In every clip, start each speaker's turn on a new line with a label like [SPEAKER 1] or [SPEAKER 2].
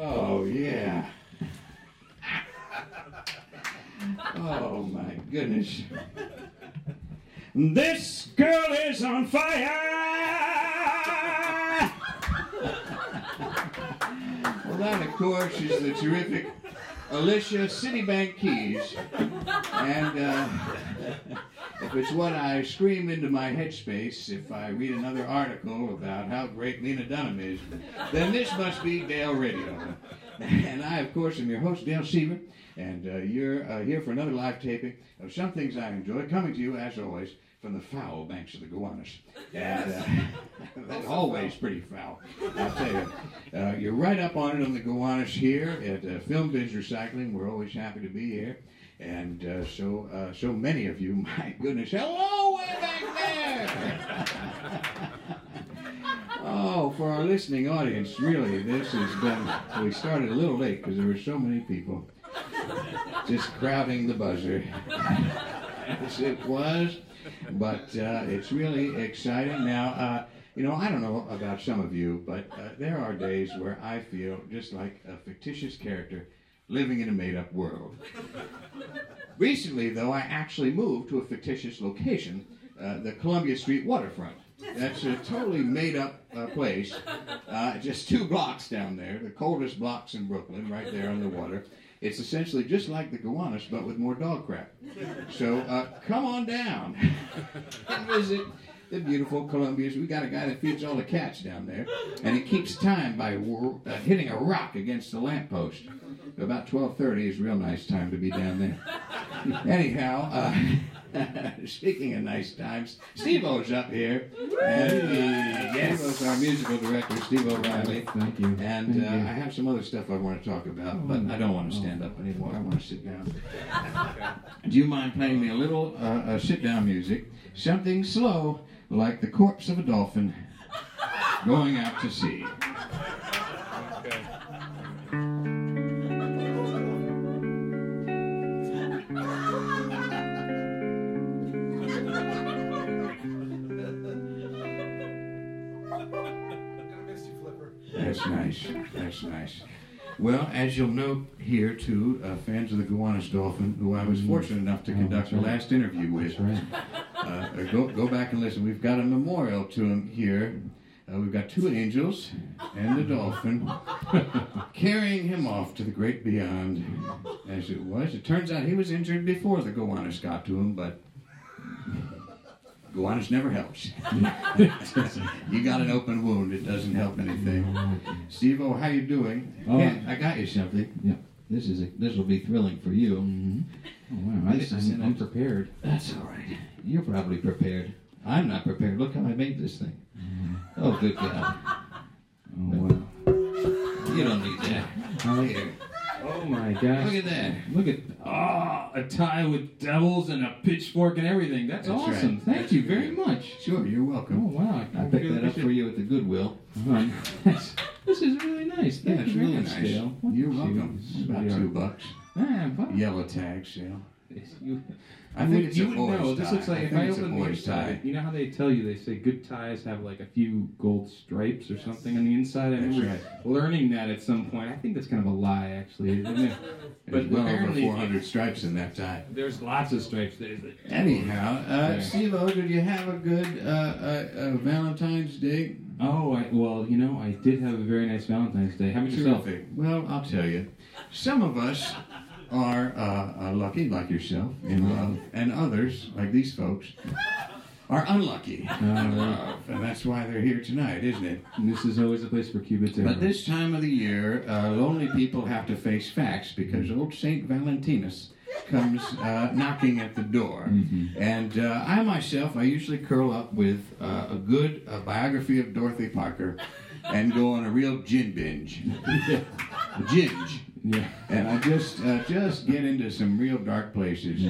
[SPEAKER 1] Oh, Oh my goodness. This girl is on fire! well, that, of course, is the terrific Alicia Citibank Keys. And uh, if it's what I scream into my headspace if I read another article about how great Lena Dunham is, then this must be Dale Radio. And I, of course, am your host, Dale Seaver, and uh, you're uh, here for another live taping of Some Things I Enjoy, coming to you, as always, from the foul banks of the Gowanus. And, uh, that's always pretty foul, I'll tell you. Uh, you're right up on it on the Gowanus here at uh, Film Biz Recycling. We're always happy to be here. And uh, so, uh, so many of you, my goodness, hello, way back there! Oh, for our listening audience, really, this has been. We started a little late because there were so many people just crowding the buzzer. Yes, it was, but uh, it's really exciting. Now, uh, you know, I don't know about some of you, but uh, there are days where I feel just like a fictitious character living in a made up world. Recently, though, I actually moved to a fictitious location, uh, the Columbia Street waterfront. That's a totally made up uh, place, uh, just two blocks down there, the coldest blocks in Brooklyn, right there on the water. It's essentially just like the Gowanus, but with more dog crap. So uh, come on down and visit the beautiful Columbia's. We got a guy that feeds all the cats down there, and he keeps time by wor- uh, hitting a rock against the lamppost. About 12:30 is real nice time to be down there. Anyhow, uh, speaking of nice times, Steve O's up here. And, uh, Steve O's our musical director, Steve O'Reilly.
[SPEAKER 2] Thank you. Oh,
[SPEAKER 1] And
[SPEAKER 2] Thank
[SPEAKER 1] uh,
[SPEAKER 2] you.
[SPEAKER 1] I have some other stuff I want to talk about, but I don't want to stand up anymore. I want to sit down. Do you mind playing me a little uh, uh, sit down music? Something slow, like the corpse of a dolphin going out to sea. That's nice. That's nice. Well, as you'll note here, too, uh, fans of the Gowanus Dolphin, who I was fortunate enough to
[SPEAKER 2] Oh,
[SPEAKER 1] conduct
[SPEAKER 2] that's
[SPEAKER 1] the
[SPEAKER 2] right.
[SPEAKER 1] last interview with,
[SPEAKER 2] That's right.
[SPEAKER 1] uh, uh, go, go back and listen. We've got a memorial to him here. Uh, we've got two angels and the dolphin carrying him off to the great beyond, as it was. It turns out he was injured before the Gowanus got to him, but Gowanus never helps. you got an open wound; it doesn't help anything. Steve O, how you doing?
[SPEAKER 2] Oh.
[SPEAKER 1] Hey, I got you something. Mm-hmm.
[SPEAKER 2] This is a, this will be thrilling for you. Oh, wow, I,
[SPEAKER 1] This is
[SPEAKER 2] I'm
[SPEAKER 1] an-
[SPEAKER 2] unprepared.
[SPEAKER 1] That's all right.
[SPEAKER 2] You're probably prepared. I'm not prepared. Look how I made this thing.
[SPEAKER 1] Mm-hmm.
[SPEAKER 2] Oh, good God!
[SPEAKER 3] Oh, wow.
[SPEAKER 2] You don't need that.
[SPEAKER 1] Here,
[SPEAKER 3] oh my
[SPEAKER 1] look
[SPEAKER 3] gosh.
[SPEAKER 1] at that.
[SPEAKER 3] Look at ah, a tie with devils and a pitchfork and everything. That's,
[SPEAKER 1] That's
[SPEAKER 3] awesome.
[SPEAKER 1] right.
[SPEAKER 3] Thank
[SPEAKER 1] That's
[SPEAKER 3] you
[SPEAKER 1] right.
[SPEAKER 3] very much.
[SPEAKER 1] Sure, you're
[SPEAKER 3] Oh
[SPEAKER 1] welcome.
[SPEAKER 3] wow,
[SPEAKER 2] I picked that up for you at the Goodwill.
[SPEAKER 3] Um, that's- this is really nice.
[SPEAKER 1] Yeah,
[SPEAKER 3] Thank
[SPEAKER 1] it's
[SPEAKER 3] you very
[SPEAKER 1] really
[SPEAKER 3] much,
[SPEAKER 1] nice.
[SPEAKER 3] Dale. What
[SPEAKER 1] You're
[SPEAKER 3] you-
[SPEAKER 1] welcome.
[SPEAKER 3] this
[SPEAKER 1] It's
[SPEAKER 3] is
[SPEAKER 1] about
[SPEAKER 3] really
[SPEAKER 1] two
[SPEAKER 3] art.
[SPEAKER 1] bucks.
[SPEAKER 3] Ah, wow.
[SPEAKER 1] Yellow tag sale.
[SPEAKER 3] You,
[SPEAKER 1] I think it's
[SPEAKER 3] you
[SPEAKER 1] a
[SPEAKER 3] would
[SPEAKER 1] boy's
[SPEAKER 3] know. This
[SPEAKER 1] tie.
[SPEAKER 3] looks like
[SPEAKER 1] I uh,
[SPEAKER 3] if
[SPEAKER 1] think
[SPEAKER 3] I
[SPEAKER 1] it's a
[SPEAKER 3] open
[SPEAKER 1] boy's
[SPEAKER 3] this tie.
[SPEAKER 1] tie.
[SPEAKER 3] You know how they tell you they say good ties have like a few gold stripes or something on the inside. I
[SPEAKER 1] That's
[SPEAKER 3] remember
[SPEAKER 1] right.
[SPEAKER 3] learning that at some point. I think that's kind of a lie, actually. isn't it?
[SPEAKER 1] There's
[SPEAKER 3] but
[SPEAKER 1] well over
[SPEAKER 3] apparently,
[SPEAKER 1] 400 stripes in that tie.
[SPEAKER 3] there's lots of stripes. There's
[SPEAKER 1] Anyhow, uh,
[SPEAKER 3] There.
[SPEAKER 1] Steve O, did you have a good uh, uh, uh, Valentine's Day?
[SPEAKER 3] Oh, I, well, you know, I did have a very nice Valentine's Day. How about yourself?
[SPEAKER 1] Terrific. Well, I'll tell you, some of us are uh, uh, lucky, like yourself, in love, and others, like these folks, are unlucky in love, and that's why they're here tonight, isn't it?
[SPEAKER 3] And this is always a place for Cuba to.
[SPEAKER 1] But this time of the year, uh, lonely people have to face facts because old Saint Valentinus comes uh, knocking at the door. And uh, I myself, I usually curl up with uh, a good uh, biography of Dorothy Parker and go on a real gin binge. Ginge
[SPEAKER 3] Yeah.
[SPEAKER 1] and I just uh, just get into some real dark places.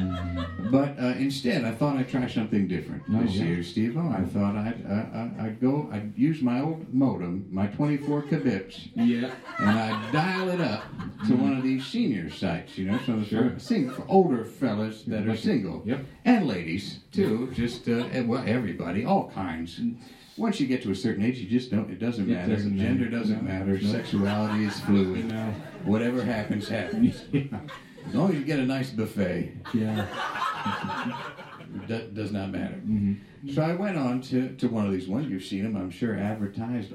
[SPEAKER 1] But uh, instead, I thought I'd try something different
[SPEAKER 3] Mm-hmm. Oh,
[SPEAKER 1] this
[SPEAKER 3] yeah. Mm-hmm.
[SPEAKER 1] year, Steve. Oh, I thought I'd uh, uh, I'd go. I'd use my old modem, my 24 kbps,
[SPEAKER 3] Yeah.
[SPEAKER 1] and I'd dial it up to one of these senior sites. You know, so
[SPEAKER 3] Mm-hmm. Sure.
[SPEAKER 1] for, sing, for older fellas that are single
[SPEAKER 3] Yep.
[SPEAKER 1] and ladies too. Just uh, eh, well, everybody, all kinds. Once you get to a certain age, you just don't. It doesn't
[SPEAKER 3] It
[SPEAKER 1] matter.
[SPEAKER 3] doesn't matter.
[SPEAKER 1] Gender doesn't
[SPEAKER 3] No.
[SPEAKER 1] matter.
[SPEAKER 3] No.
[SPEAKER 1] Sexuality is fluid.
[SPEAKER 3] No.
[SPEAKER 1] Whatever happens, happens. As long as you get a nice buffet,
[SPEAKER 3] Yeah.
[SPEAKER 1] that does not matter.
[SPEAKER 3] hmm
[SPEAKER 1] So I went on to, to one of these ones. You've seen them, I'm sure, advertised.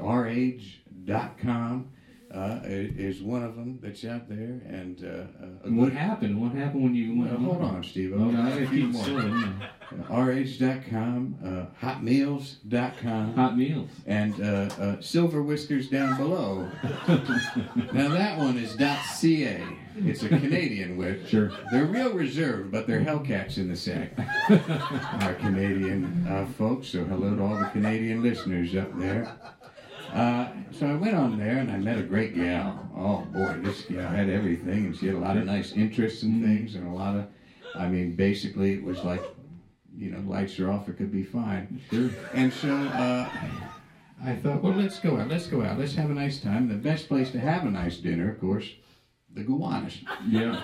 [SPEAKER 1] RH.com uh, i- is one of them that's out there. And uh, uh, a
[SPEAKER 3] And what
[SPEAKER 1] good-
[SPEAKER 3] happened? What happened when you went?
[SPEAKER 1] Uh, hold on, Steve.
[SPEAKER 3] Oh, no, I gotta keep
[SPEAKER 1] more.
[SPEAKER 3] going. yeah.
[SPEAKER 1] RH.com, uh, hotmeals.com,
[SPEAKER 3] Hot meals.
[SPEAKER 1] and uh, uh, silver whiskers down below. now that one is .ca. It's a Canadian whisk.
[SPEAKER 3] Sure.
[SPEAKER 1] They're real reserved, but they're Hellcats in the sack. Our Canadian uh, folks, so hello to all the Canadian listeners up there. Uh, so I went on there and I met a great gal. Oh boy, this gal had everything, and she had a lot of nice interests and things, and a lot of, I mean, basically it was like, you know, lights are off, it could be fine.
[SPEAKER 3] Sure.
[SPEAKER 1] And so uh, I thought, well, let's go out, let's go out, let's have a nice time. The best place to have a nice dinner, of course, the Gowanus.
[SPEAKER 3] Yeah.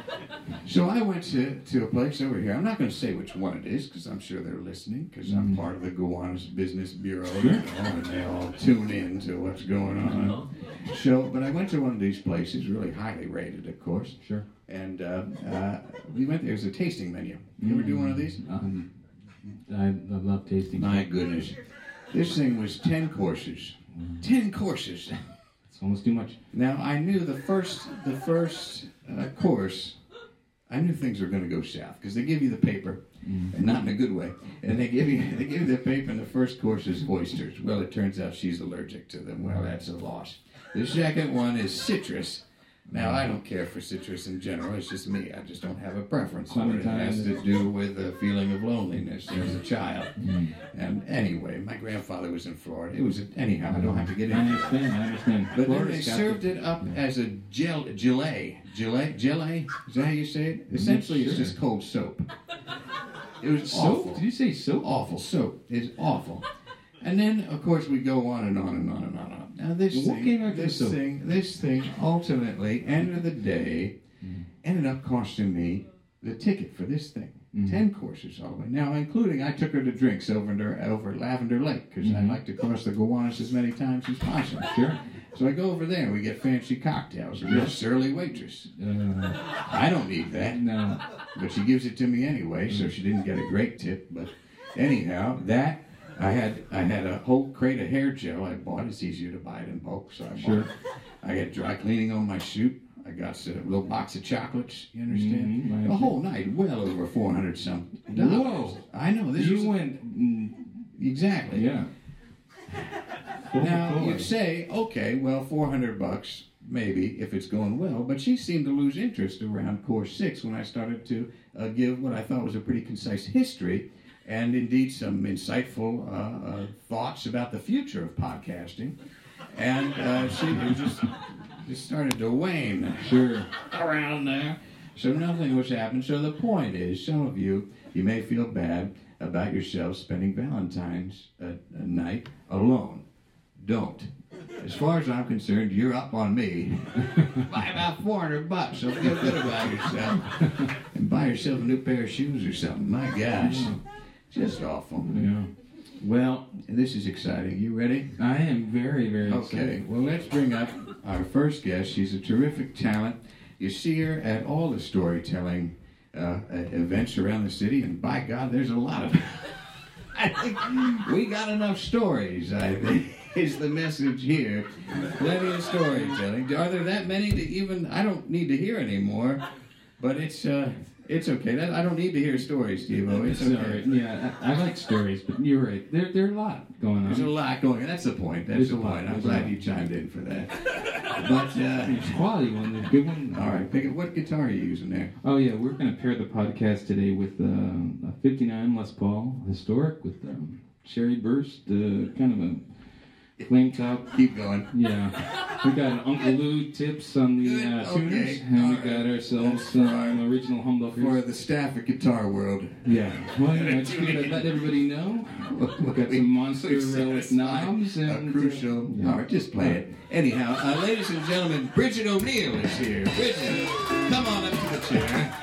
[SPEAKER 1] So I went to, to a place over here. I'm not going to say which one it is because I'm sure they're listening because I'm part of the Gowanus Business Bureau. you know, and they all tune in to what's going on. So, but I went to one of these places, really highly rated, of course.
[SPEAKER 3] Sure.
[SPEAKER 1] And uh, uh, we went there. It was a tasting menu. You ever do one of these?
[SPEAKER 3] Um, I, I love tasting.
[SPEAKER 1] Mm-hmm. My goodness. Mm-hmm. This thing was 10 courses. 10 courses.
[SPEAKER 3] It's almost too much.
[SPEAKER 1] Now I knew the first the first uh, course. I knew things were going to go south because they give you the paper,
[SPEAKER 3] Mm.
[SPEAKER 1] and not in a good way. And they give you they give you the paper, and the first course is oysters. Well, it turns out she's allergic to them. Well, that's a loss. The second one is citrus. Now I don't care for citrus in general. It's just me. I just don't have a preference. for It It
[SPEAKER 3] Clementine.
[SPEAKER 1] has to do with a feeling of loneliness as a child. And anyway, my grandfather was in Florida. It was anyhow. I don't have to get
[SPEAKER 3] I
[SPEAKER 1] into it.
[SPEAKER 3] understand. I understand.
[SPEAKER 1] But
[SPEAKER 3] Florida's
[SPEAKER 1] then they
[SPEAKER 3] got
[SPEAKER 1] served
[SPEAKER 3] the-
[SPEAKER 1] it up as a gel, gelée. Gelée? Gelée? Is that how you say it? Essentially, it's
[SPEAKER 3] Mm-hmm. sure.
[SPEAKER 1] just cold soap. It was
[SPEAKER 3] Soap?
[SPEAKER 1] awful.
[SPEAKER 3] Did you say soap?
[SPEAKER 1] Awful soap. It's awful. And then, of course, we go on and on and on and on. And on. Now, this
[SPEAKER 3] What
[SPEAKER 1] thing,
[SPEAKER 3] came after
[SPEAKER 1] this
[SPEAKER 3] the soap?
[SPEAKER 1] thing, this thing, ultimately, end of the day, ended up costing me the ticket for this thing. Ten courses all the way. Now, including I took her to drinks over and over at Lavender Lake because I like to cross the Gowanus as many times as possible.
[SPEAKER 3] Sure.
[SPEAKER 1] So I go over there and we get fancy cocktails. A real surly waitress.
[SPEAKER 3] Uh,
[SPEAKER 1] I don't need that,
[SPEAKER 3] no.
[SPEAKER 1] but she gives it to me anyway, so she didn't get a great tip. But anyhow, that I had I had a whole crate of hair gel I bought. It's easier to buy it in bulk, so I bought.
[SPEAKER 3] Sure.
[SPEAKER 1] it. I got dry cleaning on my chute. I got a little box of chocolates. You understand?
[SPEAKER 3] Mhm, I
[SPEAKER 1] the whole night, well over four hundred some. dollars.
[SPEAKER 3] Whoa.
[SPEAKER 1] I know this was
[SPEAKER 3] You went. Mm,
[SPEAKER 1] exactly.
[SPEAKER 3] yeah.
[SPEAKER 1] Now
[SPEAKER 3] Coca-Cola.
[SPEAKER 1] you'd say, okay, well, four hundred bucks maybe if it's going well, but she seemed to lose interest around course six when I started to uh, give what I thought was a pretty concise history and indeed some insightful uh, uh, thoughts about the future of podcasting, and uh, she just just started to wane
[SPEAKER 3] Sure.
[SPEAKER 1] around there. So nothing was happening. So the point is, some of you, you may feel bad about yourself spending Valentine's uh, uh, night alone. Don't. As far as I'm concerned, you're up on me by about 400 bucks. So feel good about yourself and buy yourself a new pair of shoes or something. My gosh, just awful.
[SPEAKER 3] Yeah.
[SPEAKER 1] Well, this is exciting. You ready?
[SPEAKER 3] I am very, very
[SPEAKER 1] Okay,
[SPEAKER 3] excited.
[SPEAKER 1] well, let's bring up our first guest. She's a terrific talent. You see her at all the storytelling uh, e- events around the city, and by God, there's a lot of. I think we got enough stories. I think is the message here. Plenty of storytelling. Are there that many to even? I don't need to hear anymore. But it's uh, it's okay. That, I don't need to hear stories, Steve. It's
[SPEAKER 3] Sorry.
[SPEAKER 1] okay.
[SPEAKER 3] Yeah, I, I like stories, but you're right. There, there are a lot going
[SPEAKER 1] There's a
[SPEAKER 3] on.
[SPEAKER 1] lot going. on. That's the point. That's
[SPEAKER 3] There's
[SPEAKER 1] the
[SPEAKER 3] a lot.
[SPEAKER 1] point. I'm
[SPEAKER 3] There's a
[SPEAKER 1] glad
[SPEAKER 3] lot.
[SPEAKER 1] you chimed in for that. But uh,
[SPEAKER 3] There's quality one, there's good one.
[SPEAKER 1] All right, pick it. What guitar are you using there?
[SPEAKER 3] Oh yeah, we're gonna pair the podcast today with uh, a '59 Les Paul Historic with um, Sherry Burst, uh, kind of a clean top.
[SPEAKER 1] Keep going.
[SPEAKER 3] Yeah, we got an Uncle Lou tips on the
[SPEAKER 1] Good,
[SPEAKER 3] uh, tuners,
[SPEAKER 1] okay,
[SPEAKER 3] and we
[SPEAKER 1] all
[SPEAKER 3] got
[SPEAKER 1] right.
[SPEAKER 3] ourselves
[SPEAKER 1] That's
[SPEAKER 3] some original
[SPEAKER 1] For
[SPEAKER 3] humbuckers.
[SPEAKER 1] the staff at Guitar World,
[SPEAKER 3] Yeah, well, you know, I just wanted to let everybody know. We got some monster
[SPEAKER 1] Please
[SPEAKER 3] relic
[SPEAKER 1] satisfy
[SPEAKER 3] knobs and uh,
[SPEAKER 1] a crucial.
[SPEAKER 3] Yeah.
[SPEAKER 1] All right, just play it. Anyhow, uh, ladies and gentlemen, Bridget O'Neill is here. Bridget, come on up to the chair.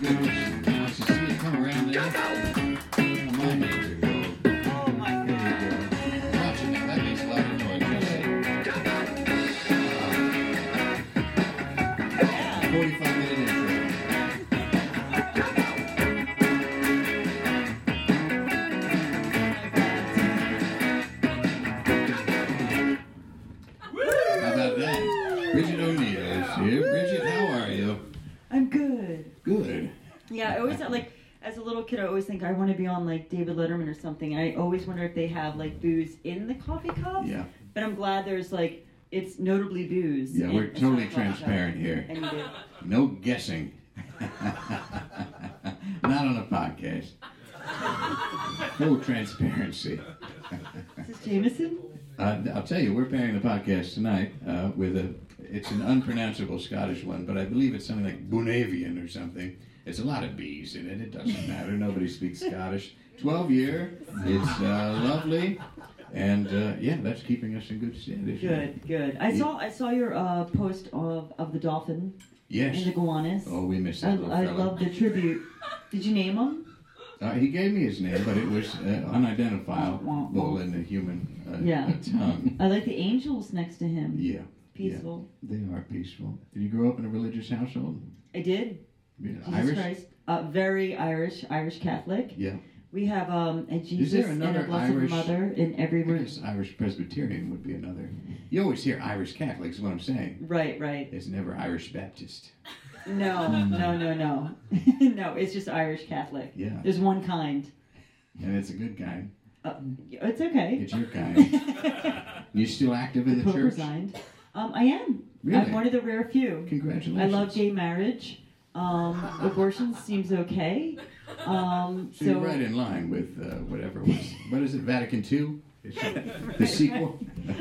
[SPEAKER 1] Good. Now, Cecilia, come around there. Come on, there you go. There you go. Watch it now. That makes a lot of noise. Just say, uh, 45 Give me an intro. How about that? Bridget O'Neill is here. Bridget, how are you?
[SPEAKER 4] I'm good.
[SPEAKER 1] Good.
[SPEAKER 4] Yeah, I always like as a little kid, I always think I want to be on like David Letterman or something, and I always wonder if they have like booze in the coffee cup.
[SPEAKER 1] Yeah.
[SPEAKER 4] But I'm glad there's like it's notably booze.
[SPEAKER 1] Yeah,
[SPEAKER 4] in-
[SPEAKER 1] we're
[SPEAKER 4] it's
[SPEAKER 1] totally
[SPEAKER 4] not a coffee cup.
[SPEAKER 1] transparent here.
[SPEAKER 4] And you do.
[SPEAKER 1] No guessing. Not on a podcast. Full transparency.
[SPEAKER 4] Is this Jameson?
[SPEAKER 1] Uh, I'll tell you, we're pairing the podcast tonight uh, with a. It's an unpronounceable Scottish one, but I believe it's something like Bunavian or something. It's a lot of B's in it. It doesn't matter. Nobody speaks Scottish. Twelve year. It's uh, lovely, and uh, yeah, that's keeping us in good standing.
[SPEAKER 4] Good, good. I saw I saw your uh, post of of the dolphin and
[SPEAKER 1] Yes.
[SPEAKER 4] the goannas.
[SPEAKER 1] Oh, we missed
[SPEAKER 4] I,
[SPEAKER 1] that little
[SPEAKER 4] I
[SPEAKER 1] fella.
[SPEAKER 4] love the tribute. Did you name them?
[SPEAKER 1] Uh, he gave me his name, but it was uh, unidentifiable in the human uh,
[SPEAKER 4] Yeah.
[SPEAKER 1] uh, tongue.
[SPEAKER 4] I like the angels next to him.
[SPEAKER 1] Yeah,
[SPEAKER 4] Peaceful.
[SPEAKER 1] they are peaceful. Did you grow up in a religious household?
[SPEAKER 4] I did.
[SPEAKER 1] Yeah.
[SPEAKER 4] Jesus Christ. Uh, very Irish, Irish Catholic.
[SPEAKER 1] Yeah.
[SPEAKER 4] We have um, a Jesus and a
[SPEAKER 1] another
[SPEAKER 4] Blessed
[SPEAKER 1] Irish-
[SPEAKER 4] Mother in every
[SPEAKER 1] I
[SPEAKER 4] room.
[SPEAKER 1] guess Irish Presbyterian would be another. You always hear Irish Catholics, is what I'm saying.
[SPEAKER 4] Right, right.
[SPEAKER 1] It's never Irish Baptist.
[SPEAKER 4] No, no, no, no. no, it's just Irish Catholic.
[SPEAKER 1] Hmm. Yeah,
[SPEAKER 4] There's one kind.
[SPEAKER 1] and it's a good kind.
[SPEAKER 4] Uh, it's okay.
[SPEAKER 1] It's your kind. you still active in the
[SPEAKER 4] Pope
[SPEAKER 1] church?
[SPEAKER 4] resigned. Um, I am. I'm one
[SPEAKER 1] Really?
[SPEAKER 4] of the rare few.
[SPEAKER 1] Congratulations.
[SPEAKER 4] I love gay marriage. Um, abortion seems okay. Um,
[SPEAKER 1] So
[SPEAKER 4] so
[SPEAKER 1] you're right in line with uh, whatever was. What is it, Vatican II? The sequel?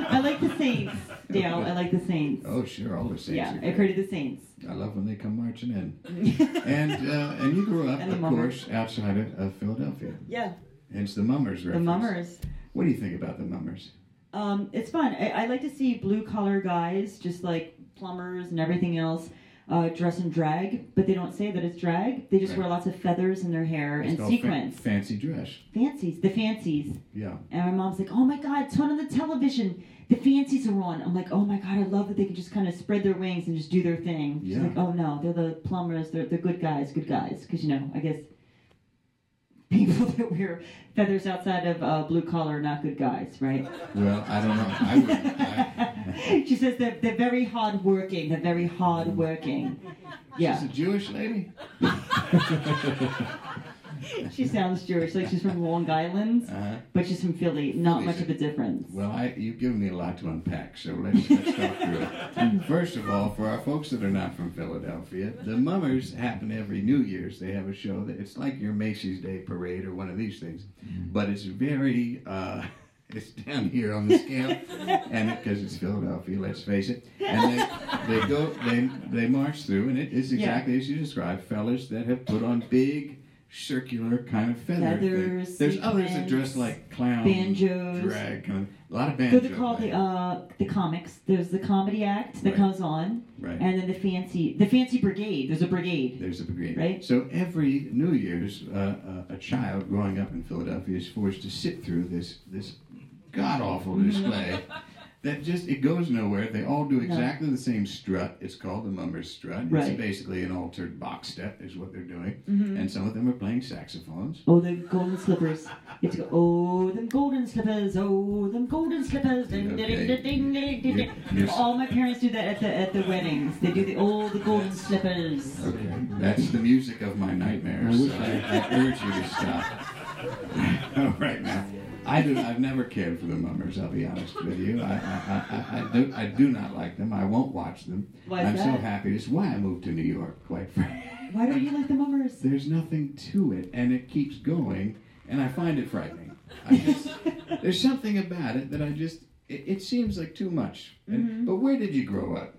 [SPEAKER 4] I like the saints, Dale. I like the saints.
[SPEAKER 1] Oh, sure, all the saints.
[SPEAKER 4] yeah,
[SPEAKER 1] are
[SPEAKER 4] I
[SPEAKER 1] great.
[SPEAKER 4] created the saints.
[SPEAKER 1] I love when they come marching in. And uh, and you grew up,
[SPEAKER 4] And the
[SPEAKER 1] of
[SPEAKER 4] Mummers.
[SPEAKER 1] course, outside of, of Philadelphia.
[SPEAKER 4] yeah,
[SPEAKER 1] Hence the Mummers
[SPEAKER 4] the
[SPEAKER 1] reference.
[SPEAKER 4] mummers.
[SPEAKER 1] What do you think about the Mummers?
[SPEAKER 4] Um, it's fun. I, I like to see blue collar guys, just like plumbers and everything else, uh, dress in drag, but they don't say that it's drag. They just
[SPEAKER 1] Right.
[SPEAKER 4] wear lots of feathers in their hair
[SPEAKER 1] It's
[SPEAKER 4] and
[SPEAKER 1] called fa-
[SPEAKER 4] sequins.
[SPEAKER 1] fancy dress.
[SPEAKER 4] fancies, the fancies.
[SPEAKER 1] Yeah.
[SPEAKER 4] And my mom's like, oh my god, it's on on the television. The fancies are on. I'm like, oh my god, I love that they can just kind of spread their wings and just do their thing. She's
[SPEAKER 1] Yeah.
[SPEAKER 4] like, oh no, they're the plumbers. They're, they're good guys, good guys. Because, you know, I guess people that wear feathers outside of uh, blue collar are not good guys, right?
[SPEAKER 1] Well, I don't know. I would. I,
[SPEAKER 4] she says they're, they're very hard working. They're very hard working.
[SPEAKER 1] She's
[SPEAKER 4] Yeah,
[SPEAKER 1] a Jewish lady.
[SPEAKER 4] she sounds Jewish, like she's from Long Island,
[SPEAKER 1] Uh,
[SPEAKER 4] but she's from Philly. Not much of
[SPEAKER 1] Philly.
[SPEAKER 4] a difference.
[SPEAKER 1] well, I, you've given me a lot to unpack, so let's, let's talk through it. First of all, for our folks that are not from Philadelphia, the Mummers happen every New Year's. They have a show that it's like your Macy's Day Parade or one of these things,
[SPEAKER 4] Mm-hmm.
[SPEAKER 1] but it's very. Uh, it's down here on the scale, and because it's Philadelphia, let's face it. And they, they go, they they march through, and it is
[SPEAKER 4] Yeah.
[SPEAKER 1] exactly as you described, fellas that have put on big circular kind of feather
[SPEAKER 4] Feathers,
[SPEAKER 1] thing. There's others that dress
[SPEAKER 4] sequins,
[SPEAKER 1] like clowns,
[SPEAKER 4] banjos.
[SPEAKER 1] drag, kind of- a lot of banjos.
[SPEAKER 4] They're the call the uh, the comics. There's the comedy act that
[SPEAKER 1] Right.
[SPEAKER 4] comes on,
[SPEAKER 1] right.
[SPEAKER 4] and then the fancy the fancy brigade. There's a brigade.
[SPEAKER 1] There's a degree.
[SPEAKER 4] Right.
[SPEAKER 1] So every New Year's, uh, uh, a child growing up in Philadelphia is forced to sit through this this god awful
[SPEAKER 4] Mm-hmm.
[SPEAKER 1] display. That just it goes nowhere. They all do exactly the same strut. It's called the mummer's strut.
[SPEAKER 4] Right.
[SPEAKER 1] It's basically an altered box step is what they're doing.
[SPEAKER 4] Mhm.
[SPEAKER 1] And some of them are playing saxophones.
[SPEAKER 4] Oh, the golden slippers. You have to go, oh, them golden slippers. Oh, them golden slippers. Ding, ding,
[SPEAKER 1] Okay.
[SPEAKER 4] ding, ding, ding, ding, ding.
[SPEAKER 1] You- you-
[SPEAKER 4] All my parents do that at the at the weddings. They do the oh, the golden slippers.
[SPEAKER 1] Okay. That's the music of my nightmares.
[SPEAKER 3] I wish
[SPEAKER 1] so I, I urge you to stop. All right now. I do, I've never cared for the Mummers, I'll be honest with you. I, I, I, I, I, do, I do not like them. I won't watch them.
[SPEAKER 4] Why is
[SPEAKER 1] I'm so
[SPEAKER 4] that?
[SPEAKER 1] happy. It's why I moved to New York, quite frankly.
[SPEAKER 4] Why don't you like the mummers?
[SPEAKER 1] There's nothing to it, and it keeps going, and I find it frightening. I just, there's something about it that I just, it, it seems like too much. And,
[SPEAKER 4] Mm-hmm.
[SPEAKER 1] But where did you grow up?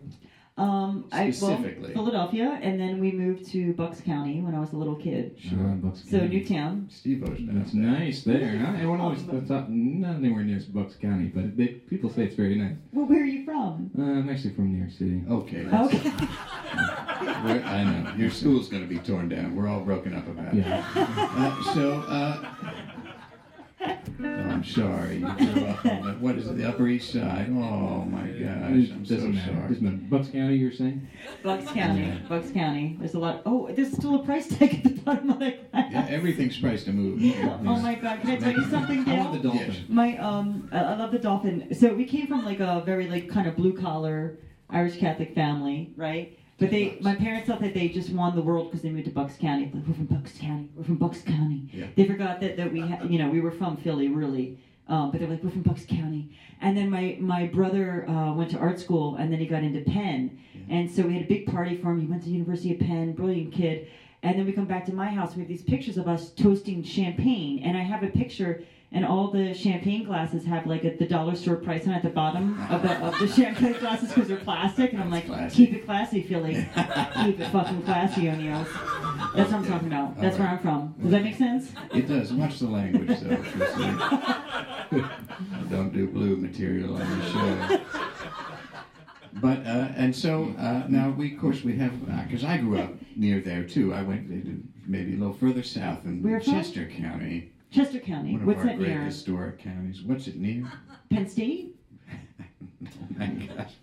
[SPEAKER 4] Um, I, well,
[SPEAKER 1] Specifically.
[SPEAKER 4] Philadelphia, and then we moved to Bucks County when I was a little kid.
[SPEAKER 3] Sure. on Bucks
[SPEAKER 2] Mm-hmm.
[SPEAKER 4] So
[SPEAKER 3] County.
[SPEAKER 4] Newtown.
[SPEAKER 1] Steve O's
[SPEAKER 3] Uh, That's nice there. Not, everyone always thought not anywhere near Bucks County, but they, people say it's very nice.
[SPEAKER 4] Well, where are you from?
[SPEAKER 3] Uh, I'm actually from New York City.
[SPEAKER 1] Okay. that's-
[SPEAKER 4] Okay.
[SPEAKER 1] We're, I know. Your school's going to be torn down. We're all broken up about it.
[SPEAKER 3] Yeah.
[SPEAKER 1] Uh, so, uh, oh, I'm sorry. You're off on the- what is it, the Upper East Side? Oh my gosh, I'm
[SPEAKER 3] It
[SPEAKER 1] so
[SPEAKER 3] doesn't matter.
[SPEAKER 1] sorry.
[SPEAKER 3] Doesn't matter. Bucks County, you're saying?
[SPEAKER 4] Bucks County. Bucks County. There's a lot. Oh, there's still a price tag at the bottom of that glass.
[SPEAKER 1] Yeah, E-, everything's priced a move.
[SPEAKER 4] Oh my God! Can I tell you something,
[SPEAKER 2] I
[SPEAKER 4] Dale?
[SPEAKER 2] want the dolphin.
[SPEAKER 1] Yes.
[SPEAKER 4] My um, I I love the dolphin. So we came from like a very like kind of blue collar Irish Catholic family, right? But they, my parents thought that they just won the world because they moved to Bucks County. Like we're from Bucks County, we're from Bucks County.
[SPEAKER 1] Yeah.
[SPEAKER 4] They forgot that that we, ha- you know, we were from Philly, really. Um, but they're like we're from Bucks County. And then my my brother uh, went to art school, and then he got into Penn. And so we had a big party for him. He went to University of Penn, brilliant kid. And then we come back to my house. We have these pictures of us toasting champagne, and I have a picture and all the champagne glasses have like a, the dollar store price on at the bottom of the, of the champagne glasses because they're plastic, and I'm like,
[SPEAKER 1] Classy.
[SPEAKER 4] keep it classy, Philly. keep it fucking classy, O'Neill. That's what I'm talking about. That's where I'm from. Does that make sense?
[SPEAKER 1] It does. Watch the language, though. 'cause, uh, Don't do blue material on the show. But uh, and so uh, now we, of course, we have because I grew up near there too. I went to maybe a little further south in
[SPEAKER 4] Where from?
[SPEAKER 1] Chester County,
[SPEAKER 4] Chester County.
[SPEAKER 1] one of
[SPEAKER 4] What's
[SPEAKER 1] our
[SPEAKER 4] that
[SPEAKER 1] great
[SPEAKER 4] near?
[SPEAKER 1] historic counties. What's it near?
[SPEAKER 4] Penn State.
[SPEAKER 1] Oh my gosh.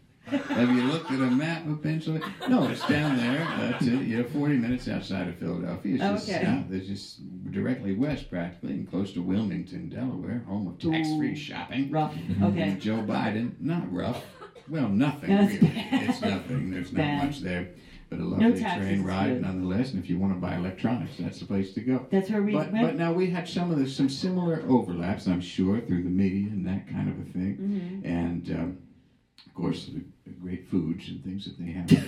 [SPEAKER 1] Have you looked at a map of Pennsylvania? No, it's down there, uh, to, you know, 40 minutes outside of Philadelphia. It's just
[SPEAKER 4] Okay.
[SPEAKER 1] south. It's just directly west, practically, and close to Wilmington, Delaware, home of tax-free
[SPEAKER 4] Ooh.
[SPEAKER 1] shopping.
[SPEAKER 4] Rough. Okay.
[SPEAKER 1] Joe Biden, not rough. Well, nothing.
[SPEAKER 4] That's
[SPEAKER 1] really.
[SPEAKER 4] bad.
[SPEAKER 1] It's nothing. There's not
[SPEAKER 4] Bad.
[SPEAKER 1] much there, but a lovely
[SPEAKER 4] taxes
[SPEAKER 1] train
[SPEAKER 4] is
[SPEAKER 1] ride
[SPEAKER 4] good.
[SPEAKER 1] nonetheless. And if you want to buy electronics, that's the place to go
[SPEAKER 4] That's where we
[SPEAKER 1] but,
[SPEAKER 4] went.
[SPEAKER 1] but now we had some of the some similar overlaps, I'm sure, through the media and that kind of a thing,
[SPEAKER 4] Mm-hmm.
[SPEAKER 1] and um, of course the, the great foods and things that they have. There.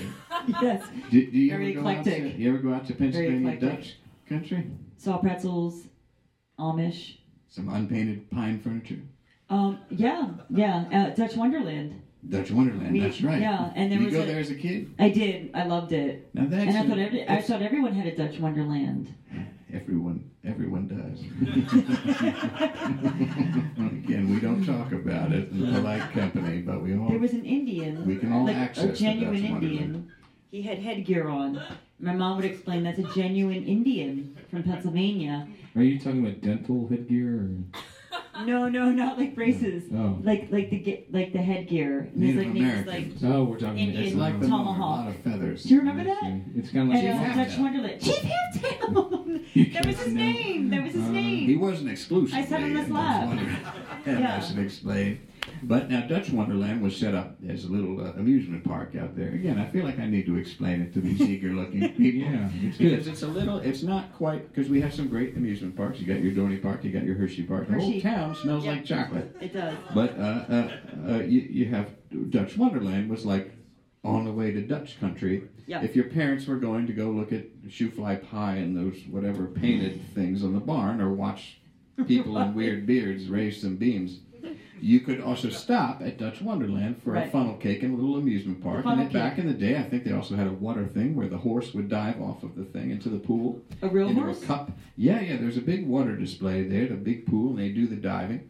[SPEAKER 4] yes.
[SPEAKER 1] do, do you
[SPEAKER 4] Very
[SPEAKER 1] ever go
[SPEAKER 4] eclectic.
[SPEAKER 1] out to, You ever go out to Pennsylvania
[SPEAKER 4] eclectic.
[SPEAKER 1] Dutch country?
[SPEAKER 4] Saw pretzels. Amish.
[SPEAKER 1] Some unpainted pine furniture,
[SPEAKER 4] Um, yeah, yeah. Uh, Dutch Wonderland.
[SPEAKER 1] Dutch Wonderland.
[SPEAKER 4] We-
[SPEAKER 1] that's right.
[SPEAKER 4] yeah, and there
[SPEAKER 1] Did you
[SPEAKER 4] was
[SPEAKER 1] go
[SPEAKER 4] a-
[SPEAKER 1] there as a kid.
[SPEAKER 4] I did. I loved it.
[SPEAKER 1] Now that's
[SPEAKER 4] And I
[SPEAKER 1] a-
[SPEAKER 4] thought every, I thought everyone had a Dutch Wonderland.
[SPEAKER 1] everyone everyone does. Again, we don't talk about it in polite company, but we all
[SPEAKER 4] There was an Indian,
[SPEAKER 1] We can all
[SPEAKER 4] like
[SPEAKER 1] access
[SPEAKER 4] a
[SPEAKER 1] the
[SPEAKER 4] genuine
[SPEAKER 1] Dutch
[SPEAKER 4] Indian. He had headgear on. My mom would explain that's a genuine Indian from Pennsylvania.
[SPEAKER 3] Are you talking about dental headgear?
[SPEAKER 4] No, no, not like braces.
[SPEAKER 3] Or... Oh.
[SPEAKER 4] Like like the ge- like the headgear. And
[SPEAKER 1] Native
[SPEAKER 4] his, like, name was,
[SPEAKER 1] Americans.
[SPEAKER 4] like-
[SPEAKER 3] Oh, we're talking
[SPEAKER 4] Indian
[SPEAKER 1] It's like the moon,
[SPEAKER 3] Oh,
[SPEAKER 1] a
[SPEAKER 4] Tomahawk.
[SPEAKER 1] lot of feathers.
[SPEAKER 4] do you remember
[SPEAKER 3] I
[SPEAKER 4] that?
[SPEAKER 3] see. It's kind of
[SPEAKER 4] At
[SPEAKER 3] like
[SPEAKER 4] uh,
[SPEAKER 1] Chief
[SPEAKER 4] Dutch
[SPEAKER 1] Halftown.
[SPEAKER 4] Wonderland. Chief Halftown! that was his name. That was his
[SPEAKER 3] Uh,
[SPEAKER 1] He
[SPEAKER 4] name.
[SPEAKER 1] wasn't exclusively.
[SPEAKER 4] I sat on his
[SPEAKER 1] in Dutch
[SPEAKER 4] lap.
[SPEAKER 1] Wonderland. And
[SPEAKER 4] Yeah.
[SPEAKER 1] I should explain. But now Dutch Wonderland was set up as a little uh, amusement park out there. Again, I feel like I need to explain it to these eager-looking people.
[SPEAKER 3] yeah, it's good.
[SPEAKER 1] Because it's a little, it's not quite, because we have some great amusement parks. You got your Dorney Park, you got your Hershey Park. The
[SPEAKER 4] Hershey.
[SPEAKER 1] whole town smells
[SPEAKER 4] Yeah.
[SPEAKER 1] like chocolate.
[SPEAKER 4] It does.
[SPEAKER 1] But uh, uh, uh, you, you have Dutch Wonderland was like on the way to Dutch country.
[SPEAKER 4] Yeah.
[SPEAKER 1] If your parents were going to go look at shoe fly pie and those whatever painted things on the barn or watch people in weird beards raise some beams, you could also stop at Dutch Wonderland for
[SPEAKER 4] Right.
[SPEAKER 1] a funnel cake and a little amusement park.
[SPEAKER 4] funnel
[SPEAKER 1] And then back in the day, I think they also had a water thing where the horse would dive off of the thing into the pool
[SPEAKER 4] A real
[SPEAKER 1] into
[SPEAKER 4] horse?
[SPEAKER 1] a cup. Yeah, yeah. There's a big water display there, the big pool, and they do the diving.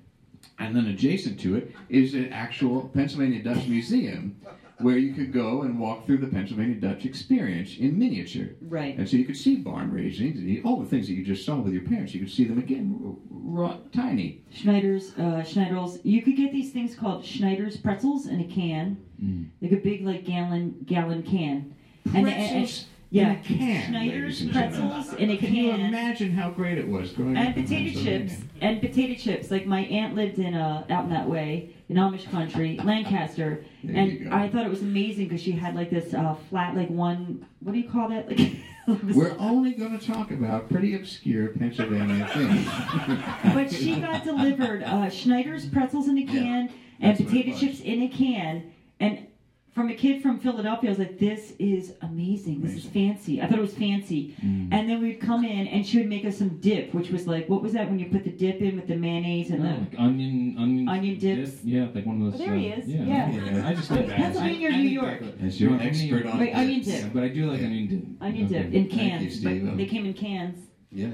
[SPEAKER 1] And then adjacent to it is an actual Pennsylvania Dutch museum where you could go and walk through the Pennsylvania Dutch experience in miniature.
[SPEAKER 4] Right.
[SPEAKER 1] And so you could see barn raisings and you, all the things that you just saw with your parents. You could see them again, r- raw, tiny.
[SPEAKER 4] Schneider's uh, Schneider's. You could get these things called Schneider's pretzels in a can,
[SPEAKER 3] Mm.
[SPEAKER 4] like a big like gallon gallon can. And, and- and-
[SPEAKER 1] Pretzels
[SPEAKER 4] yeah,
[SPEAKER 1] in a can, ladies
[SPEAKER 4] Schneider's
[SPEAKER 1] and gentlemen.
[SPEAKER 4] pretzels in a
[SPEAKER 1] Can you
[SPEAKER 4] can.
[SPEAKER 1] imagine how great it was growing
[SPEAKER 4] And
[SPEAKER 1] up in
[SPEAKER 4] potato
[SPEAKER 1] Pennsylvania?
[SPEAKER 4] chips and potato chips. Like my aunt lived in uh, out in that way in Amish country, Lancaster,
[SPEAKER 1] There you
[SPEAKER 4] and
[SPEAKER 1] go.
[SPEAKER 4] I thought it was amazing because she had like this uh, flat like one. What do you call that? Like
[SPEAKER 1] We're only going to talk about pretty obscure Pennsylvania things.
[SPEAKER 4] but she got delivered uh, Schneider's pretzels in a can and
[SPEAKER 1] that's what it
[SPEAKER 4] potato
[SPEAKER 1] was.
[SPEAKER 4] chips in a can. And from a kid from Philadelphia, I was like, this is amazing. This is fancy. I thought it was fancy.
[SPEAKER 1] Mm.
[SPEAKER 4] And then we'd come in and she would make us some dip, which was like, what was that when you put the dip in with the mayonnaise and
[SPEAKER 3] Oh,
[SPEAKER 4] the.
[SPEAKER 3] like onion, onion,
[SPEAKER 4] Onion dips.
[SPEAKER 3] dip? Yeah, like one of those.
[SPEAKER 4] Oh, there he
[SPEAKER 3] uh,
[SPEAKER 4] is.
[SPEAKER 3] Yeah,
[SPEAKER 4] Yeah.
[SPEAKER 1] Yeah.
[SPEAKER 3] I just like that.
[SPEAKER 4] Pennsylvania or
[SPEAKER 3] I- I
[SPEAKER 4] New
[SPEAKER 3] think
[SPEAKER 4] York?
[SPEAKER 3] that-
[SPEAKER 1] As your
[SPEAKER 3] No,
[SPEAKER 1] expert
[SPEAKER 3] onion-
[SPEAKER 1] on
[SPEAKER 4] Wait, onion
[SPEAKER 1] dips.
[SPEAKER 3] Yeah, but I do like
[SPEAKER 1] Yeah.
[SPEAKER 3] onion dip.
[SPEAKER 4] Onion
[SPEAKER 3] Okay.
[SPEAKER 4] dip in
[SPEAKER 1] Thank you,
[SPEAKER 4] cans.
[SPEAKER 1] Steve-O.
[SPEAKER 4] But they came in cans.
[SPEAKER 1] Yeah.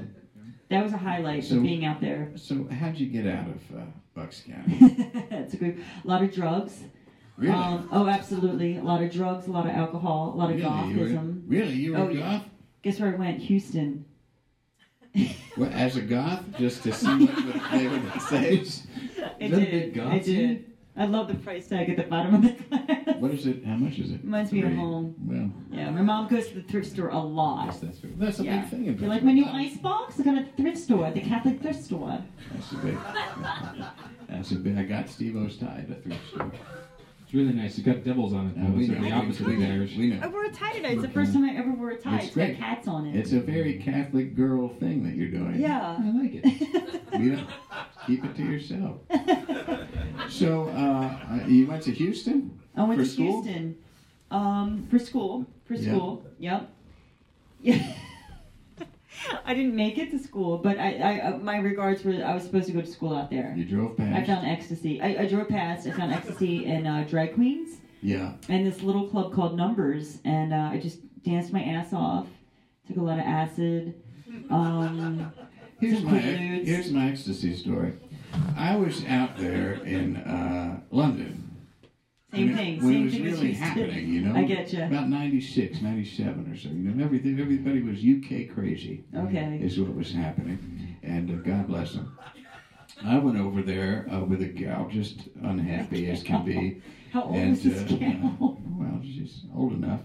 [SPEAKER 4] That was a highlight
[SPEAKER 1] So-
[SPEAKER 4] of being out there.
[SPEAKER 1] So how'd you get out of uh, Bucks County?
[SPEAKER 4] That's a good. A lot of drugs.
[SPEAKER 1] Really?
[SPEAKER 4] Um, oh, absolutely. A lot of drugs, a lot of alcohol, a lot of
[SPEAKER 1] really, you were,
[SPEAKER 4] gothism.
[SPEAKER 1] really, you were
[SPEAKER 4] Oh,
[SPEAKER 1] goth?
[SPEAKER 4] yeah. Guess where I went? Houston.
[SPEAKER 1] Well, as a goth?
[SPEAKER 3] just to see what would- they would say.
[SPEAKER 4] It
[SPEAKER 3] that a
[SPEAKER 4] did.
[SPEAKER 3] big
[SPEAKER 4] I
[SPEAKER 3] goth
[SPEAKER 4] did. I love the price tag at the bottom of the glass.
[SPEAKER 1] What is it? How much is it?
[SPEAKER 4] Reminds me of
[SPEAKER 1] Three.
[SPEAKER 4] home.
[SPEAKER 1] Well,
[SPEAKER 4] Yeah, my mom goes to the thrift store a lot.
[SPEAKER 1] yes, that's, that's a
[SPEAKER 4] Yeah.
[SPEAKER 1] big thing. in
[SPEAKER 4] You like my new
[SPEAKER 1] Pittsburgh.
[SPEAKER 4] ice box? I got it at the thrift store, the Catholic thrift store.
[SPEAKER 1] That's a big. That's a big. I got Steve O's tie at a thrift store.
[SPEAKER 3] It's really nice. It's got devils on it.
[SPEAKER 1] Now,
[SPEAKER 3] Though.
[SPEAKER 1] we
[SPEAKER 3] It's
[SPEAKER 1] know.
[SPEAKER 3] like the opposite
[SPEAKER 1] we
[SPEAKER 3] of the
[SPEAKER 1] know.
[SPEAKER 3] Irish.
[SPEAKER 1] We
[SPEAKER 4] I
[SPEAKER 1] know.
[SPEAKER 4] wore a tie today. It's the first time I ever wore a tie.
[SPEAKER 1] It's
[SPEAKER 4] It's got
[SPEAKER 1] great.
[SPEAKER 4] cats on it.
[SPEAKER 1] It's a very Catholic girl thing that you're doing.
[SPEAKER 4] yeah.
[SPEAKER 3] I like it.
[SPEAKER 1] You know, keep it to yourself. So uh, uh, you went to Houston?
[SPEAKER 4] I went
[SPEAKER 1] For
[SPEAKER 4] to
[SPEAKER 1] school?
[SPEAKER 4] Houston um, for school. For
[SPEAKER 1] Yeah.
[SPEAKER 4] school. Yep. Yeah. I didn't make it to school, but I, I uh, my regards were I was supposed to go to school out there.
[SPEAKER 1] You drove
[SPEAKER 4] I
[SPEAKER 1] past.
[SPEAKER 4] found ecstasy. I, I drove past. I found ecstasy and uh, drag queens
[SPEAKER 1] yeah.
[SPEAKER 4] and this little club called Numbers, and uh, I just danced my ass off. Took a lot of acid. Um,
[SPEAKER 1] Here's
[SPEAKER 4] Some
[SPEAKER 1] my
[SPEAKER 4] preludes.
[SPEAKER 1] here's my ecstasy story. I was out there in uh, London. when
[SPEAKER 4] same
[SPEAKER 1] it-
[SPEAKER 4] thing.
[SPEAKER 1] When
[SPEAKER 4] same
[SPEAKER 1] it was
[SPEAKER 4] thing
[SPEAKER 1] really
[SPEAKER 4] as Houston.
[SPEAKER 1] happening, you know.
[SPEAKER 4] I get you.
[SPEAKER 1] About 96, 97 or so. You know, everything. Everybody was UK crazy.
[SPEAKER 4] Okay.
[SPEAKER 1] is what was happening, and uh, God bless them. I went over there uh, with a gal, just unhappy as can be.
[SPEAKER 4] How old
[SPEAKER 1] and
[SPEAKER 4] is this
[SPEAKER 1] uh,
[SPEAKER 4] gal?
[SPEAKER 1] well, she's old enough.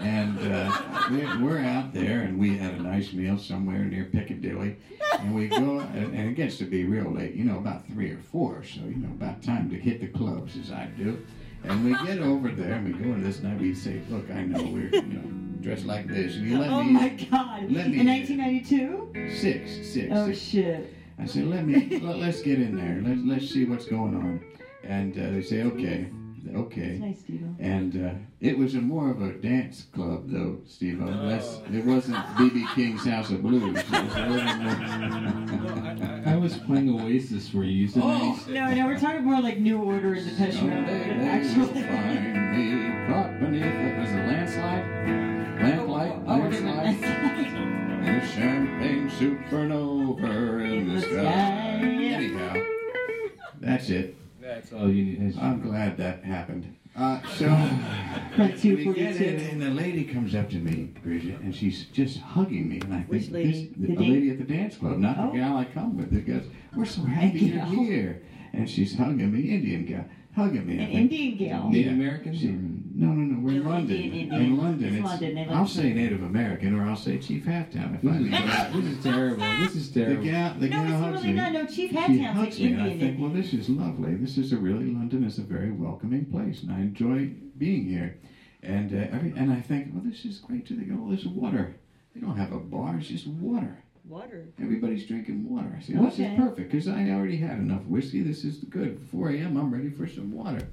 [SPEAKER 1] And uh, we're, we're out there, and we had a nice meal somewhere near Piccadilly. And we go, and, and it gets to be real late, you know, about three or four. So, you know, about time to hit the clubs, as I do. And we get over there, and we go into this night. We say, "Look, I know we're you know dressed like this, and you let
[SPEAKER 4] Oh
[SPEAKER 1] me
[SPEAKER 4] my God!
[SPEAKER 1] let me-
[SPEAKER 4] In 1992?
[SPEAKER 1] six, six,
[SPEAKER 4] Oh
[SPEAKER 1] six,
[SPEAKER 4] shit!
[SPEAKER 1] I said, let me, let, let's get in there. Let's, let's see what's going on. And uh, they say, okay,
[SPEAKER 4] It's
[SPEAKER 1] okay.
[SPEAKER 4] nice, Steve.
[SPEAKER 1] And uh, it was a more of a dance club, though, Steve. Less, it wasn't B.B. King's House of Blues. It was a little more...
[SPEAKER 3] I was playing Oasis for you. You said
[SPEAKER 1] Oh,
[SPEAKER 3] nice.
[SPEAKER 4] No, no, we're talking more like New Order and Depeche Mode.
[SPEAKER 1] someday they will
[SPEAKER 4] Actually.
[SPEAKER 1] find me caught beneath it. Was it landslide? Lamplight?
[SPEAKER 4] Oh, we're doing
[SPEAKER 1] Landslide?
[SPEAKER 4] that.
[SPEAKER 1] And a champagne supernova in the sky. Anyhow, that's it.
[SPEAKER 3] That's all Oh, you need.
[SPEAKER 1] I'm glad that happened. Uh, so,
[SPEAKER 4] Right, two
[SPEAKER 1] we
[SPEAKER 4] for
[SPEAKER 1] get
[SPEAKER 4] you,
[SPEAKER 1] in,
[SPEAKER 4] too.
[SPEAKER 1] and the lady comes up to me, Bridget, and she's just hugging me. And I think
[SPEAKER 4] Which lady?
[SPEAKER 1] This,
[SPEAKER 4] The
[SPEAKER 1] the,
[SPEAKER 4] date?
[SPEAKER 1] lady at the dance club, not
[SPEAKER 4] Oh.
[SPEAKER 1] the gal I come with. That goes, "We're so happy you're
[SPEAKER 4] gal.
[SPEAKER 1] here," and she's hugging me, Indian gal, hugging me. I
[SPEAKER 4] An
[SPEAKER 1] think.
[SPEAKER 4] Indian gal.
[SPEAKER 3] Native Americans
[SPEAKER 1] She- no, no, no. We're in
[SPEAKER 4] Indian,
[SPEAKER 1] London.
[SPEAKER 4] Indian.
[SPEAKER 1] In London,
[SPEAKER 4] It's
[SPEAKER 1] it's,
[SPEAKER 4] London, Native
[SPEAKER 1] I'll say Native American, or I'll say Chief Halftime. If I
[SPEAKER 3] This
[SPEAKER 1] leave
[SPEAKER 3] is,
[SPEAKER 1] out.
[SPEAKER 3] this is terrible. This is
[SPEAKER 1] the
[SPEAKER 3] terrible.
[SPEAKER 1] gal, the gal
[SPEAKER 4] No,
[SPEAKER 1] hugs
[SPEAKER 4] it's really
[SPEAKER 1] me.
[SPEAKER 4] not. No, Chief
[SPEAKER 1] She
[SPEAKER 4] Hattown's like
[SPEAKER 1] hugs me, and I
[SPEAKER 4] Indian.
[SPEAKER 1] think, well, this is lovely. This is a really London is a very welcoming place, and I enjoy being here. And uh, every, and I think, well, this is great too. They got all this water. They don't have a bar; it's just water.
[SPEAKER 4] Water.
[SPEAKER 1] Everybody's drinking water. I say, "Oh, this
[SPEAKER 4] Okay.
[SPEAKER 1] is perfect because I already had enough whiskey. This is good. 4 a.m. I'm ready for some water.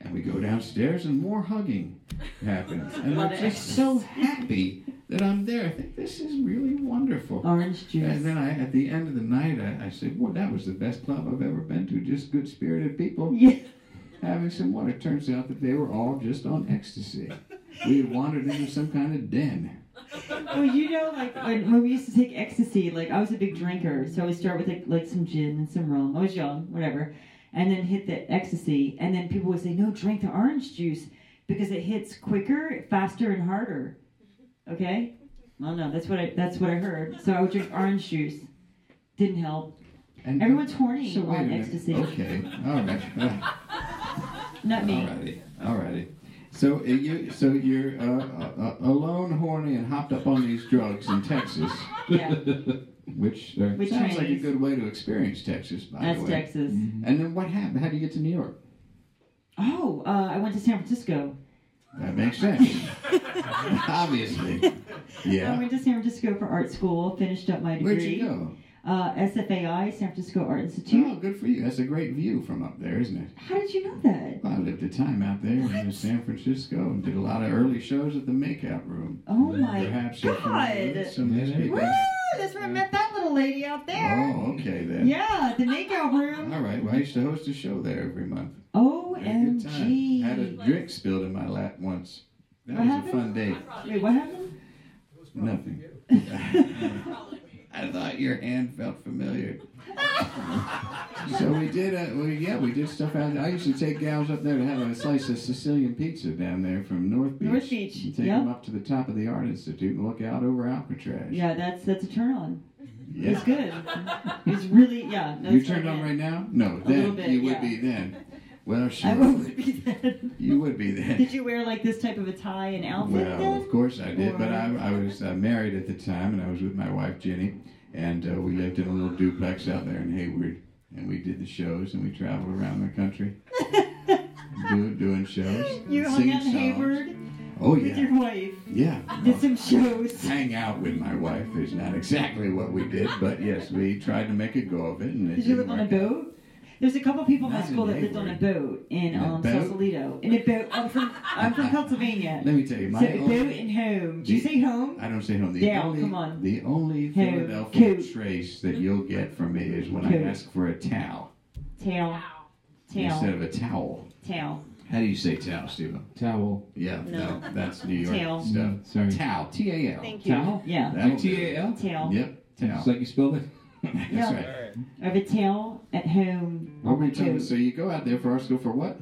[SPEAKER 1] And we go downstairs, and more hugging happens. And I'm
[SPEAKER 4] Love it.
[SPEAKER 1] just so happy that I'm there. I think this is really wonderful.
[SPEAKER 4] Orange
[SPEAKER 1] And
[SPEAKER 4] juice.
[SPEAKER 1] then I, at the end of the night, I, I said, "Well, that was the best club I've ever been to. Just good spirited people
[SPEAKER 4] Yeah.
[SPEAKER 1] having some water." Turns out that they were all just on ecstasy. We had wandered into some kind of den.
[SPEAKER 4] Well, you know, like when, when we used to take ecstasy, like I was a big drinker, so I would start with like, like some gin and some rum. I was young, whatever, and then hit the ecstasy, and then people would say, "No, drink the orange juice because it hits quicker, faster, and harder." Okay, well, no, that's what I that's what I heard. So I would drink orange juice. Didn't help.
[SPEAKER 1] And
[SPEAKER 4] Everyone's horny
[SPEAKER 1] so wait a
[SPEAKER 4] on
[SPEAKER 1] minute.
[SPEAKER 4] ecstasy.
[SPEAKER 1] Okay, all right, Uh,
[SPEAKER 4] Not
[SPEAKER 1] all
[SPEAKER 4] me.
[SPEAKER 1] righty, all righty. So uh, you, so you're uh, uh, uh, alone, horny, and hopped up on these drugs in Texas,
[SPEAKER 4] Yeah,
[SPEAKER 1] which uh,
[SPEAKER 4] With
[SPEAKER 1] sounds like a
[SPEAKER 4] Chinese.
[SPEAKER 1] good way to experience Texas, by
[SPEAKER 4] that's
[SPEAKER 1] the way.
[SPEAKER 4] Texas.
[SPEAKER 1] And then what happened? How do you get to New York?
[SPEAKER 4] Oh, uh, I went to San Francisco.
[SPEAKER 1] That makes sense. Obviously.
[SPEAKER 4] I
[SPEAKER 1] Yeah.
[SPEAKER 4] went to San Francisco for art school. Finished up my degree.
[SPEAKER 1] Where'd you go?
[SPEAKER 4] uh, SFAI, San Francisco Art Institute.
[SPEAKER 1] Oh, good for you. That's a great view from up there, isn't it?
[SPEAKER 4] How did you know that?
[SPEAKER 1] Well, I lived a time out there in San Francisco and did a lot of early shows at the Makeout Room.
[SPEAKER 4] Oh my
[SPEAKER 1] Perhaps you're familiar
[SPEAKER 4] god!
[SPEAKER 1] with some of these
[SPEAKER 3] Yeah.
[SPEAKER 1] people.
[SPEAKER 4] Woo! That's where I met that little lady out there.
[SPEAKER 1] Oh, okay then.
[SPEAKER 4] Yeah, the makeout room.
[SPEAKER 1] All right. Well, I used to host a show there every month. Had a good time. Had a
[SPEAKER 4] Omg!
[SPEAKER 1] drink spilled in my lap once. That
[SPEAKER 4] What
[SPEAKER 1] was
[SPEAKER 4] happened?
[SPEAKER 1] a fun date.
[SPEAKER 4] Wait, what happened?
[SPEAKER 1] Nothing. I thought your hand felt familiar. so we did. Uh, well, yeah, we did stuff out. there. I used to take gals up there to have a slice of Sicilian pizza down there from North Beach.
[SPEAKER 4] North Beach,
[SPEAKER 1] And take
[SPEAKER 4] yeah.
[SPEAKER 1] them up to the top of the Art Institute and look out over Alcatraz.
[SPEAKER 4] Yeah, that's that's a turn on. It was good. It was really yeah. no,
[SPEAKER 1] you
[SPEAKER 4] it's
[SPEAKER 1] turned
[SPEAKER 4] not
[SPEAKER 1] on
[SPEAKER 4] bad.
[SPEAKER 1] right now? No,
[SPEAKER 4] A little
[SPEAKER 1] then
[SPEAKER 4] bit,
[SPEAKER 1] you would
[SPEAKER 4] yeah.
[SPEAKER 1] be then. Well, sure.
[SPEAKER 4] I would be then.
[SPEAKER 1] You would be then.
[SPEAKER 4] Did you wear like this type of a tie and outfit
[SPEAKER 1] Well,
[SPEAKER 4] then?
[SPEAKER 1] of course I did, but I,
[SPEAKER 4] Or-
[SPEAKER 1] I was uh, married at the time, and I was with my wife Jenny, and uh, we lived in a little duplex out there in Hayward, and we did the shows, and we traveled around the country, do, doing shows,
[SPEAKER 4] You hung
[SPEAKER 1] singing
[SPEAKER 4] out in
[SPEAKER 1] songs.
[SPEAKER 4] Hayward
[SPEAKER 1] Oh
[SPEAKER 4] with
[SPEAKER 1] yeah, Oh.
[SPEAKER 4] your wife.
[SPEAKER 1] yeah.
[SPEAKER 4] Did some shows.
[SPEAKER 1] Hang out with my wife is not exactly what we did, but yes, we tried to make a go of it, and it
[SPEAKER 4] Did you live
[SPEAKER 1] didn't
[SPEAKER 4] on a
[SPEAKER 1] work out.
[SPEAKER 4] boat? There's a couple people in my
[SPEAKER 1] Not in
[SPEAKER 4] school that lived on a boat in
[SPEAKER 1] a
[SPEAKER 4] um,
[SPEAKER 1] boat?
[SPEAKER 4] Sausalito. In a boat. I'm from I'm from Pennsylvania.
[SPEAKER 1] Let me tell you,
[SPEAKER 4] So
[SPEAKER 1] my
[SPEAKER 4] a
[SPEAKER 1] only-
[SPEAKER 4] boat and home. Do you
[SPEAKER 1] Do-
[SPEAKER 4] say home?
[SPEAKER 1] I don't say home. The
[SPEAKER 4] Dale,
[SPEAKER 1] only,
[SPEAKER 4] come on.
[SPEAKER 1] The only
[SPEAKER 4] Hey,
[SPEAKER 1] Philadelphia
[SPEAKER 4] Coot.
[SPEAKER 1] trace that you'll get from me is when
[SPEAKER 4] Coot.
[SPEAKER 1] I ask for a towel
[SPEAKER 4] Tail.
[SPEAKER 1] instead
[SPEAKER 4] Tail.
[SPEAKER 1] of a towel.
[SPEAKER 4] Tail.
[SPEAKER 1] How do you say towel, Stephen?
[SPEAKER 3] Towel. Mm,
[SPEAKER 1] Yeah,
[SPEAKER 4] No.
[SPEAKER 1] that- that's New York
[SPEAKER 4] Towel.
[SPEAKER 1] stuff.
[SPEAKER 3] Sorry.
[SPEAKER 1] Towel, T A L.
[SPEAKER 5] Thank you.
[SPEAKER 3] Towel?
[SPEAKER 4] Yeah.
[SPEAKER 1] That'll do.
[SPEAKER 3] Mm-hmm. T A L?
[SPEAKER 4] Tail.
[SPEAKER 1] Yep, towel.
[SPEAKER 3] Just like you spelled it?
[SPEAKER 1] That's
[SPEAKER 4] Yeah.
[SPEAKER 1] right.
[SPEAKER 4] I have a tail at home.
[SPEAKER 1] What were you
[SPEAKER 4] Too.
[SPEAKER 1] telling us? So you go out there for art school for what?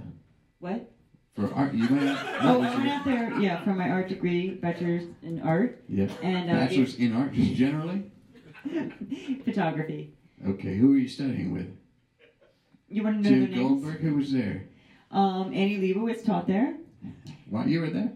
[SPEAKER 4] What?
[SPEAKER 1] For art? You went out?
[SPEAKER 4] Oh,
[SPEAKER 1] what was
[SPEAKER 4] I went
[SPEAKER 1] your
[SPEAKER 4] out there, yeah, for my art degree, bachelor's in art
[SPEAKER 1] yeah.
[SPEAKER 4] and uh,
[SPEAKER 1] bachelor's in art, just generally?
[SPEAKER 4] it- photography.
[SPEAKER 1] Okay, who were you studying with?
[SPEAKER 4] You want to know
[SPEAKER 1] Jim
[SPEAKER 4] the names?
[SPEAKER 1] Goldberg? Who was there?
[SPEAKER 4] Um, Annie Leibovitz taught there.
[SPEAKER 1] Why you were there?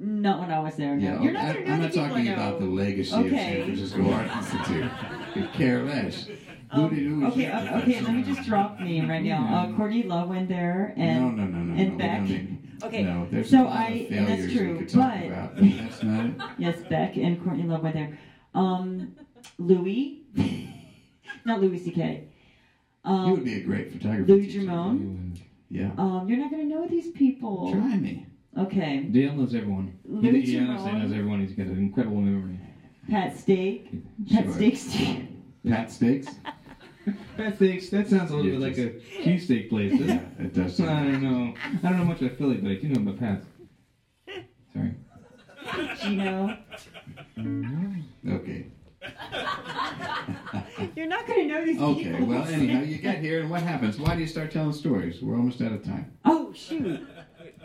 [SPEAKER 4] Not when I was there. No. You're not
[SPEAKER 1] I,
[SPEAKER 4] going to know
[SPEAKER 1] I'm
[SPEAKER 4] the
[SPEAKER 1] not
[SPEAKER 4] people I
[SPEAKER 1] talking
[SPEAKER 4] know.
[SPEAKER 1] about the legacy of
[SPEAKER 4] Okay.
[SPEAKER 1] San Francisco Art Institute. Could care less.
[SPEAKER 4] Um,
[SPEAKER 1] who did who was
[SPEAKER 4] okay,
[SPEAKER 1] there?
[SPEAKER 4] uh, okay, let me just drop name right now. Uh, Courtney Love went there, and
[SPEAKER 1] no, no, no, no,
[SPEAKER 4] and
[SPEAKER 1] no.
[SPEAKER 4] Beck.
[SPEAKER 1] We don't need,
[SPEAKER 5] Okay.
[SPEAKER 1] No, there's a
[SPEAKER 4] So
[SPEAKER 1] lot
[SPEAKER 4] I-
[SPEAKER 1] of
[SPEAKER 4] and
[SPEAKER 1] failures
[SPEAKER 4] that's true,
[SPEAKER 1] we could talk
[SPEAKER 4] but-
[SPEAKER 1] about. but That's not it.
[SPEAKER 4] yes, Beck and Courtney Love went there. Um, Louis, not Louis C.K.
[SPEAKER 1] you would
[SPEAKER 4] Um,
[SPEAKER 1] be a great photographer.
[SPEAKER 4] Louis
[SPEAKER 1] teacher.
[SPEAKER 4] Drummond.
[SPEAKER 1] Yeah.
[SPEAKER 4] Um, you're not going to know these people.
[SPEAKER 1] Try me.
[SPEAKER 4] Okay.
[SPEAKER 3] Dale knows everyone. He,
[SPEAKER 4] Louis
[SPEAKER 3] he honestly knows
[SPEAKER 4] Jerome,
[SPEAKER 3] everyone. He's got an incredible memory.
[SPEAKER 4] Pat Steak, Pat
[SPEAKER 1] Sure.
[SPEAKER 4] Steak Steak.
[SPEAKER 1] Pat Sticks?
[SPEAKER 3] That steaks, that sounds a little
[SPEAKER 1] Yeah,
[SPEAKER 3] bit like a cheesesteak place, doesn't
[SPEAKER 1] yeah,
[SPEAKER 3] it?
[SPEAKER 1] it does.
[SPEAKER 3] I
[SPEAKER 1] sound-
[SPEAKER 3] don't know. I don't know much about Philly, but I do know about Pat's. Sorry.
[SPEAKER 4] Gino.
[SPEAKER 1] Okay.
[SPEAKER 4] You're not going to know these
[SPEAKER 1] Okay.
[SPEAKER 4] people.
[SPEAKER 1] Well, anyhow, you got here, and what happens? Why do you start telling stories? We're almost out of time.
[SPEAKER 4] Oh, shoot.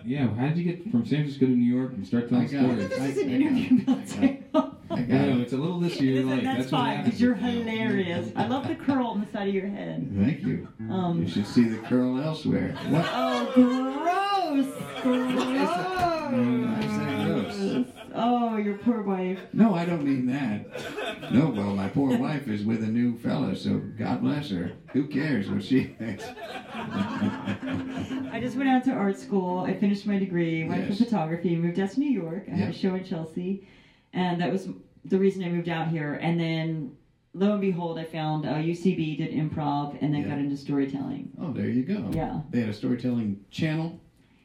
[SPEAKER 3] Yeah, how did you get from San Francisco to New York and start
[SPEAKER 1] I
[SPEAKER 3] telling
[SPEAKER 1] got it.
[SPEAKER 3] stories?
[SPEAKER 4] This
[SPEAKER 1] I-
[SPEAKER 4] is an
[SPEAKER 1] I
[SPEAKER 4] interview
[SPEAKER 1] got
[SPEAKER 4] about
[SPEAKER 1] it. I
[SPEAKER 4] Taylor.
[SPEAKER 1] I
[SPEAKER 3] I
[SPEAKER 1] got
[SPEAKER 3] know,
[SPEAKER 1] it.
[SPEAKER 3] it's a little this year.
[SPEAKER 4] Listen,
[SPEAKER 3] Like,
[SPEAKER 4] that's
[SPEAKER 3] what
[SPEAKER 4] fine,
[SPEAKER 3] happens
[SPEAKER 4] because you're
[SPEAKER 3] with Dale.
[SPEAKER 4] hilarious. I love the curl on the side of your head.
[SPEAKER 1] Thank you. You
[SPEAKER 4] Um,
[SPEAKER 1] should see the curl elsewhere. What?
[SPEAKER 4] oh, gross.
[SPEAKER 1] I said gross.
[SPEAKER 4] Gross. Oh, your poor wife.
[SPEAKER 1] No, I don't mean that. No, well, my poor wife is with a new fella, so God bless her. Who cares what she thinks?
[SPEAKER 4] I just went out to art school. I finished my degree, went
[SPEAKER 1] Yes.
[SPEAKER 4] to photography, moved out to New York. I had a
[SPEAKER 1] Yep.
[SPEAKER 4] show in Chelsea, and that was the reason I moved out here. And then, lo and behold, I found uh, UCB did improv, and then
[SPEAKER 1] Yeah.
[SPEAKER 4] got into storytelling.
[SPEAKER 1] Oh, there you go.
[SPEAKER 4] Yeah.
[SPEAKER 1] They had a storytelling channel.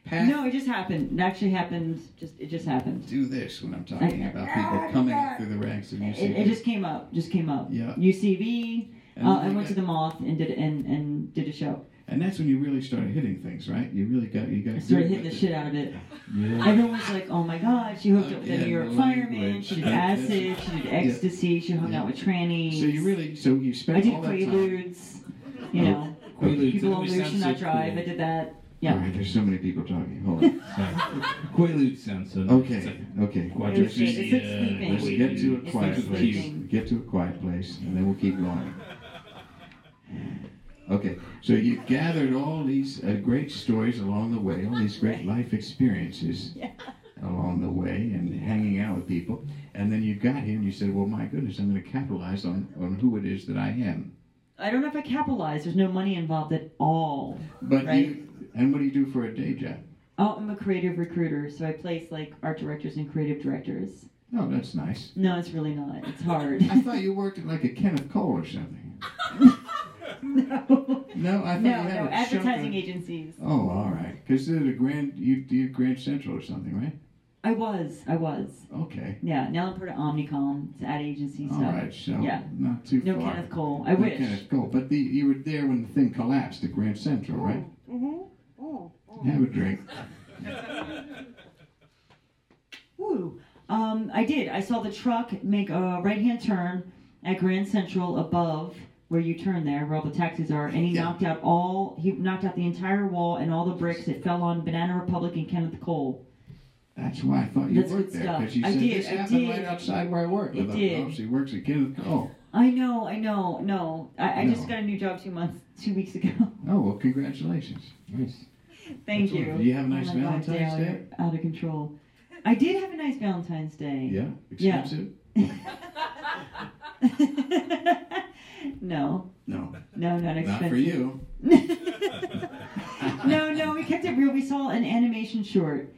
[SPEAKER 1] Pat,
[SPEAKER 4] No, it just happened. It actually happened. Just it just happened.
[SPEAKER 1] do this when I'm talking about people coming up through the ranks of
[SPEAKER 4] It,
[SPEAKER 1] UCB.
[SPEAKER 4] it just came up. Just came up.
[SPEAKER 1] Yeah.
[SPEAKER 4] UCB.
[SPEAKER 1] and,
[SPEAKER 4] Uh,
[SPEAKER 1] then
[SPEAKER 4] I
[SPEAKER 1] you
[SPEAKER 4] went to
[SPEAKER 1] got-
[SPEAKER 4] the Moth and did and and did a show.
[SPEAKER 1] and that's when you really started hitting things, right? You really got you got.
[SPEAKER 4] I
[SPEAKER 1] good
[SPEAKER 4] started hitting the
[SPEAKER 1] with
[SPEAKER 4] shit out of it.
[SPEAKER 3] Yeah.
[SPEAKER 4] Everyone was like, "Oh my God, she hooked up with a
[SPEAKER 1] Yeah,
[SPEAKER 4] New York
[SPEAKER 1] the
[SPEAKER 4] fireman.
[SPEAKER 1] language.
[SPEAKER 4] She did
[SPEAKER 1] That's-
[SPEAKER 4] acid. She did ecstasy. She hung
[SPEAKER 1] Yeah.
[SPEAKER 4] out with trannies.
[SPEAKER 1] So you really so you
[SPEAKER 4] I
[SPEAKER 1] spent
[SPEAKER 4] did
[SPEAKER 1] all that time.
[SPEAKER 4] quaaludes. You know,
[SPEAKER 3] Quaaludes,
[SPEAKER 4] people
[SPEAKER 3] that
[SPEAKER 4] on
[SPEAKER 3] always
[SPEAKER 4] Luke
[SPEAKER 3] sounds
[SPEAKER 4] should
[SPEAKER 3] so
[SPEAKER 4] not drive.
[SPEAKER 3] cool.
[SPEAKER 4] I did that.
[SPEAKER 1] All
[SPEAKER 4] Yeah.
[SPEAKER 1] right, there's so many people talking. Hold on.
[SPEAKER 3] Quaalude sounds so nice.
[SPEAKER 1] Okay,
[SPEAKER 3] It's like
[SPEAKER 1] okay.
[SPEAKER 4] It's-
[SPEAKER 3] quadruped,
[SPEAKER 4] it's like
[SPEAKER 3] uh,
[SPEAKER 4] sleeping.
[SPEAKER 1] Let's
[SPEAKER 4] Wait,
[SPEAKER 1] get to a
[SPEAKER 4] It's
[SPEAKER 1] quiet
[SPEAKER 4] like
[SPEAKER 1] place.
[SPEAKER 4] sleeping.
[SPEAKER 1] Get to a quiet place, and then we'll keep going. Okay, so you've gathered all these uh, great stories along the way, all these great life experiences along the way, and hanging out with people. And then you got here and you said, Well, my goodness, I'm going to capitalize on, on who it is that I am.
[SPEAKER 4] I don't know if I capitalized. There's no money involved at all.
[SPEAKER 1] But
[SPEAKER 4] Right.
[SPEAKER 1] you, and what do you do for a day job?
[SPEAKER 4] Oh, I'm a creative recruiter, so I place like art directors and creative directors.
[SPEAKER 1] No, Oh, that's nice.
[SPEAKER 4] No, it's really not. It's hard.
[SPEAKER 1] I thought you worked at like a Kenneth Cole or something.
[SPEAKER 4] no,
[SPEAKER 1] No, I thought
[SPEAKER 4] no,
[SPEAKER 1] you had a
[SPEAKER 4] advertising
[SPEAKER 1] shotgun-
[SPEAKER 4] agencies.
[SPEAKER 1] Oh, all right. Because they're the Grand, you do Grand Central or something, right?
[SPEAKER 4] I was, I was.
[SPEAKER 1] Okay.
[SPEAKER 4] Yeah, now I'm part of Omnicom. It's ad agency
[SPEAKER 1] All
[SPEAKER 4] stuff.
[SPEAKER 1] right. So
[SPEAKER 4] Yeah.
[SPEAKER 1] not too
[SPEAKER 4] No
[SPEAKER 1] far.
[SPEAKER 4] Kenneth Cole. I
[SPEAKER 1] No
[SPEAKER 4] wish.
[SPEAKER 1] Kenneth Cole. But the, you were there when the thing collapsed at Grand Central, right?
[SPEAKER 5] Mm-hmm. Oh.
[SPEAKER 1] Have a drink.
[SPEAKER 4] Woo. Um, I did. I saw the truck make a right hand turn at Grand Central above where you turn there, where all the taxis are, and he
[SPEAKER 1] Yeah.
[SPEAKER 4] knocked out all he knocked out the entire wall and all the bricks that fell on Banana Republic and Kenneth Cole.
[SPEAKER 1] That's why I thought you
[SPEAKER 4] That's
[SPEAKER 1] worked
[SPEAKER 4] good
[SPEAKER 1] there.
[SPEAKER 4] stuff.
[SPEAKER 1] Because you
[SPEAKER 4] I
[SPEAKER 1] said
[SPEAKER 4] did,
[SPEAKER 1] this
[SPEAKER 4] I
[SPEAKER 1] happened
[SPEAKER 4] did.
[SPEAKER 1] right outside where I work. I
[SPEAKER 4] It
[SPEAKER 1] thought,
[SPEAKER 4] did.
[SPEAKER 1] Oh, she works at Kenneth Cole.
[SPEAKER 4] I know, I know, no. I, I just
[SPEAKER 1] No.
[SPEAKER 4] got a new job two months, two weeks ago.
[SPEAKER 1] Oh, well, congratulations.
[SPEAKER 2] Nice.
[SPEAKER 4] Thank
[SPEAKER 1] That's
[SPEAKER 4] you.
[SPEAKER 1] wonderful. You have a
[SPEAKER 4] Oh
[SPEAKER 1] nice
[SPEAKER 4] my God,
[SPEAKER 1] Valentine's
[SPEAKER 4] Dale,
[SPEAKER 1] Day?
[SPEAKER 4] you're Out of control. I did have a nice Valentine's Day.
[SPEAKER 1] Yeah?
[SPEAKER 4] Yeah.
[SPEAKER 1] Expensive?
[SPEAKER 4] no,
[SPEAKER 1] No.
[SPEAKER 4] no, not expensive.
[SPEAKER 1] Not for you.
[SPEAKER 4] no, no, we kept it real. We saw an animation short.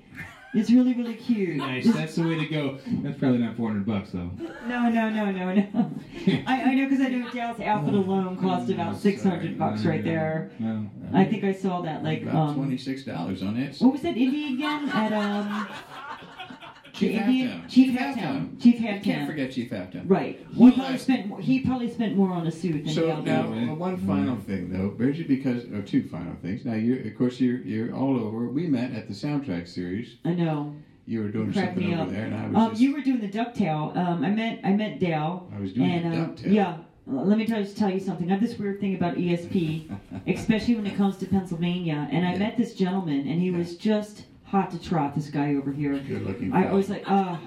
[SPEAKER 4] It's really, really cute.
[SPEAKER 3] Nice. That's the way to go. That's probably not 400 bucks though.
[SPEAKER 4] No, no, no, no, no. I, I know because I know Dale's outfit alone cost about
[SPEAKER 3] Sorry.
[SPEAKER 4] six hundred bucks right there.
[SPEAKER 3] No.
[SPEAKER 4] I think I saw that like
[SPEAKER 1] About
[SPEAKER 4] um,
[SPEAKER 1] $26 on it.
[SPEAKER 4] what was that indie again at um
[SPEAKER 1] Chief
[SPEAKER 4] the Indian-
[SPEAKER 1] Halftime.
[SPEAKER 4] Chief
[SPEAKER 1] Halftime.
[SPEAKER 4] Halftime Chief Halftime
[SPEAKER 1] Can't forget Chief Halftime.
[SPEAKER 4] right he
[SPEAKER 1] One
[SPEAKER 4] probably
[SPEAKER 1] last-
[SPEAKER 4] spent more, he probably spent more on a suit than
[SPEAKER 1] So
[SPEAKER 4] Dale
[SPEAKER 1] now,
[SPEAKER 4] did.
[SPEAKER 1] uh, one final
[SPEAKER 2] Mm-hmm.
[SPEAKER 1] thing though, Bridget, because or two final things. Now you, of course, you're you're all over. We met at the soundtrack series.
[SPEAKER 4] I know
[SPEAKER 1] You were doing
[SPEAKER 4] Crack
[SPEAKER 1] something
[SPEAKER 4] me
[SPEAKER 1] over
[SPEAKER 4] up.
[SPEAKER 1] there, and I was
[SPEAKER 4] um,
[SPEAKER 1] just
[SPEAKER 4] you were doing the ducktail um I met I met Dale
[SPEAKER 1] I was doing
[SPEAKER 4] and
[SPEAKER 1] a
[SPEAKER 4] um,
[SPEAKER 1] ducktail.
[SPEAKER 4] yeah l- let me tell, just tell you something I have this weird thing about ESP especially when it comes to Pennsylvania and I
[SPEAKER 1] Yeah.
[SPEAKER 4] met this gentleman and he
[SPEAKER 1] Yeah.
[SPEAKER 4] was just hot to trot this guy over here
[SPEAKER 1] Good looking.
[SPEAKER 4] I
[SPEAKER 1] fellow.
[SPEAKER 4] was like, oh,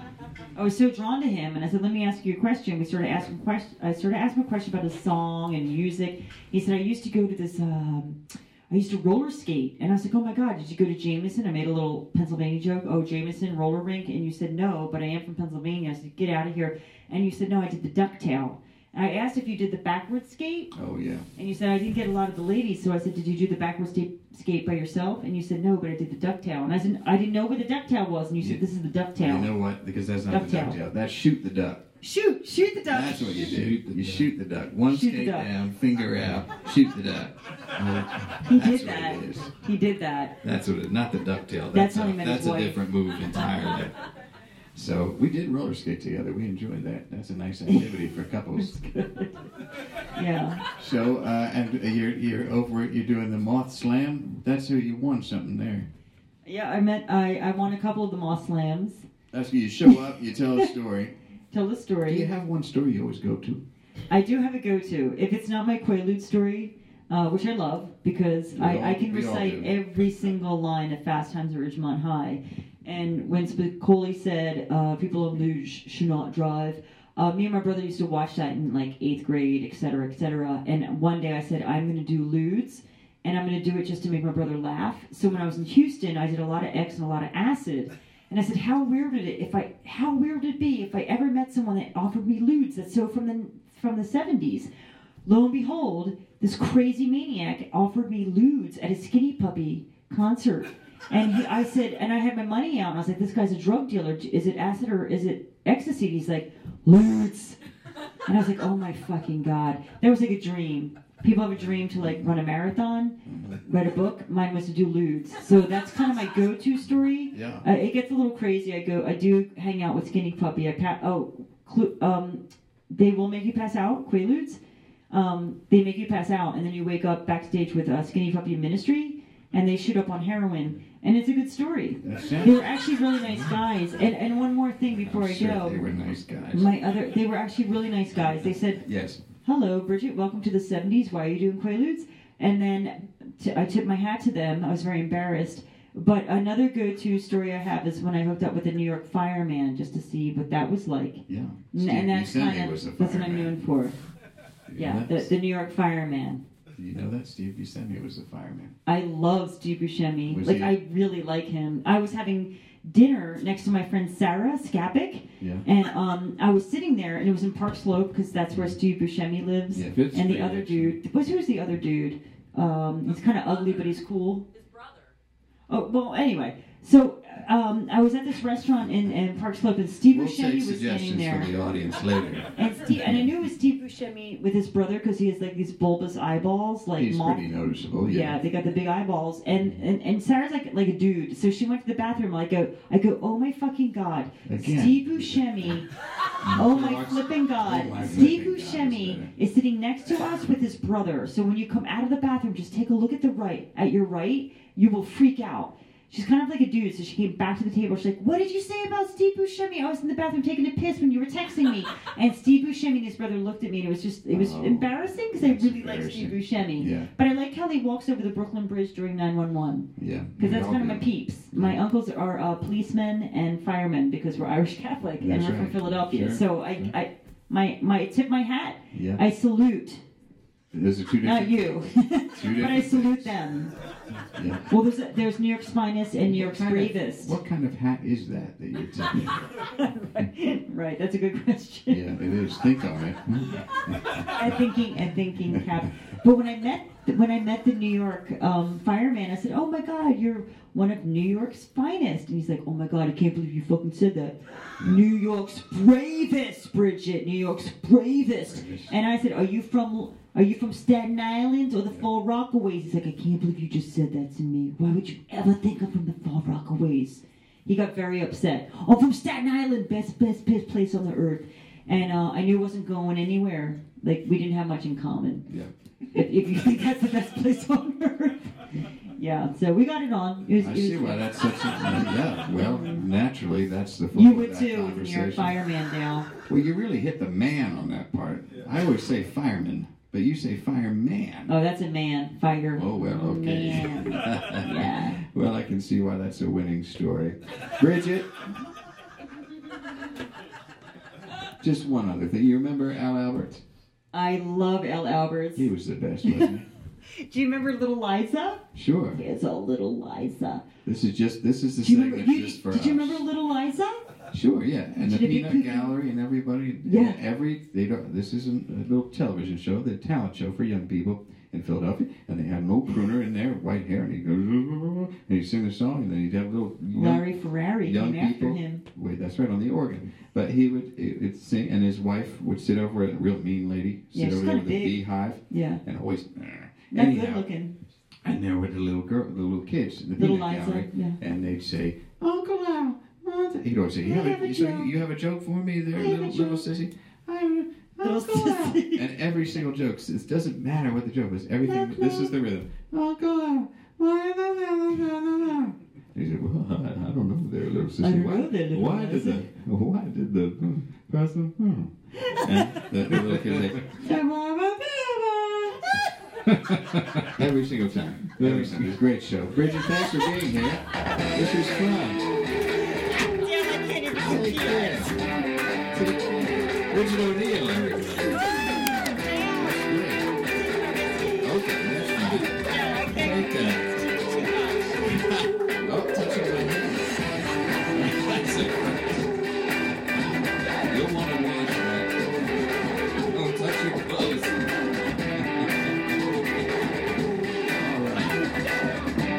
[SPEAKER 4] I was so drawn to him, and I said, let me ask you a question. We started asking question. I started asking a question about his song and music. He said, I used to go to this. Um, I used to roller skate, and I was like, oh my god, did you go to Jameson? I made a little Pennsylvania joke. Oh, Jameson roller rink, and you said no, but I am from Pennsylvania. I said, get out of here, and you said no, I did the ducktail. And I asked if you did the backward skate,
[SPEAKER 1] oh yeah,
[SPEAKER 4] and you said I didn't get a lot of the ladies, so I said, "Did you do the backward sta- skate by yourself?" And you said, "No, but I did the ducktail." And I said, "I didn't know where the ducktail was." And you said,
[SPEAKER 1] You-
[SPEAKER 4] "This is the
[SPEAKER 1] you
[SPEAKER 4] ducktail."
[SPEAKER 1] know what? Because that's not
[SPEAKER 4] Ducktail.
[SPEAKER 1] the ducktail. That's shoot the duck.
[SPEAKER 4] Shoot! Shoot the duck!
[SPEAKER 1] That's what you do.
[SPEAKER 2] Shoot the
[SPEAKER 1] you
[SPEAKER 2] duck.
[SPEAKER 1] shoot the duck. One
[SPEAKER 4] Shoot the
[SPEAKER 1] skate
[SPEAKER 4] duck.
[SPEAKER 1] down, finger out, shoot the duck.
[SPEAKER 4] he
[SPEAKER 1] That's
[SPEAKER 4] did
[SPEAKER 1] what
[SPEAKER 4] that.
[SPEAKER 1] it is.
[SPEAKER 4] He did that.
[SPEAKER 2] That's what it, not the ducktail.
[SPEAKER 4] That's
[SPEAKER 2] That's,
[SPEAKER 4] how he
[SPEAKER 2] a,
[SPEAKER 4] met his
[SPEAKER 2] that's a
[SPEAKER 4] wife.
[SPEAKER 2] different move entirely.
[SPEAKER 1] So we did roller skate together. We enjoyed that. That's a nice activity for couples.
[SPEAKER 4] Yeah.
[SPEAKER 1] So uh, and you're you're over it. You're doing the moth slam. That's who you won something there.
[SPEAKER 4] Yeah. I met. I I won a couple of the moss slams.
[SPEAKER 1] That's where you show up. You tell a story.
[SPEAKER 4] Tell the
[SPEAKER 1] Do
[SPEAKER 4] story.
[SPEAKER 1] you have one story you always go to?
[SPEAKER 4] I do have a go-to. If it's not my Quaalude story, uh, which I love because
[SPEAKER 1] We all-
[SPEAKER 4] I, I can
[SPEAKER 1] we all
[SPEAKER 4] recite
[SPEAKER 1] do.
[SPEAKER 4] every single line of Fast Times at Ridgemont High. And when Spicoli said, uh, "People on luge should not drive," uh, me and my brother used to watch that in like eighth grade, et cetera, et cetera. And one day I said, "I'm going to do ludes." And I'm going to do it just to make my brother laugh. So when I was in Houston, I did a lot of X and a lot of acid. And I said, "How weird would it if I? How weird would it be if I ever met someone that offered me lewds? That's so from the from the '70s." Lo and behold, this crazy maniac offered me lewds at a Skinny Puppy concert, and he, I said, and I had my money out, and I was like, "This guy's a drug dealer. Is it acid or is it ecstasy?" And he's like, "Lewds," and I was like, "Oh my fucking god!" That was like a dream. People have a dream to like run a marathon, write a book. Mine was to do lewds. So that's kind of my go-to story.
[SPEAKER 1] Yeah.
[SPEAKER 4] Uh, it gets a little crazy. I go. I do hang out with Skinny Puppy. I pa- oh, clu- um, they will make you pass out. Quaaludes. Um, they make you pass out, and then you wake up backstage with uh, Skinny Puppy Ministry, and they shoot up on heroin, and it's a good story.
[SPEAKER 1] That
[SPEAKER 4] They
[SPEAKER 1] sounds.
[SPEAKER 4] were actually really nice guys. And and one more thing before
[SPEAKER 1] I'm
[SPEAKER 4] I
[SPEAKER 1] sure they
[SPEAKER 4] go,
[SPEAKER 1] were nice guys.
[SPEAKER 4] my other they were actually really nice guys. They said
[SPEAKER 1] yes.
[SPEAKER 4] hello bridget welcome to the 70s why are you doing quaaludes and then t- i tipped my hat to them i was very embarrassed but another go-to story i have is when i hooked up with a new york fireman just to see what that was like
[SPEAKER 1] Yeah.
[SPEAKER 4] N-
[SPEAKER 1] Steve
[SPEAKER 4] and that's
[SPEAKER 1] Buscemi
[SPEAKER 4] kind of
[SPEAKER 1] was a
[SPEAKER 4] that's what i'm
[SPEAKER 1] fireman.
[SPEAKER 4] known for
[SPEAKER 1] You
[SPEAKER 4] yeah
[SPEAKER 1] know
[SPEAKER 4] the,
[SPEAKER 1] that?
[SPEAKER 4] the new york fireman
[SPEAKER 1] you know that Steve Buscemi was a fireman.
[SPEAKER 4] i love steve buscemi
[SPEAKER 1] Was
[SPEAKER 4] like
[SPEAKER 1] he-
[SPEAKER 4] i really like him i was having dinner next to my friend sarah skapik
[SPEAKER 1] Yeah.
[SPEAKER 4] and um, i was sitting there and it was in park slope because that's where steve buscemi lives
[SPEAKER 1] Yeah.
[SPEAKER 3] Fifth
[SPEAKER 4] and
[SPEAKER 3] Street,
[SPEAKER 4] the other
[SPEAKER 3] actually.
[SPEAKER 4] dude who's who's the other dude um, he's kind of ugly but he's cool
[SPEAKER 5] His brother.
[SPEAKER 4] oh well anyway so um, i was at this restaurant in, in park slope and steve
[SPEAKER 2] We'll
[SPEAKER 4] buscemi
[SPEAKER 2] take
[SPEAKER 4] was standing
[SPEAKER 2] suggestions
[SPEAKER 4] there
[SPEAKER 2] from the audience later.
[SPEAKER 4] and, steve, and i knew it was steve buscemi with his brother because he has like these bulbous eyeballs like
[SPEAKER 1] He's
[SPEAKER 4] moth-
[SPEAKER 1] pretty noticeable.
[SPEAKER 4] yeah,
[SPEAKER 1] Yeah.
[SPEAKER 4] they got the big eyeballs, and, and and Sarah's like like a dude. So she went to the bathroom. Like go, I go, oh my fucking god,
[SPEAKER 1] Again.
[SPEAKER 4] Steve Buscemi, oh my flipping god,
[SPEAKER 1] Oh my
[SPEAKER 4] Steve
[SPEAKER 1] flipping God, that's
[SPEAKER 4] Buscemi
[SPEAKER 1] better.
[SPEAKER 4] is sitting next to us with his brother. So when you come out of the bathroom, just take a look at the right, at your right, you will freak out. She's kind of like a dude, so she came back to the table. She's like, "What did you say about Steve Buscemi? I was in the bathroom taking a piss when you were texting me." And Steve Buscemi and his brother looked at me, and it was just it was
[SPEAKER 1] Oh,
[SPEAKER 4] embarrassing because I
[SPEAKER 1] that's
[SPEAKER 4] really like Steve Buscemi.
[SPEAKER 1] Yeah,
[SPEAKER 4] But I like how he walks over the Brooklyn Bridge during 911
[SPEAKER 1] yeah.
[SPEAKER 4] because that's
[SPEAKER 1] Y'all
[SPEAKER 4] kind of my
[SPEAKER 1] good.
[SPEAKER 4] peeps.
[SPEAKER 1] Mm-hmm.
[SPEAKER 4] My uncles are uh, policemen and firemen because we're Irish Catholic and
[SPEAKER 1] That's
[SPEAKER 4] we're from
[SPEAKER 1] right.
[SPEAKER 4] Philadelphia.
[SPEAKER 1] Sure.
[SPEAKER 4] So I, I, my, my tip my hat.
[SPEAKER 1] Yeah.
[SPEAKER 4] I salute,
[SPEAKER 1] Those are two
[SPEAKER 4] not
[SPEAKER 1] different.
[SPEAKER 4] you,
[SPEAKER 1] Two
[SPEAKER 4] but I
[SPEAKER 1] different
[SPEAKER 4] salute them.
[SPEAKER 1] Yeah.
[SPEAKER 4] Well, there's there's New York's finest and New York's
[SPEAKER 1] kind of-
[SPEAKER 4] bravest.
[SPEAKER 1] What kind of hat is that that you're taking?
[SPEAKER 4] right, that's a good question.
[SPEAKER 1] yeah, it is. Think on it.
[SPEAKER 4] I thinking, I thinking cap. But when I met when I met the New York um, fireman, I said, "Oh my God, you're one of New York's finest." And he's like, "Oh my God, I can't believe you fucking said that. New York's bravest, Bridget. New York's bravest." And I said, "Are you from?" Are you from Staten Island or the Fall Rockaways? He's like, I can't believe you just said that to me. Why would you ever think I'm from the Fall Rockaways? He got very upset. I'm from Staten Island, best, best, best place on the earth. And uh, I knew it wasn't going anywhere. Like, we didn't have much in common. Yeah. If, if you think that's the best place on earth. Yeah, so we got it on. It was,
[SPEAKER 1] I
[SPEAKER 4] it was
[SPEAKER 1] see why that's such a. Yeah, well, naturally, that's the flow
[SPEAKER 4] You
[SPEAKER 1] of
[SPEAKER 4] would
[SPEAKER 1] that
[SPEAKER 4] too, if you're a
[SPEAKER 1] conversation.
[SPEAKER 4] fireman now.
[SPEAKER 1] Well, you really hit the man on that part. I always say fireman, but you say fireman.
[SPEAKER 4] Oh, that's a man. Fire.
[SPEAKER 1] Oh, well, okay.
[SPEAKER 4] Man. yeah.
[SPEAKER 1] Well, I can see why that's a winning story. Bridget, just one other thing. You remember Al Albert?
[SPEAKER 4] I love L. Alberts.
[SPEAKER 1] He was the best, wasn't
[SPEAKER 4] Do you remember Little Liza?
[SPEAKER 1] he? Sure.
[SPEAKER 4] Here's a Little Liza.
[SPEAKER 1] This is just this is the
[SPEAKER 4] Do you
[SPEAKER 1] segment
[SPEAKER 4] remember, you,
[SPEAKER 1] just for
[SPEAKER 4] did
[SPEAKER 1] us.
[SPEAKER 4] you remember Little Liza?
[SPEAKER 1] Sure, yeah, and the
[SPEAKER 4] Did it be
[SPEAKER 1] peanut
[SPEAKER 4] cooking?
[SPEAKER 1] gallery and everybody.
[SPEAKER 4] Yeah.
[SPEAKER 1] every they don't. This isn't a little television show. The talent show for young people in Philadelphia, and they had an old pruner in there, white hair, and he goes and he would sing a song, and then he'd have a little young,
[SPEAKER 4] Larry Ferrari
[SPEAKER 1] young
[SPEAKER 4] came after
[SPEAKER 1] people.
[SPEAKER 4] him.
[SPEAKER 1] Wait, that's right on the organ. But he would it, would sing, and his wife would sit over a real mean lady, sit
[SPEAKER 4] Yeah, she's
[SPEAKER 1] over there
[SPEAKER 4] kinda
[SPEAKER 1] with a
[SPEAKER 4] big.
[SPEAKER 1] beehive,
[SPEAKER 4] Yeah.
[SPEAKER 1] and always.
[SPEAKER 4] Not
[SPEAKER 1] anyhow,
[SPEAKER 4] good looking.
[SPEAKER 1] and there were the little girl, the little kids in the
[SPEAKER 4] Little
[SPEAKER 1] peanut
[SPEAKER 4] Liza,
[SPEAKER 1] gallery,
[SPEAKER 4] yeah.
[SPEAKER 1] and they'd say, "Uncle Al, Mother." He'd always say, "You
[SPEAKER 4] I
[SPEAKER 1] have,
[SPEAKER 4] have
[SPEAKER 1] a,
[SPEAKER 4] a
[SPEAKER 1] you, say,
[SPEAKER 4] joke.
[SPEAKER 1] you have a joke for me, there,
[SPEAKER 4] I have a
[SPEAKER 1] little, little
[SPEAKER 4] joke."
[SPEAKER 1] sissy." I'm
[SPEAKER 4] Little
[SPEAKER 1] Uncle Al.
[SPEAKER 4] sissy.
[SPEAKER 1] And every single joke, it doesn't matter what the joke was. Everything.
[SPEAKER 4] Uncle
[SPEAKER 1] This
[SPEAKER 4] Al.
[SPEAKER 1] is the rhythm. Uncle Al, why la, la, la, la, la, la." And he said, "Well, I, I don't know, there, little sissy.
[SPEAKER 4] I don't
[SPEAKER 1] why,
[SPEAKER 4] know there, little
[SPEAKER 1] why did the
[SPEAKER 4] sissy."
[SPEAKER 1] why did the hmm, person?" hmm?" and the, the little kid like. Every single time. Every single It's a great show. Bridget, thanks for being here. This was fun. Bridget O'Neill, everybody. That's great.
[SPEAKER 5] Oh,
[SPEAKER 1] Okay, that's fine. Take that. Oh, touching my hand. That's it. You'll want to wash that. Don't touch your clothes. All right.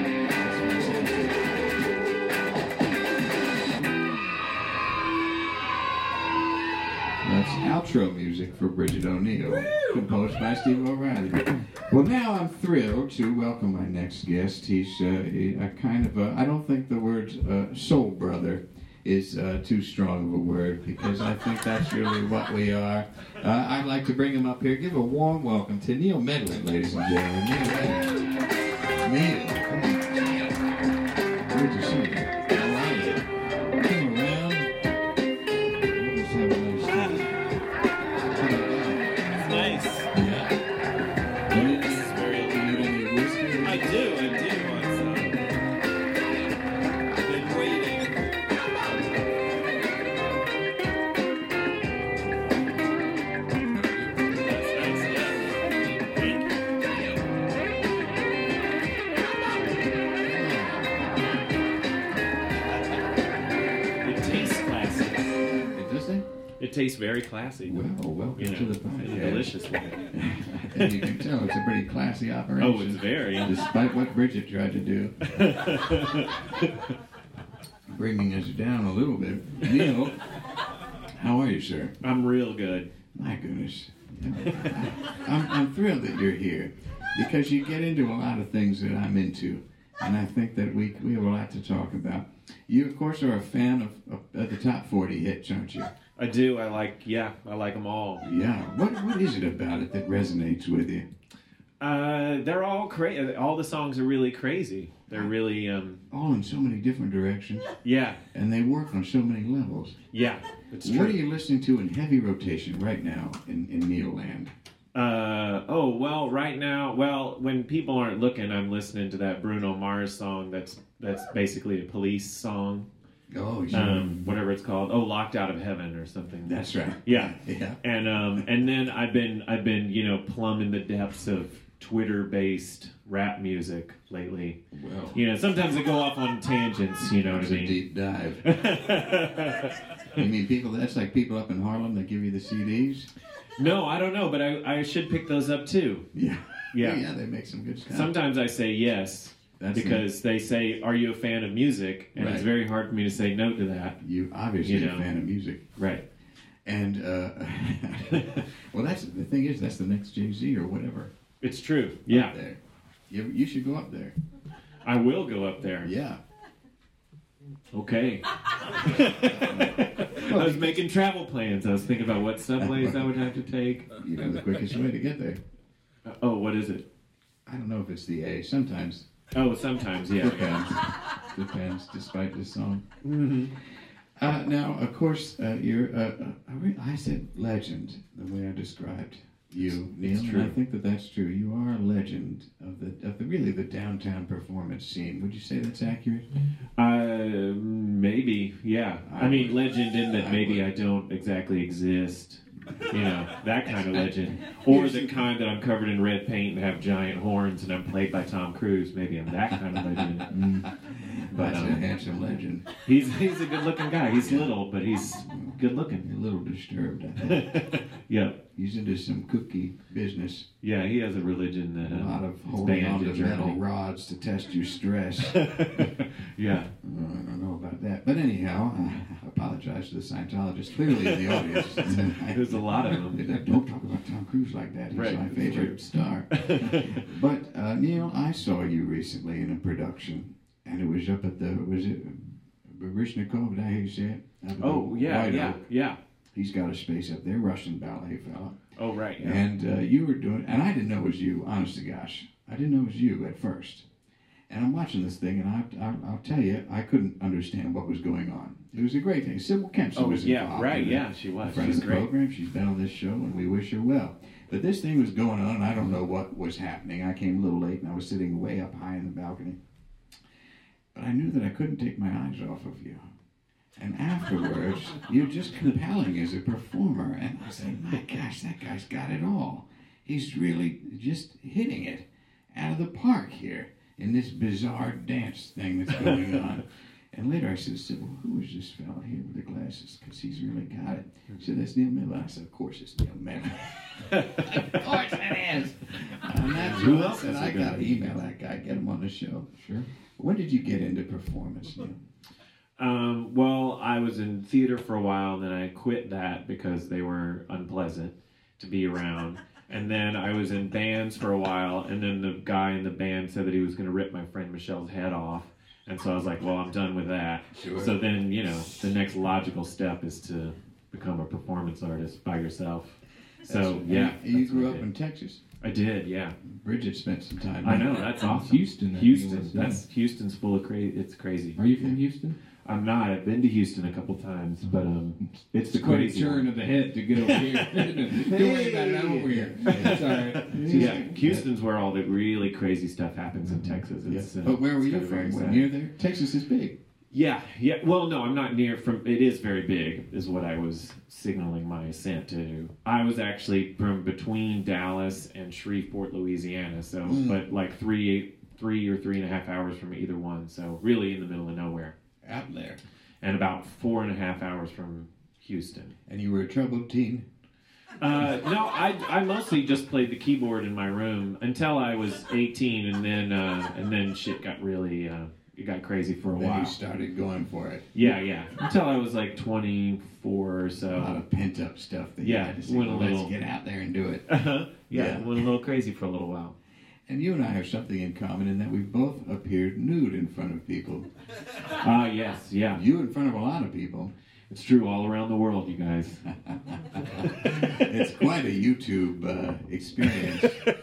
[SPEAKER 1] That's outro music for Bridget O'Neill, composed by Steve O'Reilly. Well, now I'm thrilled to welcome my next guest. He's uh, a kind of a, I don't think the word uh, soul brother is uh, too strong of a word because I think that's really what we are. Uh, I'd like to bring him up here. Give a warm welcome to Neil Medlin, ladies and gentlemen. Neil Medlin. Neil, come on. Good to see you. How are you? Come around. We'll just have a nice time.
[SPEAKER 5] Nice.
[SPEAKER 1] Yeah.
[SPEAKER 5] This is
[SPEAKER 1] Do
[SPEAKER 5] very.
[SPEAKER 1] you need any whiskey?
[SPEAKER 5] I do. I do. It's, um, been waiting. That's nice. Yeah. Thank you. It tastes classy.
[SPEAKER 1] It does it?
[SPEAKER 5] It tastes very classy.
[SPEAKER 1] Well, welcome
[SPEAKER 5] You
[SPEAKER 1] to
[SPEAKER 5] know,
[SPEAKER 1] the
[SPEAKER 5] it's a
[SPEAKER 1] podcast.
[SPEAKER 5] delicious one.
[SPEAKER 1] and you can tell it's a pretty classy operation.
[SPEAKER 5] Oh, it's very.
[SPEAKER 1] Despite what Bridget tried to do. Bringing us down a little bit. Neil, how are you, sir?
[SPEAKER 5] I'm real good.
[SPEAKER 1] My goodness. I'm, I'm thrilled that you're here because you get into a lot of things that I'm into, and I think that we, we have a lot to talk about. You, of course, are a fan of, of, of the top 40 hits, aren't you?
[SPEAKER 5] I do. I like. Yeah, I like them all.
[SPEAKER 1] Yeah. What, what is it about it that resonates with you?
[SPEAKER 5] Uh, they're all crazy. All the songs are really crazy. They're really, um,
[SPEAKER 1] all in so many different directions,
[SPEAKER 5] yeah,
[SPEAKER 1] and they work on so many levels.
[SPEAKER 5] yeah. It's
[SPEAKER 1] What are
[SPEAKER 5] true.
[SPEAKER 1] you listening to in heavy rotation right now in, in Neil Land?
[SPEAKER 5] Uh, oh well, right now, well, when people aren't looking, I'm listening to that Bruno Mars song. That's that's basically a police song,
[SPEAKER 1] Oh, yeah.
[SPEAKER 5] um, whatever it's called. Oh, locked out of heaven or something.
[SPEAKER 1] That's right.
[SPEAKER 5] Yeah.
[SPEAKER 1] Yeah.
[SPEAKER 5] and um, and then I've been I've been you know plumbing the depths of Twitter based rap music lately.
[SPEAKER 1] Well,
[SPEAKER 5] You know, sometimes I go off on tangents. You know
[SPEAKER 1] that was
[SPEAKER 5] what I
[SPEAKER 1] a
[SPEAKER 5] mean?
[SPEAKER 1] deep dive. I mean, people, that's like people up in Harlem that give you the CDs.
[SPEAKER 5] no, I don't know, but I, I should pick those up too.
[SPEAKER 1] Yeah.
[SPEAKER 5] Yeah.
[SPEAKER 1] Yeah, they make some good stuff.
[SPEAKER 5] Sometimes I say yes
[SPEAKER 1] That's
[SPEAKER 5] because they say, "Are you a fan of music?" and it's
[SPEAKER 1] Right.
[SPEAKER 5] very hard for me to say no to that.
[SPEAKER 1] You obviously
[SPEAKER 5] You
[SPEAKER 1] a
[SPEAKER 5] know.
[SPEAKER 1] fan of music.
[SPEAKER 5] Right.
[SPEAKER 1] And, uh, well, that's the thing is, that's the next Jay Z or whatever.
[SPEAKER 5] It's true. Yeah,
[SPEAKER 1] There. You, you should go up there.
[SPEAKER 5] I will go up there.
[SPEAKER 1] Yeah.
[SPEAKER 5] Okay. I was making travel plans. I was thinking about what subways I would have to take.
[SPEAKER 1] You know, the quickest way to get there.
[SPEAKER 5] Uh, Oh, what is it?
[SPEAKER 1] I don't know if it's the A. Sometimes
[SPEAKER 5] Oh, sometimes, yeah.
[SPEAKER 1] depends. depends, despite this song.
[SPEAKER 5] Mm-hmm.
[SPEAKER 1] Uh, now, of course, uh, you're. Uh, uh, I re- I said legend the way I described you, Neil. and I
[SPEAKER 5] true.
[SPEAKER 1] think that that's true. You are a legend of the of the really the downtown performance scene. Would you say that's accurate?
[SPEAKER 5] Uh, maybe, yeah. I,
[SPEAKER 1] I
[SPEAKER 5] mean,
[SPEAKER 1] would.
[SPEAKER 5] legend in that
[SPEAKER 1] I
[SPEAKER 5] maybe
[SPEAKER 1] would.
[SPEAKER 5] I don't exactly exist. You know, that kind of legend. Or the kind that I'm covered in red paint and have giant horns and I'm played by Tom Cruise. Maybe I'm that kind of legend.
[SPEAKER 1] But that's a
[SPEAKER 5] um,
[SPEAKER 1] handsome legend.
[SPEAKER 5] He's, he's a good looking guy. He's little, but he's good looking.
[SPEAKER 1] You're a little disturbed. I think.
[SPEAKER 5] Yeah.
[SPEAKER 1] He's into some cookie business.
[SPEAKER 5] Yeah, he has a religion that
[SPEAKER 1] A
[SPEAKER 5] uh,
[SPEAKER 1] lot of
[SPEAKER 5] is
[SPEAKER 1] holding
[SPEAKER 5] banned
[SPEAKER 1] on to
[SPEAKER 5] in Germany.
[SPEAKER 1] metal rods to test your stress.
[SPEAKER 5] yeah.
[SPEAKER 1] Uh, I don't know about that. But anyhow, I apologize to the Scientologists clearly in the audience.
[SPEAKER 5] There's a lot of them.
[SPEAKER 1] They're like, Don't talk about Tom Cruise like that. He's
[SPEAKER 5] Right,
[SPEAKER 1] my
[SPEAKER 5] it's true.
[SPEAKER 1] favorite star. but uh, Neil, I saw you recently in a production, and it was up at the was it Barishnikov? Did I hear you say it? Up at the
[SPEAKER 5] Oh, yeah,
[SPEAKER 1] White
[SPEAKER 5] yeah,
[SPEAKER 1] Oak.
[SPEAKER 5] yeah.
[SPEAKER 1] He's got a space up there, Russian ballet fella.
[SPEAKER 5] Oh, right. Yeah.
[SPEAKER 1] And uh, you were doing, and I didn't know it was you, honest to gosh. I didn't know it was you at first. And I'm watching this thing, and I, I, I'll tell you, I couldn't understand what was going on. It was a great thing. Sybil Kempson
[SPEAKER 5] Oh,
[SPEAKER 1] was
[SPEAKER 5] yeah,
[SPEAKER 1] involved.
[SPEAKER 5] right.
[SPEAKER 1] in it.
[SPEAKER 5] Yeah, she was.
[SPEAKER 1] friend
[SPEAKER 5] She's
[SPEAKER 1] of the
[SPEAKER 5] great.
[SPEAKER 1] program. She's been on this show, and we wish her well. But this thing was going on, and I don't know what was happening. I came a little late, and I was sitting way up high in the balcony. But I knew that I couldn't take my eyes off of you. And afterwards, you're just compelling as a performer. And I said, my gosh, that guy's got it all. He's really just hitting it out of the park here in this bizarre dance thing that's going on. And later I said, Sybil, who is this fella here with the glasses? Because he's really got it. She said, that's Neil Miller. I said, of course it's Neil Miller. of course it is. And that's
[SPEAKER 5] Who
[SPEAKER 1] who
[SPEAKER 5] else
[SPEAKER 1] else. And
[SPEAKER 5] is
[SPEAKER 1] I
[SPEAKER 5] it gonna
[SPEAKER 1] got to email that guy, get him on the show.
[SPEAKER 2] Sure.
[SPEAKER 1] When did you get into performance, Neil?
[SPEAKER 5] Um, well, I was in theater for a while, and then I quit that because they were unpleasant to be around. And then I was in bands for a while, and then the guy in the band said that he was going to rip my friend Michelle's head off. And so I was like, well, I'm done with that.
[SPEAKER 1] Sure.
[SPEAKER 5] So then, you know, the next logical step is to become a performance artist by yourself. So, yeah.
[SPEAKER 1] You, you
[SPEAKER 5] that's what
[SPEAKER 1] grew
[SPEAKER 5] I
[SPEAKER 1] up
[SPEAKER 5] did.
[SPEAKER 1] in Texas.
[SPEAKER 5] I did, yeah.
[SPEAKER 1] Bridget spent some time.
[SPEAKER 5] I
[SPEAKER 1] there.
[SPEAKER 5] know, that's
[SPEAKER 3] From
[SPEAKER 5] awesome.
[SPEAKER 3] Houston, I think it
[SPEAKER 5] Houston.
[SPEAKER 3] was, yeah.
[SPEAKER 5] That's Houston's full of crazy. It's crazy.
[SPEAKER 3] Are you from Houston?
[SPEAKER 5] I'm not. I've been to Houston a couple times, but um, it's the
[SPEAKER 3] Quite a
[SPEAKER 5] crazy.
[SPEAKER 3] turn
[SPEAKER 5] one.
[SPEAKER 3] of the head to get over here. Don't worry about it. I'm over here. It's all right. It's just-
[SPEAKER 5] Yeah, Houston's where all the really crazy stuff happens in Texas. It's,
[SPEAKER 1] Yeah.
[SPEAKER 5] uh,
[SPEAKER 1] But where were
[SPEAKER 5] it's
[SPEAKER 1] you
[SPEAKER 5] kinda very
[SPEAKER 1] from? Were
[SPEAKER 5] sad.
[SPEAKER 1] near there? Texas is big.
[SPEAKER 5] Yeah, yeah. Well, no, I'm not near from. It is very big, is what I was signaling my assent to. I was actually from between Dallas and Shreveport, Louisiana. So,
[SPEAKER 1] Mm.
[SPEAKER 5] but like three, three or three and a half hours from either one. So, really in the middle of nowhere,
[SPEAKER 1] Out there.
[SPEAKER 5] and about four and a half hours from Houston.
[SPEAKER 1] And you were a troubled teen.
[SPEAKER 5] Uh, no, I, I mostly just played the keyboard in my room until I was 18, and then uh, and then shit got really uh, it got crazy for a
[SPEAKER 1] Then
[SPEAKER 5] while.
[SPEAKER 1] you started going for it.
[SPEAKER 5] Yeah, yeah. Until I was like 24 or
[SPEAKER 1] A lot
[SPEAKER 5] so.
[SPEAKER 1] of pent up stuff that
[SPEAKER 5] Oh. Yeah,
[SPEAKER 1] you had to say,
[SPEAKER 5] went a
[SPEAKER 1] well, let's
[SPEAKER 5] little-
[SPEAKER 1] get out there and do it.
[SPEAKER 5] yeah,
[SPEAKER 1] Uh-huh. Yeah.
[SPEAKER 5] went a little crazy for a little while.
[SPEAKER 1] And you and I have something in common in that we both appeared nude in front of people.
[SPEAKER 5] Ah, yes, yeah.
[SPEAKER 1] You in front of a lot of people.
[SPEAKER 5] It's true all around the world, you guys.
[SPEAKER 1] It's quite a YouTube uh, experience. to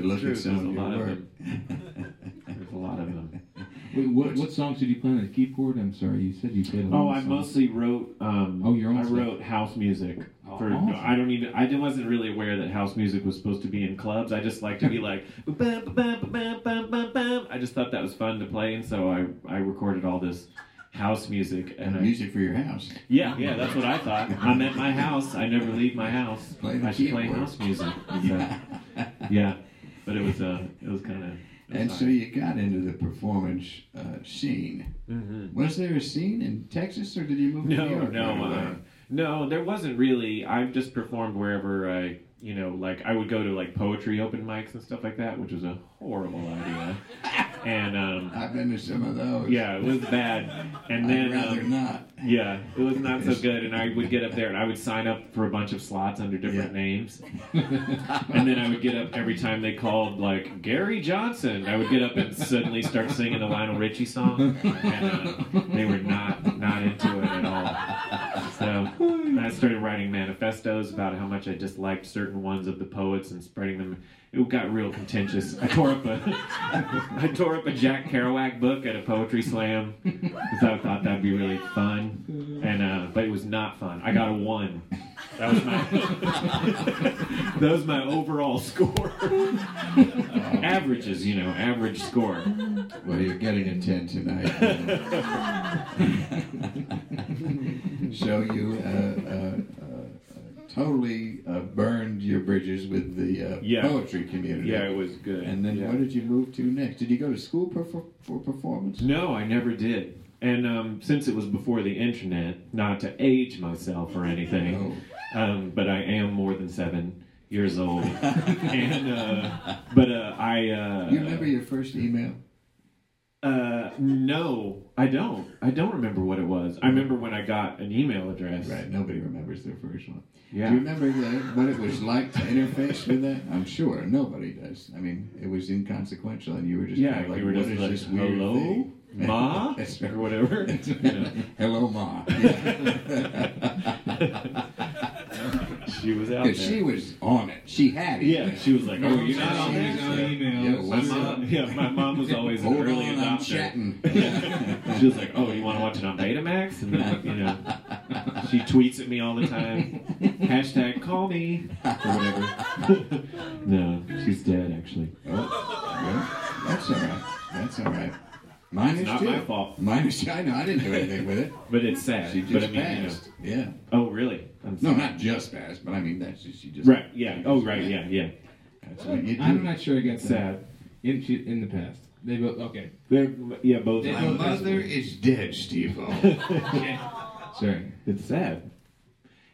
[SPEAKER 1] look
[SPEAKER 5] true.
[SPEAKER 1] at some
[SPEAKER 5] There's
[SPEAKER 1] of
[SPEAKER 5] a lot
[SPEAKER 1] your
[SPEAKER 5] of
[SPEAKER 1] work.
[SPEAKER 5] There's a lot of them.
[SPEAKER 3] Wait, what, what songs did you play on the keyboard? I'm sorry, you said you played. a lot
[SPEAKER 5] Oh,
[SPEAKER 3] of
[SPEAKER 5] I
[SPEAKER 3] songs.
[SPEAKER 5] mostly wrote. Um,
[SPEAKER 3] Oh, your own
[SPEAKER 5] I
[SPEAKER 3] stuff.
[SPEAKER 5] wrote house music.
[SPEAKER 3] Oh,
[SPEAKER 5] For,
[SPEAKER 3] awesome.
[SPEAKER 5] I don't even. I wasn't really aware that house music was supposed to be in clubs. I just like to be like. "Ba-bam, ba-bam, ba-bam, ba-bam, ba-bam." I just thought that was fun to play, and so I I recorded all this house music and I,
[SPEAKER 1] music for your house.
[SPEAKER 5] yeah yeah that's what I thought. I'm at my house. I never leave my house.
[SPEAKER 1] Play the
[SPEAKER 5] I should play
[SPEAKER 1] keyboard.
[SPEAKER 5] house music. So, yeah, but it was uh it was kind of.
[SPEAKER 1] and so you got into the performance uh, scene. Was there a scene in Texas, or did you move to New
[SPEAKER 5] No,
[SPEAKER 1] York?
[SPEAKER 5] no,
[SPEAKER 1] right away?
[SPEAKER 5] uh, no. There wasn't really. I've just performed wherever I, you know, like I would go to like poetry open mics and stuff like that, which was a horrible idea. And um,
[SPEAKER 1] I've been to some of those.
[SPEAKER 5] yeah, it was bad. And
[SPEAKER 1] I'd
[SPEAKER 5] then
[SPEAKER 1] rather
[SPEAKER 5] um,
[SPEAKER 1] not.
[SPEAKER 5] yeah, it was not so good. And I would get up there and I would sign up for a bunch of slots under different
[SPEAKER 1] Yeah.
[SPEAKER 5] names. And then I would get up every time they called like Gary Johnson. I would get up and suddenly start singing a Lionel Richie song. And, uh, they were not not into it at all. So and I started writing manifestos about how much I disliked certain ones of the poets and spreading them. It got real contentious. I tore up a I tore up a Jack Kerouac book at a poetry slam because I thought that'd be really fun. And uh, but it was not fun. I got a one. That was my that was my overall score. Averages, you know, average score.
[SPEAKER 1] Well, you're getting a 10 tonight. so you uh, uh, uh, uh, totally uh, burned your bridges with the uh,
[SPEAKER 5] Yeah.
[SPEAKER 1] poetry community.
[SPEAKER 5] Yeah, it was good.
[SPEAKER 1] And then
[SPEAKER 5] yeah.
[SPEAKER 1] what did you move to next? Did you go to school per- for, for performance?
[SPEAKER 5] No, I never did. And um, since it was before the internet, not to age myself or anything, um, but I am more than seven years old. and uh, but uh, I uh,
[SPEAKER 1] You remember your first email?
[SPEAKER 5] Uh, no, I don't. I don't remember what it was. I remember when I got an email address.
[SPEAKER 1] Right, nobody remembers their first one. Do
[SPEAKER 5] Yeah.
[SPEAKER 1] you remember the, what it was like to interface with that? I'm sure nobody does. I mean, it was inconsequential, and you were just
[SPEAKER 5] yeah.
[SPEAKER 1] kind of like,
[SPEAKER 5] we were
[SPEAKER 1] "What
[SPEAKER 5] just
[SPEAKER 1] is
[SPEAKER 5] like,
[SPEAKER 1] this weird
[SPEAKER 5] hello,
[SPEAKER 1] thing?"
[SPEAKER 5] ma,
[SPEAKER 1] That's right.
[SPEAKER 5] or whatever. You know,
[SPEAKER 1] Hello, Ma.
[SPEAKER 5] she was out there.
[SPEAKER 1] Because she was on it. She had it.
[SPEAKER 5] yeah, she was like, oh, you're
[SPEAKER 1] Yeah,
[SPEAKER 5] not on
[SPEAKER 1] she
[SPEAKER 5] there.
[SPEAKER 1] was on it.
[SPEAKER 3] email.
[SPEAKER 1] Yeah,
[SPEAKER 5] My
[SPEAKER 1] what's
[SPEAKER 5] mom,
[SPEAKER 1] up?
[SPEAKER 5] yeah, my mom was always an
[SPEAKER 1] Hold
[SPEAKER 5] early
[SPEAKER 1] on, I'm
[SPEAKER 5] adopter.
[SPEAKER 1] chatting.
[SPEAKER 5] she was like, "Oh, you want to watch it on Betamax?" And then, you know, she tweets at me all the time. Hashtag call me or whatever. no, she's dead actually.
[SPEAKER 1] Oh, well, that's all right. That's all right. Mine is
[SPEAKER 5] Not
[SPEAKER 1] too.
[SPEAKER 5] my fault,
[SPEAKER 1] Mine is. I know. I didn't do anything with it.
[SPEAKER 5] but it's sad.
[SPEAKER 1] She just
[SPEAKER 5] but I mean, you know,
[SPEAKER 1] passed. Yeah.
[SPEAKER 5] Oh, really? I'm
[SPEAKER 1] No,
[SPEAKER 5] sorry.
[SPEAKER 1] not just passed, but I mean that's just she just.
[SPEAKER 5] Right, yeah. Oh, right, yeah, yeah.
[SPEAKER 1] That's what you do.
[SPEAKER 3] I'm not sure I got that.
[SPEAKER 5] Sad.
[SPEAKER 3] In, she- in the past, they both okay.
[SPEAKER 5] They're, yeah, both.
[SPEAKER 3] They
[SPEAKER 1] My
[SPEAKER 3] don't-
[SPEAKER 1] mother is dead, Steve. Oh.
[SPEAKER 3] Sorry.
[SPEAKER 5] It's sad.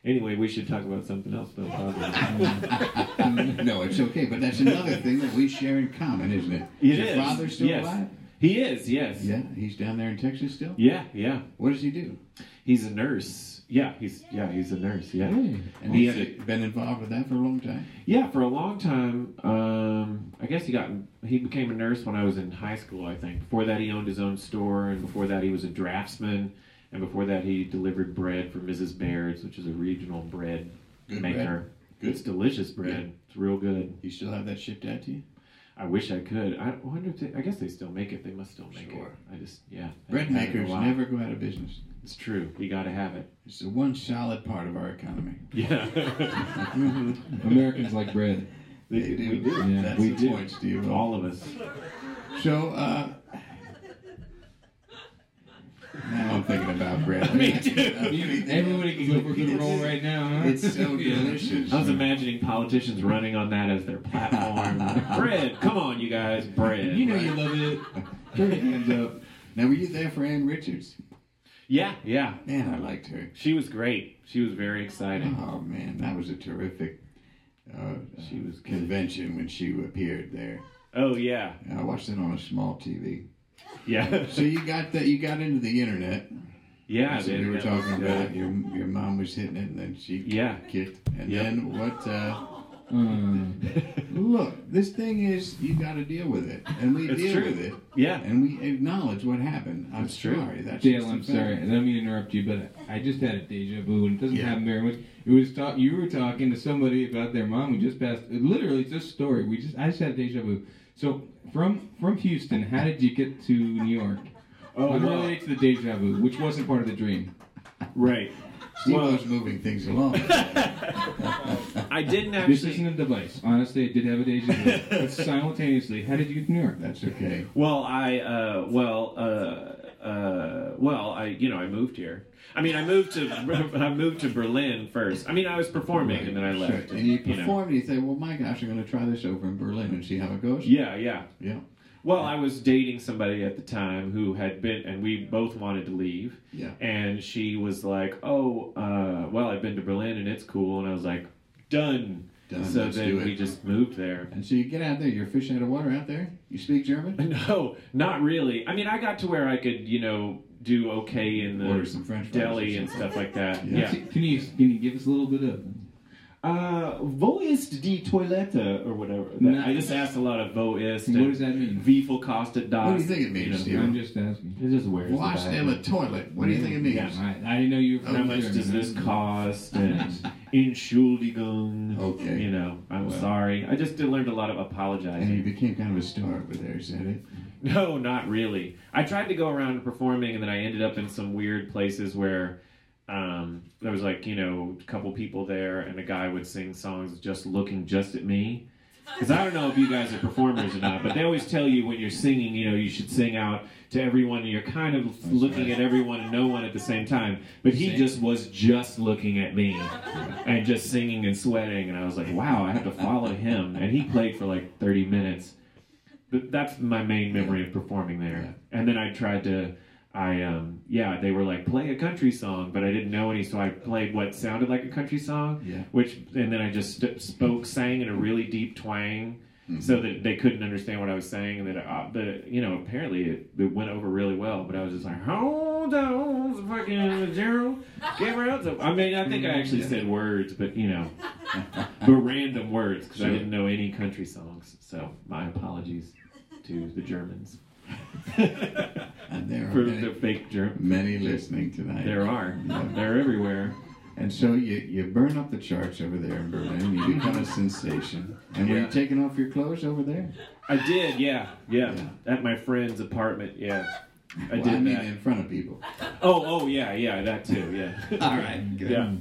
[SPEAKER 5] Anyway, we should talk about something else, though. Probably.
[SPEAKER 1] no, it's okay, but that's another thing that we share in common, isn't it?
[SPEAKER 5] It
[SPEAKER 1] your
[SPEAKER 5] is,
[SPEAKER 1] father still
[SPEAKER 5] yes.
[SPEAKER 1] alive?
[SPEAKER 5] he is, yes.
[SPEAKER 1] Yeah, he's down there in Texas still.
[SPEAKER 5] yeah, yeah.
[SPEAKER 1] What does he do?
[SPEAKER 5] He's a nurse. Yeah, he's yeah, he's a nurse. Yeah,
[SPEAKER 1] And
[SPEAKER 5] He
[SPEAKER 1] he's
[SPEAKER 5] had
[SPEAKER 1] been involved with that for a long time.
[SPEAKER 5] yeah. For a long time, um, I guess he got he became a nurse when I was in high school. I think before that he owned his own store, and before that he was a draftsman, and before that he delivered bread for Mrs. Baird's, which is a regional bread
[SPEAKER 1] Good
[SPEAKER 5] maker.
[SPEAKER 1] bread. Good.
[SPEAKER 5] It's delicious bread. It's real good.
[SPEAKER 1] You still have that shipped out to you?
[SPEAKER 5] I wish I could. I wonder if they, I guess they still make it. They must still make
[SPEAKER 1] Sure.
[SPEAKER 5] it. I just yeah. I
[SPEAKER 1] Bread
[SPEAKER 5] haven't had it in a
[SPEAKER 1] makers
[SPEAKER 5] while.
[SPEAKER 1] never go out of business.
[SPEAKER 5] It's true. You got to have it.
[SPEAKER 1] It's the one solid part of our economy.
[SPEAKER 5] Yeah.
[SPEAKER 3] Americans like bread.
[SPEAKER 5] They- We do.
[SPEAKER 3] Yeah,
[SPEAKER 1] That's
[SPEAKER 5] we
[SPEAKER 1] the
[SPEAKER 5] do.
[SPEAKER 1] point, Steve.
[SPEAKER 5] All of us.
[SPEAKER 1] So, uh, now I'm thinking about bread.
[SPEAKER 3] Everybody can go for a good roll right now, huh?
[SPEAKER 1] It's so delicious.
[SPEAKER 5] I was imagining politicians running on that as their platform. bread, come on, you guys, bread.
[SPEAKER 3] You know you love it. Put your hands up.
[SPEAKER 1] uh, Now, were you there for Ann Richards?
[SPEAKER 5] Yeah, yeah.
[SPEAKER 1] Man, I liked her.
[SPEAKER 5] She was great. She was very exciting.
[SPEAKER 1] Oh man, that was a terrific. Uh,
[SPEAKER 5] She was good.
[SPEAKER 1] convention when she appeared there.
[SPEAKER 5] Oh yeah,
[SPEAKER 1] I watched it on a small TV.
[SPEAKER 5] yeah,
[SPEAKER 1] So you got that? You got into the internet.
[SPEAKER 5] yeah.
[SPEAKER 1] That's what
[SPEAKER 5] they-
[SPEAKER 1] we were
[SPEAKER 5] that was
[SPEAKER 1] talking
[SPEAKER 5] good.
[SPEAKER 1] about. Your your mom was hitting it, and then she
[SPEAKER 5] Yeah.
[SPEAKER 1] kicked. And
[SPEAKER 5] Yep.
[SPEAKER 1] then what? Uh,
[SPEAKER 3] Uh,
[SPEAKER 1] Look, this thing is, you got to deal with it. And we
[SPEAKER 5] It's
[SPEAKER 1] deal
[SPEAKER 5] true.
[SPEAKER 1] with it.
[SPEAKER 5] Yeah.
[SPEAKER 1] And we acknowledge what happened. I'm
[SPEAKER 5] It's true.
[SPEAKER 1] sorry. That's
[SPEAKER 3] Dale,
[SPEAKER 1] just a
[SPEAKER 3] I'm
[SPEAKER 1] fact.
[SPEAKER 3] sorry. I don't mean to interrupt you, but I just had a deja vu, and it doesn't
[SPEAKER 1] Yeah.
[SPEAKER 3] happen very much. It was talk. You were talking to somebody about their mom who just passed. It literally, it's just a story. We just I just had a deja vu. So from from Houston, how did you get to New York?
[SPEAKER 5] Oh,
[SPEAKER 3] What
[SPEAKER 5] well,
[SPEAKER 3] relates to the deja vu, which wasn't part of the dream?
[SPEAKER 5] right.
[SPEAKER 1] Steve was moving things along.
[SPEAKER 5] I didn't
[SPEAKER 3] This
[SPEAKER 5] actually.
[SPEAKER 3] isn't a device. Honestly, it did have a deja vu. but simultaneously, how did you get to New York?
[SPEAKER 1] That's okay.
[SPEAKER 5] Well, I uh, well uh, uh, well I you know I moved here. I mean, I moved to I moved to Berlin first. I mean, I was performing and then I
[SPEAKER 1] Sure.
[SPEAKER 5] left.
[SPEAKER 1] And you
[SPEAKER 5] you know.
[SPEAKER 1] perform, and you say, well, my gosh, I'm going to try this over in Berlin and see how it goes.
[SPEAKER 5] Yeah, yeah.
[SPEAKER 1] Yeah.
[SPEAKER 5] Well, I was dating somebody at the time who had been, and we both wanted to leave.
[SPEAKER 1] Yeah.
[SPEAKER 5] And she was like, "Oh, uh, well, I've been to Berlin and it's cool." And I was like, "Done."
[SPEAKER 1] Done,
[SPEAKER 5] so
[SPEAKER 1] let's
[SPEAKER 5] then
[SPEAKER 1] do it.
[SPEAKER 5] we just moved there.
[SPEAKER 1] And so you get out there, you're fish out of water out there, you speak German,
[SPEAKER 5] No, not really. I mean, I got to where I could, you know, do okay in
[SPEAKER 1] order
[SPEAKER 5] the
[SPEAKER 1] some French fries.
[SPEAKER 5] deli and stuff like that.
[SPEAKER 1] Yeah.
[SPEAKER 5] Yeah.
[SPEAKER 3] Can you can you give us a little bit of?
[SPEAKER 5] Uh, voist die Toilette or whatever.
[SPEAKER 3] No.
[SPEAKER 5] I just asked a lot of voist.
[SPEAKER 3] What
[SPEAKER 5] and
[SPEAKER 3] does that mean?
[SPEAKER 5] Vehicle costed
[SPEAKER 1] What do you think it means,
[SPEAKER 5] know,
[SPEAKER 1] Steve?
[SPEAKER 3] I'm just asking.
[SPEAKER 5] It just wears.
[SPEAKER 1] Wash
[SPEAKER 5] the back.
[SPEAKER 1] them a toilet. What do you think it
[SPEAKER 5] Yeah.
[SPEAKER 1] means?
[SPEAKER 3] I, I didn't know you were from
[SPEAKER 5] How much does
[SPEAKER 3] Germany.
[SPEAKER 5] this cost? And Entschuldigung.
[SPEAKER 1] Okay.
[SPEAKER 5] You know, I'm
[SPEAKER 1] Well.
[SPEAKER 5] sorry. I just did, learned a lot of
[SPEAKER 1] And you
[SPEAKER 5] apologizing.
[SPEAKER 1] became kind of a star over there, is that it?
[SPEAKER 5] No, not really. I tried to go around performing, and then I ended up in some weird places where um, there was like, you know, a couple people there, and a guy would sing songs just looking just at me. Because I don't know if you guys are performers or not, but they always tell you when you're singing, you know, you should sing out to everyone, and you're kind of looking at everyone and no one at the same time. But he just was just looking at me and just singing and sweating, and I was like, wow, I have to follow him. And he played for like 30 minutes. But that's my main memory of performing there. And then I tried to, I um, yeah, they were like play a country song, but I didn't know any, so I played what sounded like a country song.
[SPEAKER 1] Yeah.
[SPEAKER 5] Which and then I just st- spoke, sang in a really deep twang,
[SPEAKER 1] Mm-hmm.
[SPEAKER 5] so that they couldn't understand what I was saying, and that uh, the you know apparently it, it went over really well. But I was just like, hold on, fucking Gerald, give her out. some-" I mean, I think
[SPEAKER 1] Mm-hmm.
[SPEAKER 5] I actually said words, but you know, but random words because I
[SPEAKER 1] Sure.
[SPEAKER 5] didn't know any country songs. So my apologies to the Germans
[SPEAKER 1] And there are
[SPEAKER 5] for
[SPEAKER 1] many,
[SPEAKER 5] the fake German.
[SPEAKER 1] many listening tonight.
[SPEAKER 5] There are. They're everywhere.
[SPEAKER 1] And so you, you burn up the charts over there in Berlin, you become a sensation. And were
[SPEAKER 5] Yeah.
[SPEAKER 1] you taking off your clothes over there?
[SPEAKER 5] I did, yeah, yeah.
[SPEAKER 1] Yeah.
[SPEAKER 5] At my friend's apartment, yeah. I
[SPEAKER 1] well,
[SPEAKER 5] did
[SPEAKER 1] I mean,
[SPEAKER 5] that.
[SPEAKER 1] in front of people.
[SPEAKER 5] Oh, oh, yeah, yeah, that too, yeah.
[SPEAKER 1] All right, good.
[SPEAKER 5] Yeah.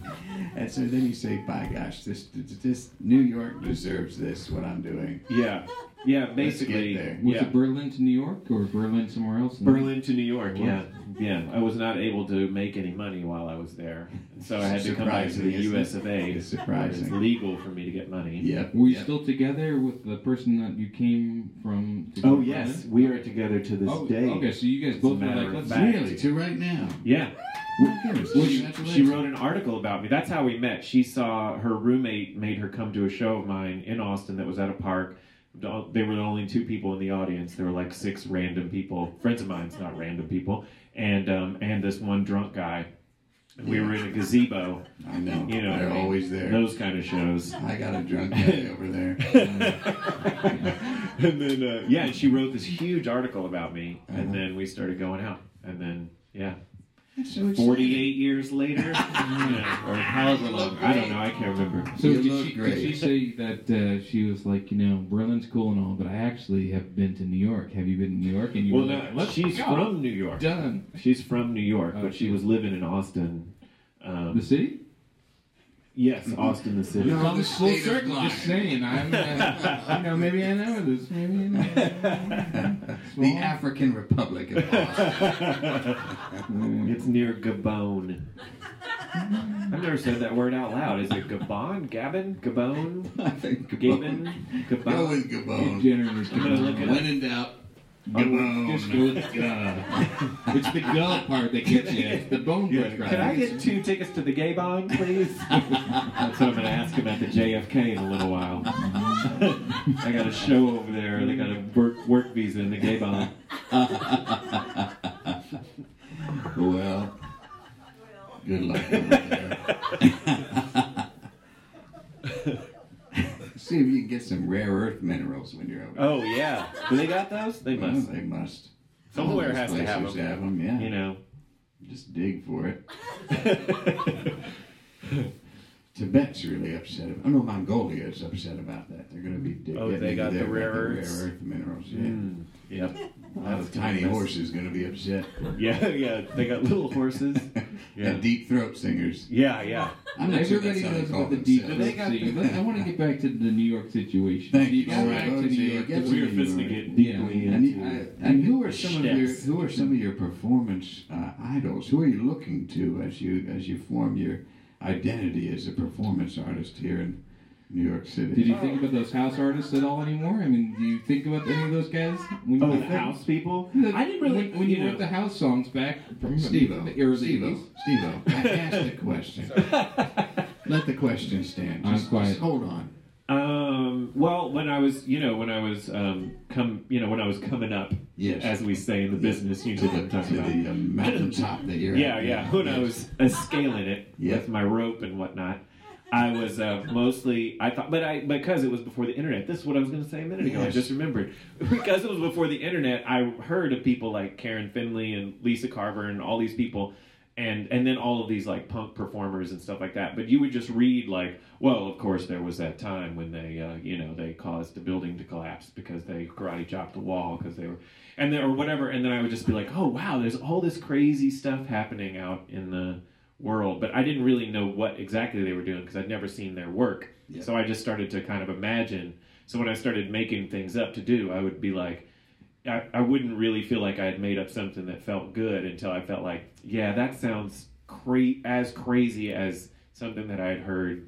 [SPEAKER 1] And so then you say, by gosh, this, this, this New York deserves this, what I'm doing.
[SPEAKER 5] Yeah, yeah, basically.
[SPEAKER 1] there.
[SPEAKER 3] Was
[SPEAKER 5] Yeah.
[SPEAKER 3] it Berlin to New York or Berlin somewhere else?
[SPEAKER 5] Berlin to New York, yeah. Yeah, I was not able to make any money while I was there. So I had to come back to the
[SPEAKER 1] Surprising, isn't it?
[SPEAKER 5] US of A.
[SPEAKER 1] It's
[SPEAKER 5] It's
[SPEAKER 1] surprising.
[SPEAKER 5] legal for me to get money.
[SPEAKER 1] Yep.
[SPEAKER 3] Were you
[SPEAKER 1] yep.
[SPEAKER 3] still together with the person that you came from? To
[SPEAKER 5] Oh,
[SPEAKER 3] Berlin?
[SPEAKER 5] yes, we are together to this
[SPEAKER 3] Oh,
[SPEAKER 5] day.
[SPEAKER 3] okay. So you guys
[SPEAKER 5] a
[SPEAKER 3] both were
[SPEAKER 5] matter
[SPEAKER 3] like,
[SPEAKER 5] of
[SPEAKER 3] let's
[SPEAKER 5] fact.
[SPEAKER 1] Really, to right now.
[SPEAKER 5] Yeah.
[SPEAKER 1] Well,
[SPEAKER 5] She, she wrote an article about me. That's how we met. She saw her roommate made her come to a show of mine in Austin that was at a park. They were the only two people in the audience. There were like six random people, friends of mine's not random people, and um, and this one drunk guy. And we were in a gazebo.
[SPEAKER 1] I know.
[SPEAKER 5] You know,
[SPEAKER 1] they're
[SPEAKER 5] I mean,
[SPEAKER 1] always there.
[SPEAKER 5] Those kind of shows.
[SPEAKER 1] I got a drunk guy over there.
[SPEAKER 5] and then uh, yeah, and she wrote this huge article about me, and
[SPEAKER 1] Uh-huh.
[SPEAKER 5] then we started going out, and then yeah.
[SPEAKER 1] That's so exciting.
[SPEAKER 5] 48 years later, you know, or however long, I don't know, I can't remember.
[SPEAKER 3] So
[SPEAKER 1] You
[SPEAKER 3] did
[SPEAKER 1] look
[SPEAKER 3] she, did
[SPEAKER 1] great.
[SPEAKER 3] she say that uh, she was like, you know, Berlin's cool and all, but I actually have been to New York. Have you been to New York? And you
[SPEAKER 5] Well,
[SPEAKER 3] were
[SPEAKER 5] no,
[SPEAKER 3] like, let's
[SPEAKER 5] she's
[SPEAKER 3] go.
[SPEAKER 5] from New York.
[SPEAKER 3] done
[SPEAKER 5] She's from New York,
[SPEAKER 3] Oh,
[SPEAKER 5] but she
[SPEAKER 3] she-
[SPEAKER 5] was living in Austin. Um,
[SPEAKER 3] the city.
[SPEAKER 5] yes, Austin, the city.
[SPEAKER 1] No.
[SPEAKER 3] Comes
[SPEAKER 1] the
[SPEAKER 3] full
[SPEAKER 1] state of
[SPEAKER 3] circle.
[SPEAKER 1] mind.
[SPEAKER 3] Just saying. I'm. Uh, you know, maybe I know this. Maybe I know.
[SPEAKER 1] The African Republic of Austin.
[SPEAKER 5] it's near Gabon. I've never said that word out loud. Is it Gabon? Gabon? Gabon?
[SPEAKER 1] I think Gabon.
[SPEAKER 5] Gabon?
[SPEAKER 1] Go
[SPEAKER 5] Gabon?
[SPEAKER 1] with Gabon.
[SPEAKER 3] Generally,
[SPEAKER 5] I'm gonna look it up.
[SPEAKER 1] When in doubt,
[SPEAKER 3] Just
[SPEAKER 1] Gabon.
[SPEAKER 3] go
[SPEAKER 5] Oh,
[SPEAKER 3] with the uh, It's the gull part that gets you. It's the bone
[SPEAKER 1] Yeah.
[SPEAKER 3] brush.
[SPEAKER 5] Can I get two tickets to the gay bond, please? That's what I'm going to ask about the JFK in a little while. I got a show over there. They got a work, work visa in the gay bond.
[SPEAKER 1] Well, good luck over there. See if you can get some rare earth minerals when you're over.
[SPEAKER 5] Oh yeah, do they got those? They
[SPEAKER 1] Well,
[SPEAKER 5] must.
[SPEAKER 1] They must.
[SPEAKER 5] Somewhere
[SPEAKER 1] Those
[SPEAKER 5] has to have
[SPEAKER 1] places
[SPEAKER 5] them.
[SPEAKER 1] yeah.
[SPEAKER 5] You know.
[SPEAKER 1] Just dig for it. Tibet's really upset. About, oh no, Mongolia is upset about that. They're going to be dig-
[SPEAKER 5] Oh, they
[SPEAKER 1] getting
[SPEAKER 5] got
[SPEAKER 1] into
[SPEAKER 5] the
[SPEAKER 1] their-
[SPEAKER 5] rare
[SPEAKER 1] their
[SPEAKER 5] earths?
[SPEAKER 1] rare earth minerals. Yeah.
[SPEAKER 5] Mm, yep.
[SPEAKER 1] Oh,
[SPEAKER 5] That's
[SPEAKER 1] the tiny
[SPEAKER 5] nice.
[SPEAKER 1] horse is going to be upset.
[SPEAKER 5] Yeah, yeah. They got little horses. Yeah.
[SPEAKER 1] And deep throat singers.
[SPEAKER 5] Yeah, yeah.
[SPEAKER 1] I'm not sure
[SPEAKER 3] Everybody
[SPEAKER 1] that's how they
[SPEAKER 3] knows
[SPEAKER 1] call
[SPEAKER 3] about the deep.
[SPEAKER 1] themselves.
[SPEAKER 3] They got the, let- I want to get back to the New York situation.
[SPEAKER 1] Thank you.
[SPEAKER 3] Go back to
[SPEAKER 1] Alright,
[SPEAKER 3] New
[SPEAKER 1] see,
[SPEAKER 3] York.
[SPEAKER 1] get to
[SPEAKER 5] We were
[SPEAKER 1] New
[SPEAKER 5] fisting
[SPEAKER 1] York.
[SPEAKER 5] it
[SPEAKER 3] Yeah.
[SPEAKER 5] deeply
[SPEAKER 1] And,
[SPEAKER 5] into.
[SPEAKER 1] you- I- and who are some of your
[SPEAKER 5] Steps.
[SPEAKER 1] who are some of your performance uh, idols? Who are you looking to as you as you form your identity as a performance artist here in New York City?
[SPEAKER 3] Did you think about those house artists at all anymore? I mean, do you think about any of those guys? When you
[SPEAKER 5] Oh,
[SPEAKER 3] went
[SPEAKER 5] the
[SPEAKER 3] back-
[SPEAKER 5] house people.
[SPEAKER 3] The-
[SPEAKER 5] I didn't really.
[SPEAKER 3] When, when you
[SPEAKER 5] know,
[SPEAKER 3] wrote the house songs back Mm-hmm. from
[SPEAKER 1] Steve-O,
[SPEAKER 3] the early
[SPEAKER 1] Steve-O,
[SPEAKER 3] 80s.
[SPEAKER 1] Steve-O, I asked the question. Let the question stand.
[SPEAKER 3] I'm
[SPEAKER 1] Just, just
[SPEAKER 3] quiet.
[SPEAKER 1] hold on.
[SPEAKER 5] Um, well, when I was, you know, when I was um, come, you know, when I was coming up,
[SPEAKER 1] Yes.
[SPEAKER 5] as we say in the business, you know
[SPEAKER 1] to
[SPEAKER 5] what
[SPEAKER 1] the,
[SPEAKER 5] I'm
[SPEAKER 1] to
[SPEAKER 5] talking about.
[SPEAKER 1] the uh, mountaintop that you're
[SPEAKER 5] Yeah,
[SPEAKER 1] at.
[SPEAKER 5] yeah. When I was uh, scaling it
[SPEAKER 1] Yeah.
[SPEAKER 5] with my rope and whatnot, I was uh, mostly I thought, but I because it was before the internet. This is what I was going to say a minute ago. I
[SPEAKER 1] Yes.
[SPEAKER 5] just remembered because it was before the internet. I heard of people like Karen Finley and Lisa Carver and all these people. And, and then all of these like punk performers and stuff like that, but you would just read like, well, of course there was that time when they, uh, you know, they caused the building to collapse because they karate chopped the wall because they were, and then or whatever, and then I would just be like, oh wow, there's all this crazy stuff happening out in the world, but I didn't really know what exactly they were doing because I'd never seen their work.
[SPEAKER 1] Yeah.
[SPEAKER 5] So I just started to kind of imagine. So when I started making things up to do, I would be like, I, I wouldn't really feel like I had made up something that felt good until I felt like, yeah, that sounds cra- as crazy as something that I had heard,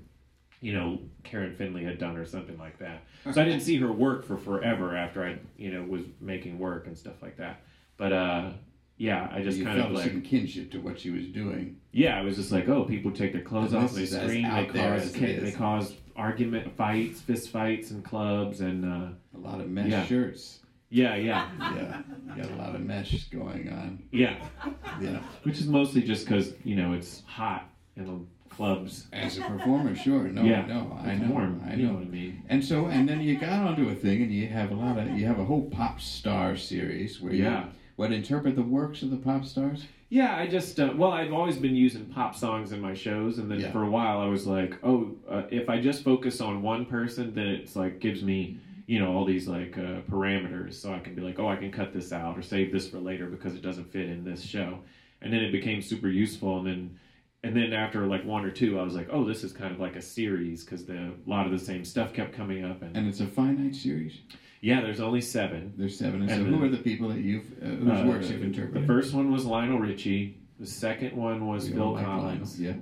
[SPEAKER 5] you know, Karen Finley had done or something like that. So I didn't see her work for forever after I, you know, was making work and stuff like that. But uh, yeah, I just
[SPEAKER 1] you
[SPEAKER 5] kind
[SPEAKER 1] felt
[SPEAKER 5] of like
[SPEAKER 1] some kinship to what she was doing.
[SPEAKER 5] yeah, I was just like, oh, people take their clothes
[SPEAKER 1] And
[SPEAKER 5] off, they
[SPEAKER 1] this is as
[SPEAKER 5] scream, they
[SPEAKER 1] out there
[SPEAKER 5] cause
[SPEAKER 1] as it
[SPEAKER 5] kick, they
[SPEAKER 1] is.
[SPEAKER 5] cause argument, fights, fist fights, and clubs, and uh,
[SPEAKER 1] A lot of mesh
[SPEAKER 5] Yeah.
[SPEAKER 1] shirts.
[SPEAKER 5] yeah, yeah,
[SPEAKER 1] Yeah, you got a lot of mesh going on.
[SPEAKER 5] yeah,
[SPEAKER 1] Yeah,
[SPEAKER 5] which is mostly just because you know it's hot in the clubs.
[SPEAKER 1] as a performer, sure. No,
[SPEAKER 5] yeah,
[SPEAKER 1] no, I
[SPEAKER 5] it's
[SPEAKER 1] know,
[SPEAKER 5] warm.
[SPEAKER 1] I
[SPEAKER 5] you know
[SPEAKER 1] know.
[SPEAKER 5] what I mean.
[SPEAKER 1] And so, and then you got onto a thing, and you have a lot of, you have a whole pop star series where
[SPEAKER 5] Yeah.
[SPEAKER 1] you what interpret the works of the pop stars.
[SPEAKER 5] Yeah, I just uh, well, I've always been using pop songs in my shows, and then
[SPEAKER 1] Yeah.
[SPEAKER 5] for a while I was like, oh, uh, if I just focus on one person, then it's like gives me you know all these like uh, parameters, so I can be like, oh, I can cut this out or save this for later because it doesn't fit in this show, and then it became super useful, and then. And then after like one or two, I was like, "Oh, this is kind of like a series because the a lot of the same stuff kept coming up." And,
[SPEAKER 1] And it's a finite series.
[SPEAKER 5] yeah, there's only seven.
[SPEAKER 1] There's seven. And,
[SPEAKER 5] And
[SPEAKER 1] so,
[SPEAKER 5] the-
[SPEAKER 1] who are the people that you've uh, whose
[SPEAKER 5] Uh,
[SPEAKER 1] works you've
[SPEAKER 5] The
[SPEAKER 1] interpreted?
[SPEAKER 5] first one was Lionel Richie. The second one was
[SPEAKER 1] We all
[SPEAKER 5] Phil
[SPEAKER 1] like
[SPEAKER 5] Collins.
[SPEAKER 1] Lionel.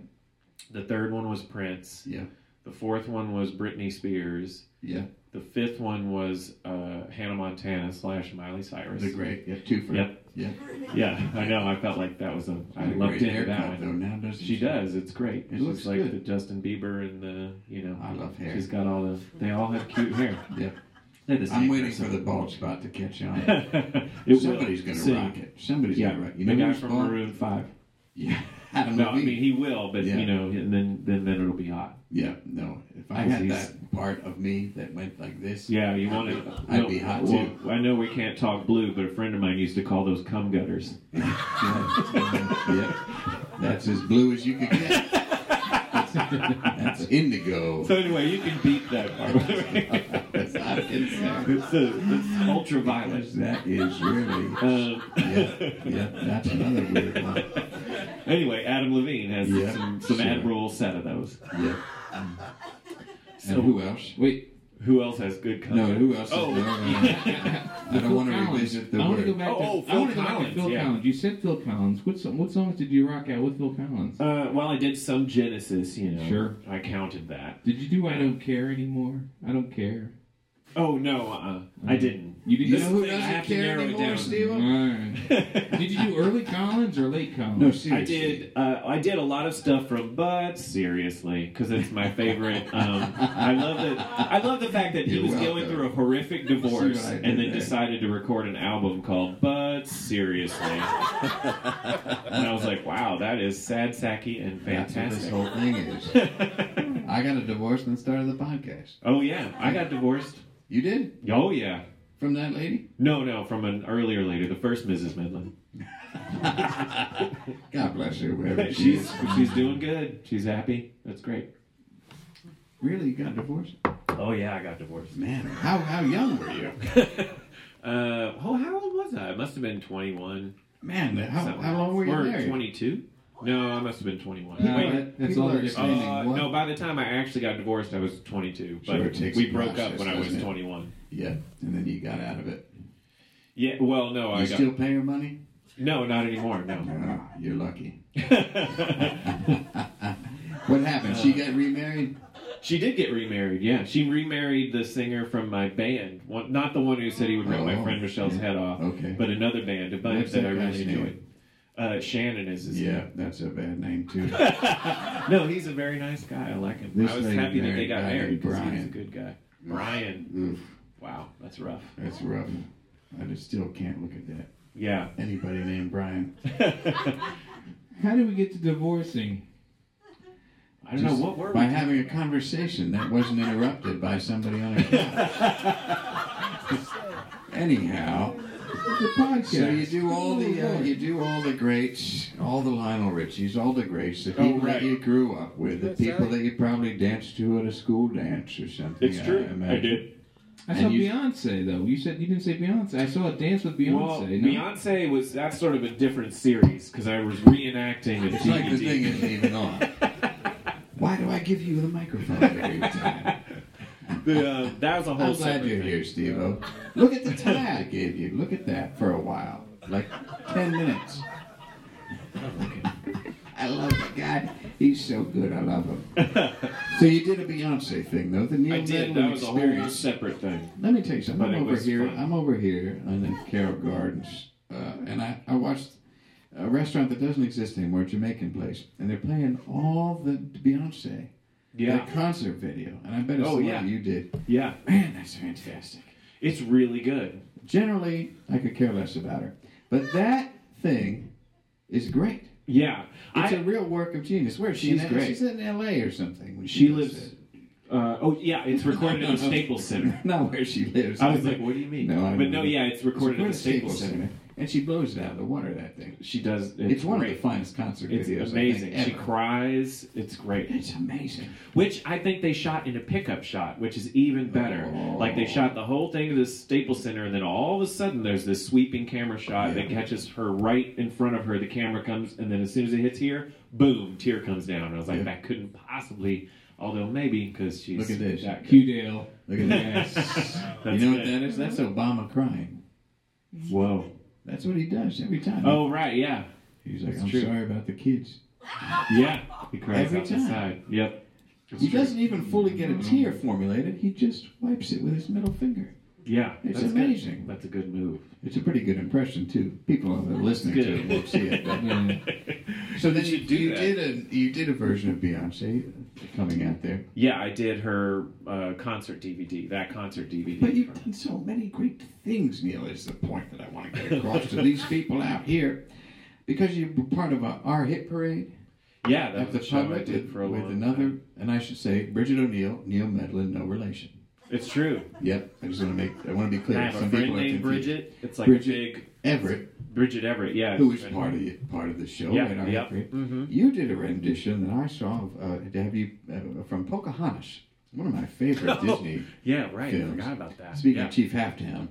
[SPEAKER 5] The third one was Prince.
[SPEAKER 1] Yeah.
[SPEAKER 5] The fourth one was Britney Spears.
[SPEAKER 1] Yeah,
[SPEAKER 5] The fifth one was uh, Hannah Montana slash Miley
[SPEAKER 1] yeah,
[SPEAKER 5] Cyrus.
[SPEAKER 1] the great. Yeah, two for.
[SPEAKER 5] Yep.
[SPEAKER 1] Yeah,
[SPEAKER 5] Yeah, I know. I felt like that was a. I
[SPEAKER 1] Got a
[SPEAKER 5] lucked
[SPEAKER 1] great
[SPEAKER 5] into that
[SPEAKER 1] haircut
[SPEAKER 5] one.
[SPEAKER 1] though. Now doesn't
[SPEAKER 5] She does. It's great.
[SPEAKER 1] It
[SPEAKER 5] It's
[SPEAKER 1] looks
[SPEAKER 5] just like
[SPEAKER 1] good.
[SPEAKER 5] the Justin Bieber and the you know.
[SPEAKER 1] I love hair.
[SPEAKER 5] She's got all the. They all have cute hair.
[SPEAKER 1] Yeah.
[SPEAKER 5] They're the
[SPEAKER 1] I'm
[SPEAKER 5] same
[SPEAKER 1] waiting for
[SPEAKER 5] person.
[SPEAKER 1] the bald spot to catch on.
[SPEAKER 5] it
[SPEAKER 1] Somebody's
[SPEAKER 5] will
[SPEAKER 1] gonna
[SPEAKER 5] soon.
[SPEAKER 1] rock it. Somebody's
[SPEAKER 5] Yeah,
[SPEAKER 1] gonna rock. it. You
[SPEAKER 5] the
[SPEAKER 1] know
[SPEAKER 5] guy
[SPEAKER 1] who's
[SPEAKER 5] from
[SPEAKER 1] bald?
[SPEAKER 5] Maroon Five.
[SPEAKER 1] Yeah, Adam
[SPEAKER 5] No, I
[SPEAKER 1] Levine.
[SPEAKER 5] mean he will, but
[SPEAKER 1] Yeah.
[SPEAKER 5] you know, and then then then it'll be hot.
[SPEAKER 1] Yeah, no. If I
[SPEAKER 5] Because
[SPEAKER 1] had
[SPEAKER 5] he's-
[SPEAKER 1] that part of me that went like this,
[SPEAKER 5] Yeah, you want to.
[SPEAKER 1] I'd be hot, too.
[SPEAKER 5] I know we can't talk blue, but a friend of mine used to call those cum gutters.
[SPEAKER 1] yeah, yeah, that's as blue as you could get. that's indigo.
[SPEAKER 5] So anyway, you can beat that part.
[SPEAKER 1] That's not insect.
[SPEAKER 5] it's, a, it's ultraviolet.
[SPEAKER 1] That is really.
[SPEAKER 5] Um,
[SPEAKER 1] Yeah, yeah, that's another weird one.
[SPEAKER 5] anyway, Adam Levine has
[SPEAKER 1] Yeah,
[SPEAKER 5] some, some
[SPEAKER 1] sure.
[SPEAKER 5] admirable set of those.
[SPEAKER 1] Yeah.
[SPEAKER 5] So
[SPEAKER 1] And who else?
[SPEAKER 3] Wait,
[SPEAKER 5] who else has good cum?
[SPEAKER 1] No, who else?
[SPEAKER 5] Oh.
[SPEAKER 1] Is, no, no, no. I don't
[SPEAKER 3] Phil
[SPEAKER 1] want to
[SPEAKER 3] Collins.
[SPEAKER 1] revisit the
[SPEAKER 3] I wanna
[SPEAKER 1] word.
[SPEAKER 3] go back
[SPEAKER 5] Oh,
[SPEAKER 3] to,
[SPEAKER 5] oh,
[SPEAKER 3] I
[SPEAKER 5] Phil
[SPEAKER 3] wanna go back to
[SPEAKER 5] Collins,
[SPEAKER 3] Phil
[SPEAKER 5] yeah.
[SPEAKER 3] Collins. You said Phil Collins. What, song, what songs did you rock out with Phil Collins?
[SPEAKER 5] Uh, well, I did some Genesis, you know.
[SPEAKER 3] Sure.
[SPEAKER 5] I counted that.
[SPEAKER 3] Did you do I Don't Care Anymore? I Don't Care.
[SPEAKER 5] Oh no, uh,
[SPEAKER 1] Mm-hmm.
[SPEAKER 5] I didn't.
[SPEAKER 3] You did
[SPEAKER 1] You
[SPEAKER 5] This
[SPEAKER 1] know who
[SPEAKER 5] thing, I
[SPEAKER 1] doesn't
[SPEAKER 5] have to
[SPEAKER 1] care
[SPEAKER 5] narrow it
[SPEAKER 1] anymore,
[SPEAKER 5] down. Mm-hmm.
[SPEAKER 3] All
[SPEAKER 1] Steven?
[SPEAKER 3] right. Did you do early Collins or late Collins?
[SPEAKER 1] No,
[SPEAKER 5] I
[SPEAKER 1] seriously.
[SPEAKER 5] did. Uh, I did a lot of stuff from Bud seriously because it's my favorite. Um, I love the. I love the fact that he
[SPEAKER 1] You're
[SPEAKER 5] was going
[SPEAKER 1] welcome.
[SPEAKER 5] through a horrific
[SPEAKER 1] See
[SPEAKER 5] divorce
[SPEAKER 1] what I did
[SPEAKER 5] and then
[SPEAKER 1] there?
[SPEAKER 5] decided to record an album called Bud seriously. and I was like, wow, that is sad, sacky, and
[SPEAKER 1] That's what this
[SPEAKER 5] fantastic.
[SPEAKER 1] whole thing is. I I got a divorce and started the podcast.
[SPEAKER 5] Oh yeah, I got divorced.
[SPEAKER 1] You did?
[SPEAKER 5] Oh yeah.
[SPEAKER 1] From that lady?
[SPEAKER 5] No, no, from an earlier lady, the first Mrs. Midland.
[SPEAKER 1] God bless her, whoever she
[SPEAKER 5] she's
[SPEAKER 1] is.
[SPEAKER 5] she's doing good. She's happy. That's great.
[SPEAKER 1] Really, you got divorced?
[SPEAKER 5] Oh yeah, I got divorced.
[SPEAKER 1] Man, how, how young were you?
[SPEAKER 5] Uh, oh, how old was I? I must have been 21.
[SPEAKER 1] Man, how,
[SPEAKER 5] Something
[SPEAKER 1] how long were
[SPEAKER 5] like
[SPEAKER 1] you
[SPEAKER 5] that. Or
[SPEAKER 1] married?
[SPEAKER 5] 22? No, I must have been 21.
[SPEAKER 2] No,
[SPEAKER 5] Wait,
[SPEAKER 2] that- that's
[SPEAKER 1] people
[SPEAKER 2] all
[SPEAKER 1] are
[SPEAKER 2] that it-
[SPEAKER 1] expanding.
[SPEAKER 5] uh,
[SPEAKER 1] what?
[SPEAKER 5] no, by the time I actually got divorced, I was 22. But
[SPEAKER 1] Sure, it takes
[SPEAKER 5] we
[SPEAKER 1] a
[SPEAKER 5] broke up
[SPEAKER 1] process,
[SPEAKER 5] when I was
[SPEAKER 1] doesn't it?
[SPEAKER 5] 21.
[SPEAKER 1] Yeah, and then you got out of it.
[SPEAKER 5] Yeah, well, no, Oh, I
[SPEAKER 1] you
[SPEAKER 5] got.
[SPEAKER 1] still pay her money?
[SPEAKER 5] No, not anymore, no.
[SPEAKER 1] Oh, you're lucky. What happened? She
[SPEAKER 5] Uh,
[SPEAKER 1] got remarried?
[SPEAKER 5] she did get remarried, yeah. She remarried the singer from my band. One, not the one who said he would rip my
[SPEAKER 1] Oh,
[SPEAKER 5] friend Michelle's head off,
[SPEAKER 1] Okay.
[SPEAKER 5] but another band, a band
[SPEAKER 1] What's
[SPEAKER 5] that
[SPEAKER 1] that
[SPEAKER 5] I
[SPEAKER 1] guy's
[SPEAKER 5] really
[SPEAKER 1] name?
[SPEAKER 5] enjoyed. Uh, Shannon is his
[SPEAKER 1] Yeah, that's a bad name too.
[SPEAKER 5] no, he's a very nice guy. I like him.
[SPEAKER 1] This
[SPEAKER 5] I was
[SPEAKER 1] lady
[SPEAKER 5] happy that they
[SPEAKER 1] married
[SPEAKER 5] got
[SPEAKER 1] guy
[SPEAKER 5] married
[SPEAKER 1] named
[SPEAKER 5] because he's a
[SPEAKER 1] Brian.
[SPEAKER 5] good guy. Brian.
[SPEAKER 1] Oof,
[SPEAKER 5] Wow, that's rough.
[SPEAKER 1] that's rough. I just still can't look at that.
[SPEAKER 5] Yeah.
[SPEAKER 1] Anybody named Brian?
[SPEAKER 3] How did we get to divorcing?
[SPEAKER 5] I don't know
[SPEAKER 1] Just
[SPEAKER 5] what were
[SPEAKER 1] By
[SPEAKER 5] we.
[SPEAKER 1] having a conversation that wasn't interrupted by somebody on a couch. Anyhow,
[SPEAKER 3] The podcast.
[SPEAKER 1] so you do all the uh, you do all the greats, all the Lionel Richies, all the greats, the
[SPEAKER 5] Oh,
[SPEAKER 1] people
[SPEAKER 5] right.
[SPEAKER 1] that you grew up with, the
[SPEAKER 3] That's
[SPEAKER 1] people
[SPEAKER 3] right.
[SPEAKER 1] that you probably danced to at a school dance or something.
[SPEAKER 5] It's true. I
[SPEAKER 1] imagine.
[SPEAKER 5] did.
[SPEAKER 3] I
[SPEAKER 1] and
[SPEAKER 3] saw
[SPEAKER 1] you-
[SPEAKER 3] Beyonce though. You said you didn't say Beyonce. I saw a dance with Beyonce.
[SPEAKER 5] Well,
[SPEAKER 3] no?
[SPEAKER 5] Beyonce was that's sort of a different series because I was reenacting a
[SPEAKER 1] It's like the thing
[SPEAKER 5] DVD.
[SPEAKER 1] isn't even on. Why do I give you the microphone every time?
[SPEAKER 5] The, uh, that was a whole.
[SPEAKER 1] I'm glad
[SPEAKER 5] separate
[SPEAKER 1] you're
[SPEAKER 5] thing.
[SPEAKER 1] here, Steve O. Look at the time I gave you. Look at that for a while. Like 10 minutes. I love the guy. He's so good. I love him. So you did a Beyonce thing, though. The Neil
[SPEAKER 5] I did.
[SPEAKER 1] Medley
[SPEAKER 5] That was a whole
[SPEAKER 1] experience.
[SPEAKER 5] separate thing.
[SPEAKER 1] Let me tell you something.
[SPEAKER 5] But
[SPEAKER 1] I'm
[SPEAKER 5] it
[SPEAKER 1] over
[SPEAKER 5] was
[SPEAKER 1] here.
[SPEAKER 5] fun.
[SPEAKER 1] I'm over here on the Carroll Gardens, uh, and I, I watched a restaurant that doesn't exist anymore, a Jamaican place, and they're playing all the Beyonce,
[SPEAKER 5] Yeah.
[SPEAKER 1] that concert video, and I bet it's
[SPEAKER 5] Oh,
[SPEAKER 1] the
[SPEAKER 5] yeah.
[SPEAKER 1] one you did.
[SPEAKER 5] Yeah.
[SPEAKER 1] Man, that's fantastic.
[SPEAKER 5] It's really good.
[SPEAKER 1] Generally, I could care less about her, but that thing is great.
[SPEAKER 5] Yeah.
[SPEAKER 1] It's
[SPEAKER 5] I,
[SPEAKER 1] a real work of genius. Where is she?
[SPEAKER 5] She's
[SPEAKER 1] in,
[SPEAKER 5] great.
[SPEAKER 1] She's in L.A. or something. when
[SPEAKER 5] she
[SPEAKER 1] does
[SPEAKER 5] lives.
[SPEAKER 1] it.
[SPEAKER 5] Uh, oh yeah, it's recorded at the Staples Center.
[SPEAKER 1] Not where she lives.
[SPEAKER 5] I was like, what do you mean?
[SPEAKER 1] No, I
[SPEAKER 5] but no,
[SPEAKER 1] remember.
[SPEAKER 5] yeah, it's
[SPEAKER 1] It's
[SPEAKER 5] recorded at
[SPEAKER 1] Quinn
[SPEAKER 5] the Staples Center.
[SPEAKER 1] and she blows it out of the water. That thing.
[SPEAKER 5] She does. It's,
[SPEAKER 1] It's, one of
[SPEAKER 5] great.
[SPEAKER 1] the finest concert
[SPEAKER 5] It's
[SPEAKER 1] videos. I
[SPEAKER 5] amazing.
[SPEAKER 1] think,
[SPEAKER 5] She
[SPEAKER 1] ever.
[SPEAKER 5] cries. It's great.
[SPEAKER 1] It's amazing.
[SPEAKER 5] Which I think they shot in a pickup shot, which is even better.
[SPEAKER 1] Oh.
[SPEAKER 5] Like they shot the whole thing to the Staples Center, and then all of a sudden there's this sweeping camera shot that
[SPEAKER 1] Yeah.
[SPEAKER 5] catches her right in front of her. The camera comes, and then as soon as it hits here, boom, tear comes down. And I was like,
[SPEAKER 1] Yeah.
[SPEAKER 5] that couldn't possibly. Although maybe because she's
[SPEAKER 1] Look at this.
[SPEAKER 5] that good.
[SPEAKER 3] Q Dale.
[SPEAKER 1] Look at that. you know what
[SPEAKER 5] good.
[SPEAKER 1] that is? That's Obama crying.
[SPEAKER 5] Whoa.
[SPEAKER 1] That's what he does every time.
[SPEAKER 5] Oh right, yeah,
[SPEAKER 1] he's like,
[SPEAKER 5] it's
[SPEAKER 1] I'm
[SPEAKER 5] true.
[SPEAKER 1] sorry about the kids.
[SPEAKER 5] yeah. He cries
[SPEAKER 1] Every
[SPEAKER 5] out the
[SPEAKER 1] time.
[SPEAKER 5] side. Yep. It's
[SPEAKER 1] he
[SPEAKER 5] true. Mm-hmm.
[SPEAKER 1] doesn't even fully get a tear formulated. He just wipes it with his middle finger.
[SPEAKER 5] Yeah,
[SPEAKER 1] It's
[SPEAKER 5] that's good.
[SPEAKER 1] amazing.
[SPEAKER 5] That's a good move.
[SPEAKER 1] It's a pretty good impression too. People that are listening to it
[SPEAKER 5] Good.
[SPEAKER 1] will see it. but-
[SPEAKER 3] Yeah.
[SPEAKER 1] so then
[SPEAKER 5] You
[SPEAKER 1] you,
[SPEAKER 5] should do
[SPEAKER 1] you
[SPEAKER 5] that.
[SPEAKER 1] did a you did a version of Beyonce coming out there,
[SPEAKER 5] Yeah, I did her uh, concert DVD. That concert DVD.
[SPEAKER 1] but you've done so many great things. Neil is the point that I want to get across to these people out here because you were part of a, our hit parade.
[SPEAKER 5] yeah, that
[SPEAKER 1] at
[SPEAKER 5] was
[SPEAKER 1] the
[SPEAKER 5] a show I
[SPEAKER 1] public
[SPEAKER 5] did for a
[SPEAKER 1] with
[SPEAKER 5] long
[SPEAKER 1] another,
[SPEAKER 5] time.
[SPEAKER 1] and I should say Bridget O'Neill, Neil Medlin, no relation.
[SPEAKER 5] It's true.
[SPEAKER 1] Yep, I just want to make I want to be
[SPEAKER 5] I
[SPEAKER 1] clear.
[SPEAKER 5] have a
[SPEAKER 1] Some
[SPEAKER 5] friend
[SPEAKER 1] people are
[SPEAKER 5] named
[SPEAKER 1] confused.
[SPEAKER 5] Bridget. It's like
[SPEAKER 1] Bridget
[SPEAKER 5] big
[SPEAKER 1] Everett,
[SPEAKER 5] Bridget Everett. Yeah,
[SPEAKER 1] who was part of you, part of the show.
[SPEAKER 5] Yeah,
[SPEAKER 1] at our
[SPEAKER 5] yep.
[SPEAKER 1] parade.
[SPEAKER 5] Mhm.
[SPEAKER 1] You did a rendition that I saw of uh, to have you uh, from Pocahontas, one of my
[SPEAKER 5] Oh.
[SPEAKER 1] favorite Disney.
[SPEAKER 5] Yeah, right. I
[SPEAKER 1] Films.
[SPEAKER 5] forgot about that.
[SPEAKER 1] Speaking
[SPEAKER 5] yeah.
[SPEAKER 1] of Chief Halftown,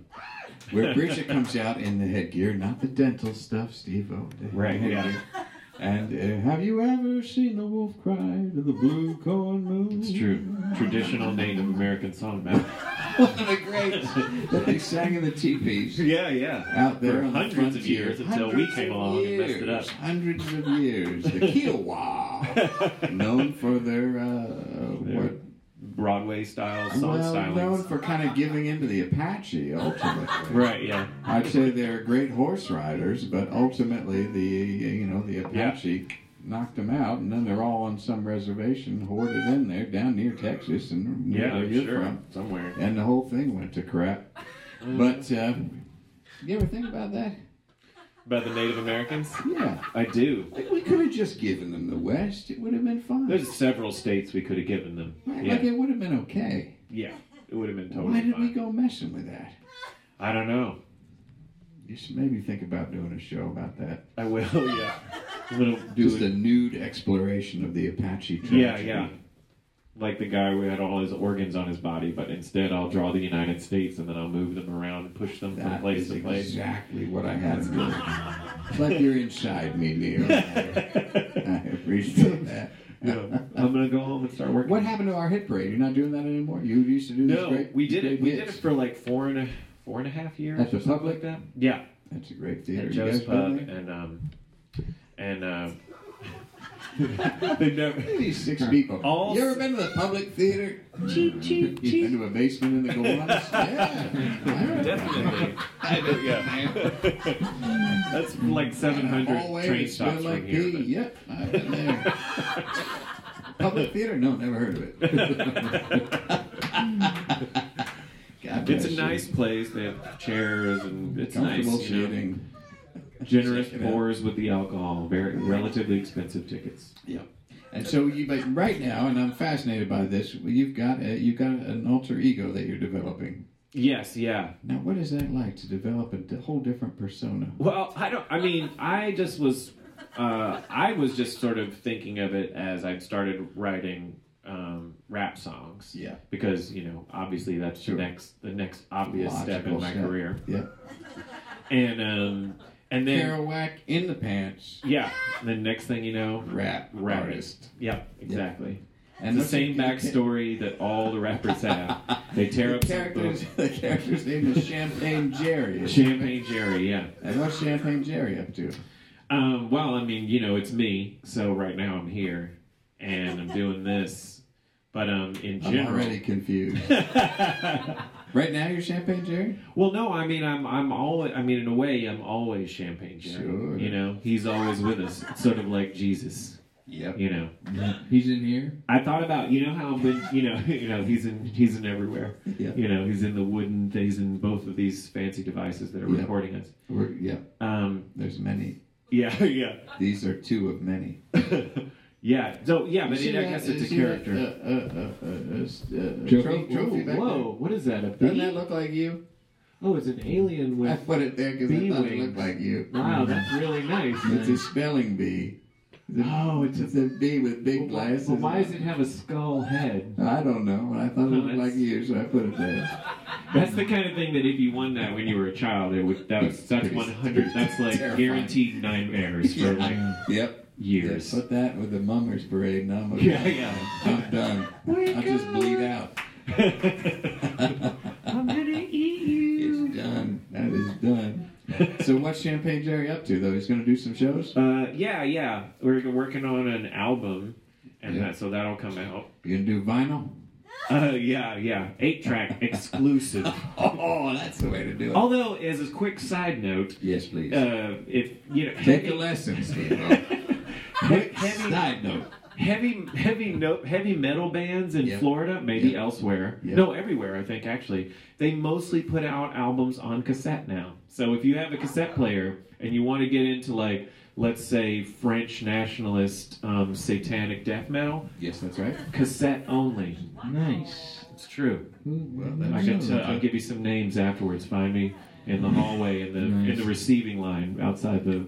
[SPEAKER 1] where Bridget comes out in the headgear, not the dental stuff, Steve. Oh,
[SPEAKER 5] Right, yeah.
[SPEAKER 1] And uh, have you ever seen the wolf cry to the blue corn moon?
[SPEAKER 5] it's true. Traditional Native American song, man.
[SPEAKER 1] One of the greats that they sang in the teepees
[SPEAKER 5] yeah, yeah.
[SPEAKER 1] out there
[SPEAKER 5] For
[SPEAKER 1] on the
[SPEAKER 5] hundreds of
[SPEAKER 1] frontier.
[SPEAKER 5] years until we came
[SPEAKER 1] of
[SPEAKER 5] along and messed it
[SPEAKER 1] years,
[SPEAKER 5] up.
[SPEAKER 1] Hundreds of years. The Kiowa, known for their uh, what?
[SPEAKER 5] Broadway style song
[SPEAKER 1] Well,
[SPEAKER 5] stylings.
[SPEAKER 1] known for kind of giving in to the Apache ultimately.
[SPEAKER 5] Right. Yeah.
[SPEAKER 1] I'd say they're great horse riders, but ultimately the you know the Apache knocked them out, and then they're all on some reservation hoarded in there down near Texas and
[SPEAKER 5] Yeah.
[SPEAKER 1] where
[SPEAKER 5] I'm
[SPEAKER 1] you're
[SPEAKER 5] sure. Mm.
[SPEAKER 1] from,
[SPEAKER 5] Somewhere.
[SPEAKER 1] and the whole thing went to crap. But uh, you ever think about that?
[SPEAKER 5] By the Native Americans?
[SPEAKER 1] Yeah.
[SPEAKER 5] I do.
[SPEAKER 1] Like, we could have just given them the West. It would have been fine.
[SPEAKER 5] There's several states we could have given them.
[SPEAKER 1] Right,
[SPEAKER 5] Yeah,
[SPEAKER 1] Like, it would have been okay.
[SPEAKER 5] yeah. It would have been
[SPEAKER 1] Why
[SPEAKER 5] totally
[SPEAKER 1] did we
[SPEAKER 5] fine.
[SPEAKER 1] go messing with that?
[SPEAKER 5] I don't know.
[SPEAKER 1] You should maybe think about doing a show about that.
[SPEAKER 5] I will, yeah. I'm gonna do
[SPEAKER 1] Just
[SPEAKER 5] it.
[SPEAKER 1] a nude exploration of the Apache tragedy.
[SPEAKER 5] Yeah, yeah. Like the guy who had all his organs on his body, but instead I'll draw the United States and then I'll move them around and push them from
[SPEAKER 1] That is
[SPEAKER 5] place to place.
[SPEAKER 1] exactly what I had in mind. But you're inside me, Leo. I appreciate that.
[SPEAKER 5] Yeah. I'm gonna go home and start working.
[SPEAKER 1] What happened to our hit parade? You're not doing that anymore. You used to do this
[SPEAKER 5] No,
[SPEAKER 1] great.
[SPEAKER 5] we did
[SPEAKER 1] great
[SPEAKER 5] it. We did
[SPEAKER 1] hits.
[SPEAKER 5] it for like four and a four and a half years.
[SPEAKER 1] At the
[SPEAKER 5] or something
[SPEAKER 1] public?
[SPEAKER 5] like that. Yeah,
[SPEAKER 1] That's a great
[SPEAKER 5] at
[SPEAKER 1] theater. You
[SPEAKER 5] Joe's
[SPEAKER 1] guys
[SPEAKER 5] Pub
[SPEAKER 1] been there?
[SPEAKER 5] and um and uh, they never.
[SPEAKER 1] Maybe six people.
[SPEAKER 5] All-
[SPEAKER 1] you ever been to the public theater?
[SPEAKER 4] Cheat, cheat,
[SPEAKER 1] You
[SPEAKER 4] cheat.
[SPEAKER 1] been to a basement in the Golanus? yeah. I remember that.
[SPEAKER 5] Definitely. I know, yeah. That's like 700
[SPEAKER 1] Hallway
[SPEAKER 5] train
[SPEAKER 1] that smelled
[SPEAKER 5] stops
[SPEAKER 1] like
[SPEAKER 5] from here.
[SPEAKER 1] pee.
[SPEAKER 5] but-
[SPEAKER 1] Yep, I've been there. public theater? No, never heard of it. God
[SPEAKER 5] It's a
[SPEAKER 1] bless you.
[SPEAKER 5] nice place. They have chairs and it's nice.
[SPEAKER 1] comfortable
[SPEAKER 5] You know,
[SPEAKER 1] seating.
[SPEAKER 5] generous
[SPEAKER 1] Check it out.
[SPEAKER 5] pours with the alcohol. Very relatively expensive tickets.
[SPEAKER 1] And so you, but right now, and I'm fascinated by this. You've got a, you've got an alter ego that you're developing.
[SPEAKER 5] Yes, yeah.
[SPEAKER 1] Now, what is that like to develop a d- whole different persona?
[SPEAKER 5] Well, I don't. I mean, I just was. Uh, I was just sort of thinking of it as I started writing um, rap songs.
[SPEAKER 1] Yeah.
[SPEAKER 5] Because you know, obviously, that's
[SPEAKER 1] Sure.
[SPEAKER 5] the next the next obvious step
[SPEAKER 1] Logical
[SPEAKER 5] in my
[SPEAKER 1] step.
[SPEAKER 5] career.
[SPEAKER 1] Yeah,
[SPEAKER 5] And um, and then
[SPEAKER 1] Kerouac in the pants,
[SPEAKER 5] yeah, and then next thing you know,
[SPEAKER 1] rap,
[SPEAKER 5] Rap.
[SPEAKER 1] artist,
[SPEAKER 5] yep, exactly.
[SPEAKER 1] and
[SPEAKER 5] the
[SPEAKER 1] what's
[SPEAKER 5] same
[SPEAKER 1] the-
[SPEAKER 5] backstory that all the rappers have. They tear
[SPEAKER 1] The
[SPEAKER 5] up some
[SPEAKER 1] character's,
[SPEAKER 5] books.
[SPEAKER 1] the character's name is Champagne Jerry.
[SPEAKER 5] Champagne Jerry, yeah.
[SPEAKER 1] And what's Champagne Jerry up to?
[SPEAKER 5] Um, well, I mean, you know, it's me. So right now I'm here and I'm doing this. But um, in
[SPEAKER 1] I'm
[SPEAKER 5] general,
[SPEAKER 1] already confused. right now, you're Champagne Jerry.
[SPEAKER 5] well, no, I mean, I'm I'm always, I mean, in a way, I'm always Champagne Jerry.
[SPEAKER 1] Sure.
[SPEAKER 5] You know, he's always with us, sort of like Jesus.
[SPEAKER 1] Yep.
[SPEAKER 5] You know,
[SPEAKER 3] He's in here.
[SPEAKER 5] I thought about you know how when you know you know he's in he's in everywhere.
[SPEAKER 1] Yeah.
[SPEAKER 5] You know, he's in the wooden. He's in both of these fancy devices that are
[SPEAKER 1] Yeah.
[SPEAKER 5] recording us.
[SPEAKER 1] We're, yep.
[SPEAKER 5] Um,
[SPEAKER 1] There's many.
[SPEAKER 5] yeah, yeah.
[SPEAKER 1] These are two of many.
[SPEAKER 5] yeah. So yeah,
[SPEAKER 1] You
[SPEAKER 5] but
[SPEAKER 1] see
[SPEAKER 5] it, I
[SPEAKER 1] that-
[SPEAKER 5] guess
[SPEAKER 1] you
[SPEAKER 5] it's a
[SPEAKER 1] see that,
[SPEAKER 5] character.
[SPEAKER 1] uh, uh, uh, uh, uh, s- uh,
[SPEAKER 3] Trophy?
[SPEAKER 1] tro- trophy back
[SPEAKER 5] whoa, what is that? A
[SPEAKER 1] there.
[SPEAKER 5] bee?
[SPEAKER 1] Doesn't that look like you?
[SPEAKER 5] oh, it's an alien
[SPEAKER 1] I
[SPEAKER 5] with.
[SPEAKER 1] put it there because I
[SPEAKER 5] Bee
[SPEAKER 1] thought it looked
[SPEAKER 5] wings.
[SPEAKER 1] like you. Mm-hmm.
[SPEAKER 5] Wow, that's really nice.
[SPEAKER 1] It's a spelling bee.
[SPEAKER 5] Oh, it's a-
[SPEAKER 1] it's a bee with big
[SPEAKER 5] But why-
[SPEAKER 1] glasses.
[SPEAKER 5] But why does it have a skull head?
[SPEAKER 1] I don't know. I thought it
[SPEAKER 5] No,
[SPEAKER 1] looked
[SPEAKER 5] that's-
[SPEAKER 1] like you, so I put it there.
[SPEAKER 5] That's the kind of thing that if you won that when you were a child, it would that was that's
[SPEAKER 1] Pretty-
[SPEAKER 5] one hundred. That's like
[SPEAKER 1] terrifying.
[SPEAKER 5] guaranteed nightmares for like
[SPEAKER 1] Yep.
[SPEAKER 5] years.
[SPEAKER 1] Yeah, put that with the mummers parade, and I'm,
[SPEAKER 5] Yeah, yeah.
[SPEAKER 1] I'm done. I'll just bleed out.
[SPEAKER 4] I'm gonna eat you.
[SPEAKER 1] It's done. That is done. so what's Champagne Jerry up to though? He's going to do some shows.
[SPEAKER 5] Uh, yeah, yeah. We're working on an album, and
[SPEAKER 1] Yeah.
[SPEAKER 5] that so that'll come out.
[SPEAKER 1] You going to do vinyl?
[SPEAKER 5] Uh, yeah, yeah. Eight track exclusive.
[SPEAKER 1] Oh, that's the way to do it.
[SPEAKER 5] Although, as a quick side note,
[SPEAKER 1] Yes, please.
[SPEAKER 5] uh, if you know,
[SPEAKER 1] Take a lesson, Steve. Quick
[SPEAKER 5] heavy-
[SPEAKER 1] side note.
[SPEAKER 5] heavy heavy no, heavy metal bands in
[SPEAKER 1] Yeah.
[SPEAKER 5] Florida, maybe
[SPEAKER 1] Yeah.
[SPEAKER 5] elsewhere,
[SPEAKER 1] Yeah.
[SPEAKER 5] no, everywhere I think actually, they mostly put out albums on cassette now. So if you have a cassette player and you want to get into like let's say French nationalist um, satanic death metal,
[SPEAKER 1] Yes, that's right.
[SPEAKER 5] cassette only.
[SPEAKER 3] Nice.
[SPEAKER 5] It's true.
[SPEAKER 1] Well,
[SPEAKER 5] I
[SPEAKER 1] that's
[SPEAKER 5] can tell, I'll give you some names afterwards. Find me in the hallway in the in
[SPEAKER 3] Nice.
[SPEAKER 5] the receiving line outside the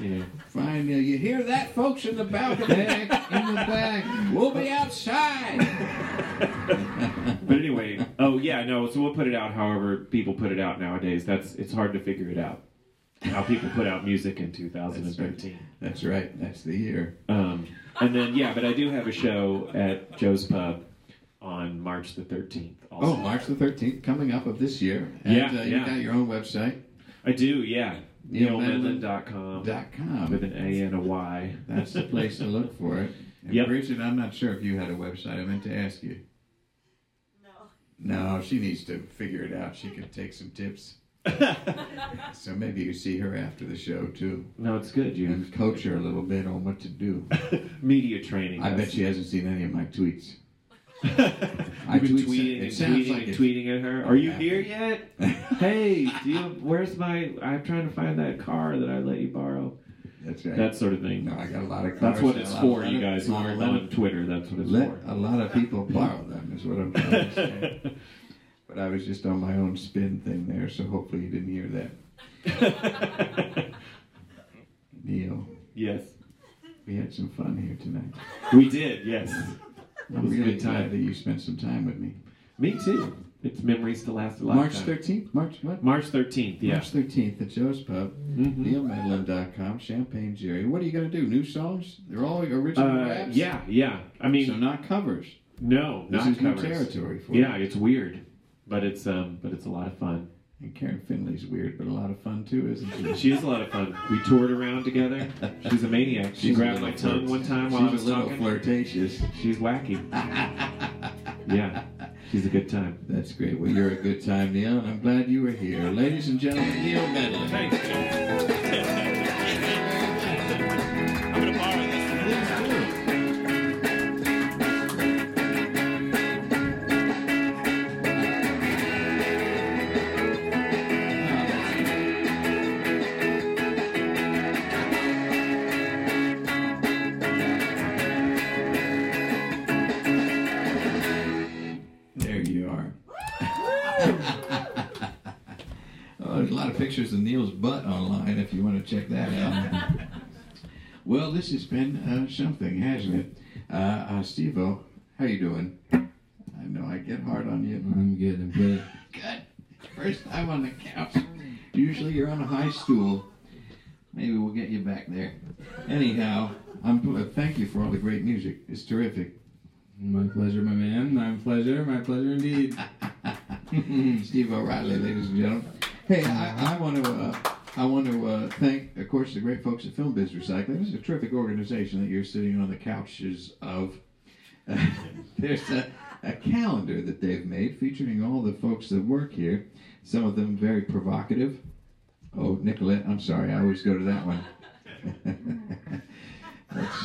[SPEAKER 5] you know.
[SPEAKER 1] fine. Yeah, You hear that, folks, in the balcony?
[SPEAKER 3] Back in the back.
[SPEAKER 1] we'll be outside.
[SPEAKER 5] But anyway, oh yeah, no. So we'll put it out however people put it out nowadays. That's it's hard to figure it out how people put out music in 2013.
[SPEAKER 1] That's right. That's the year.
[SPEAKER 5] Um, and then yeah, but I do have a show at Joe's Pub on March the 13th. Also.
[SPEAKER 1] Oh, March the 13th, coming up of this year.
[SPEAKER 5] Yeah,
[SPEAKER 1] And, uh, you
[SPEAKER 5] yeah.
[SPEAKER 1] got your own website,
[SPEAKER 5] I do, yeah.
[SPEAKER 1] Yeah,
[SPEAKER 5] NeilMedlin.com
[SPEAKER 1] dot com.
[SPEAKER 5] with an A and a Y.
[SPEAKER 1] That's the place to look for it. And
[SPEAKER 5] Yep.
[SPEAKER 1] Bridget, I'm not sure if you had a website. I meant to ask you. No, she needs to figure it out. She can take some tips. so maybe you see her after the show too,
[SPEAKER 5] No, it's good. You
[SPEAKER 1] and coach her a little bit on what to do.
[SPEAKER 5] media training.
[SPEAKER 1] I
[SPEAKER 5] that's-
[SPEAKER 1] bet she hasn't seen any of my tweets.
[SPEAKER 2] I
[SPEAKER 5] I've been
[SPEAKER 2] tweet-
[SPEAKER 5] tweeting and
[SPEAKER 1] it sounds
[SPEAKER 5] tweeting
[SPEAKER 1] like
[SPEAKER 5] and
[SPEAKER 1] it.
[SPEAKER 5] tweeting at her. Are you
[SPEAKER 1] Yeah.
[SPEAKER 5] here yet? hey, do you, where's my? I'm trying to find that car that I let you borrow.
[SPEAKER 1] That's right.
[SPEAKER 5] That sort of thing.
[SPEAKER 1] no, I got a lot of cars.
[SPEAKER 5] That's what
[SPEAKER 1] and a
[SPEAKER 5] it's
[SPEAKER 1] lot
[SPEAKER 5] for,
[SPEAKER 1] of-
[SPEAKER 5] you guys who
[SPEAKER 1] lot of
[SPEAKER 5] aren't
[SPEAKER 1] lot of-
[SPEAKER 5] on Twitter. That's what it's
[SPEAKER 1] Let
[SPEAKER 5] for.
[SPEAKER 1] a lot of people borrow them is what I'm trying to say. But I was just on my own spin thing there, so hopefully you didn't hear that. Neil,
[SPEAKER 5] yes,
[SPEAKER 1] we had some fun here tonight.
[SPEAKER 5] we did. Yes, It
[SPEAKER 1] I'm
[SPEAKER 5] was a
[SPEAKER 1] really
[SPEAKER 5] good time.
[SPEAKER 1] glad that you spent some time with me.
[SPEAKER 5] me too. It's memories to last a
[SPEAKER 1] March
[SPEAKER 5] lifetime.
[SPEAKER 1] 13th? March what?
[SPEAKER 5] March thirteenth. Yeah.
[SPEAKER 1] March 13th at Joe's Pub,
[SPEAKER 5] Mhm.
[SPEAKER 1] neilmedlin.com, Champagne Jerry. What are you going to do? New songs? They're all original
[SPEAKER 5] Uh,
[SPEAKER 1] raps?
[SPEAKER 5] yeah, yeah. I mean,
[SPEAKER 1] So not covers.
[SPEAKER 5] no,
[SPEAKER 1] This
[SPEAKER 5] not
[SPEAKER 1] is
[SPEAKER 5] covers.
[SPEAKER 1] new territory for you.
[SPEAKER 5] Yeah, it's weird, but it's um, but it's a lot of fun.
[SPEAKER 1] And Karen Finley's weird, but a lot of fun too, isn't she?
[SPEAKER 5] She is a lot of fun. We toured around together. She's a maniac. She
[SPEAKER 1] She's a
[SPEAKER 5] grabbed
[SPEAKER 1] little
[SPEAKER 5] my tongue
[SPEAKER 1] flirt-
[SPEAKER 5] one time
[SPEAKER 1] She's
[SPEAKER 5] while I was
[SPEAKER 1] a little
[SPEAKER 5] talking.
[SPEAKER 1] flirtatious.
[SPEAKER 5] She's wacky. yeah, she's a good time.
[SPEAKER 1] That's great. Well, you're a good time, Neil, and I'm glad you were here. Ladies and gentlemen, Neil Medlin. There you are. oh, there's a lot of pictures of Neil's butt online if you want to check that out. well, this has been uh, something, hasn't it? Uh, uh, Steve-O, how you doing? I know I get hard on you.
[SPEAKER 2] I'm good. I'm good.
[SPEAKER 1] Good. First time on the couch. Usually you're on a high stool. Maybe we'll get you back there. Anyhow, I'm pl- thank you for all the great music. It's terrific.
[SPEAKER 3] My pleasure, my man. My pleasure. My pleasure indeed.
[SPEAKER 1] Steve O'Reilly, ladies and gentlemen. Hey, I, I want to uh, I want to uh, thank, of course, the great folks at Film Biz Recycling. This is a terrific organization that you're sitting on the couches of. there's a, a calendar that they've made featuring all the folks that work here. Some of them very provocative. Oh, Nicolette, I'm sorry, I always go to that one. that's,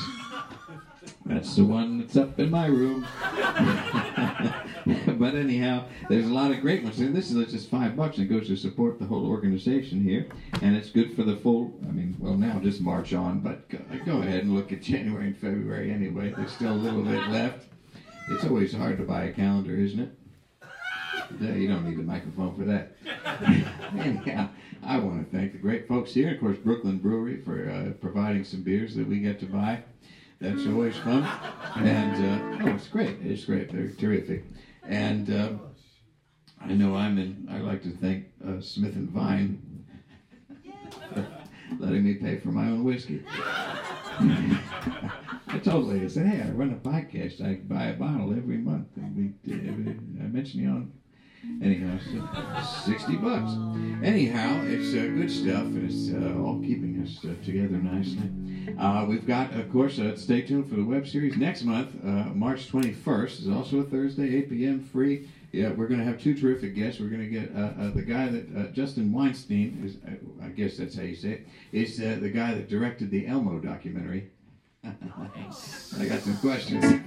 [SPEAKER 1] that's the one that's up in my room. but anyhow, there's a lot of great ones. And this is just five bucks, and it goes to support the whole organization here. And it's good for the full. I mean, well, now just march on, but go, go ahead and look at January and February anyway. There's still a little bit left. It's always hard to buy a calendar, isn't it? No, you don't need a microphone for that. Anyhow, I want to thank the great folks here, of course, Brooklyn Brewery for uh, providing some beers that we get to buy. That's always fun, and uh, oh, it's great. It's great. They're terrific, and uh, I know I'm in. I like to thank uh, Smith and Vine for letting me pay for my own whiskey. I told Leah, I said, "Hey, I run a podcast. I buy a bottle every month, and we. I mentioned you on Anyhow, so 60 bucks. Anyhow, it's uh, good stuff, and it's uh, all keeping us uh, together nicely. Uh, we've got, of course, uh, stay tuned for the web series next month, uh, March 21st, is also a Thursday, 8 p.m. free. Yeah, we're going to have two terrific guests. We're going to get uh, uh, the guy that uh, Justin Weinstein is. uh, I, I guess that's how you say it. Is uh, the guy that directed the Elmo documentary? I got some questions for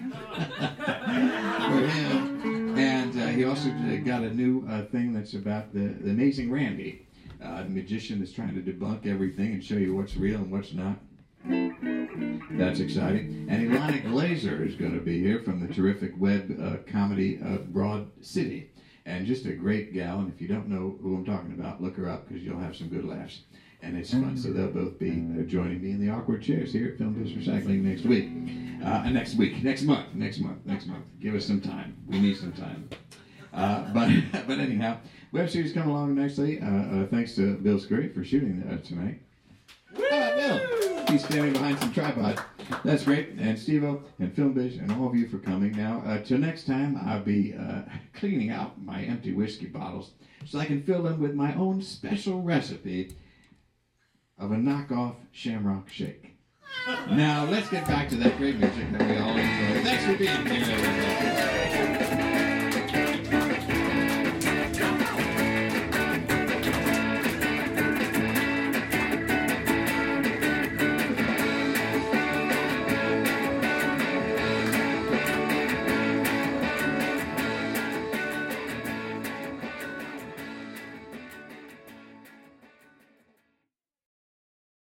[SPEAKER 1] him. And uh, he also uh, got a new uh, thing that's about the, the amazing Randy, uh, the magician that's trying to debunk everything and show you what's real and what's not. That's exciting. And Ilana Glazer is going to be here from the terrific web uh, comedy uh, Broad City. And just a great gal. And if you don't know who I'm talking about, look her up because you'll have some good laughs. And it's fun. So they'll both be uh, joining me in the awkward chairs here at Film Biz Recycling next week. Uh, next week, next month, next month, next month. Give us some time. We need some time. Uh, but but anyhow, web series come along nicely. Uh, uh, thanks to Bill Scurry for shooting uh, tonight. Ah, Bill. He's standing behind some tripod. That's great. And Steve and Filmbiz and all of you for coming. Now, uh, till next time, I'll be uh, cleaning out my empty whiskey bottles so I can fill them with my own special recipe of a knockoff shamrock shake. now, let's get back to that great music that we all enjoy. Thanks for being here, everyone.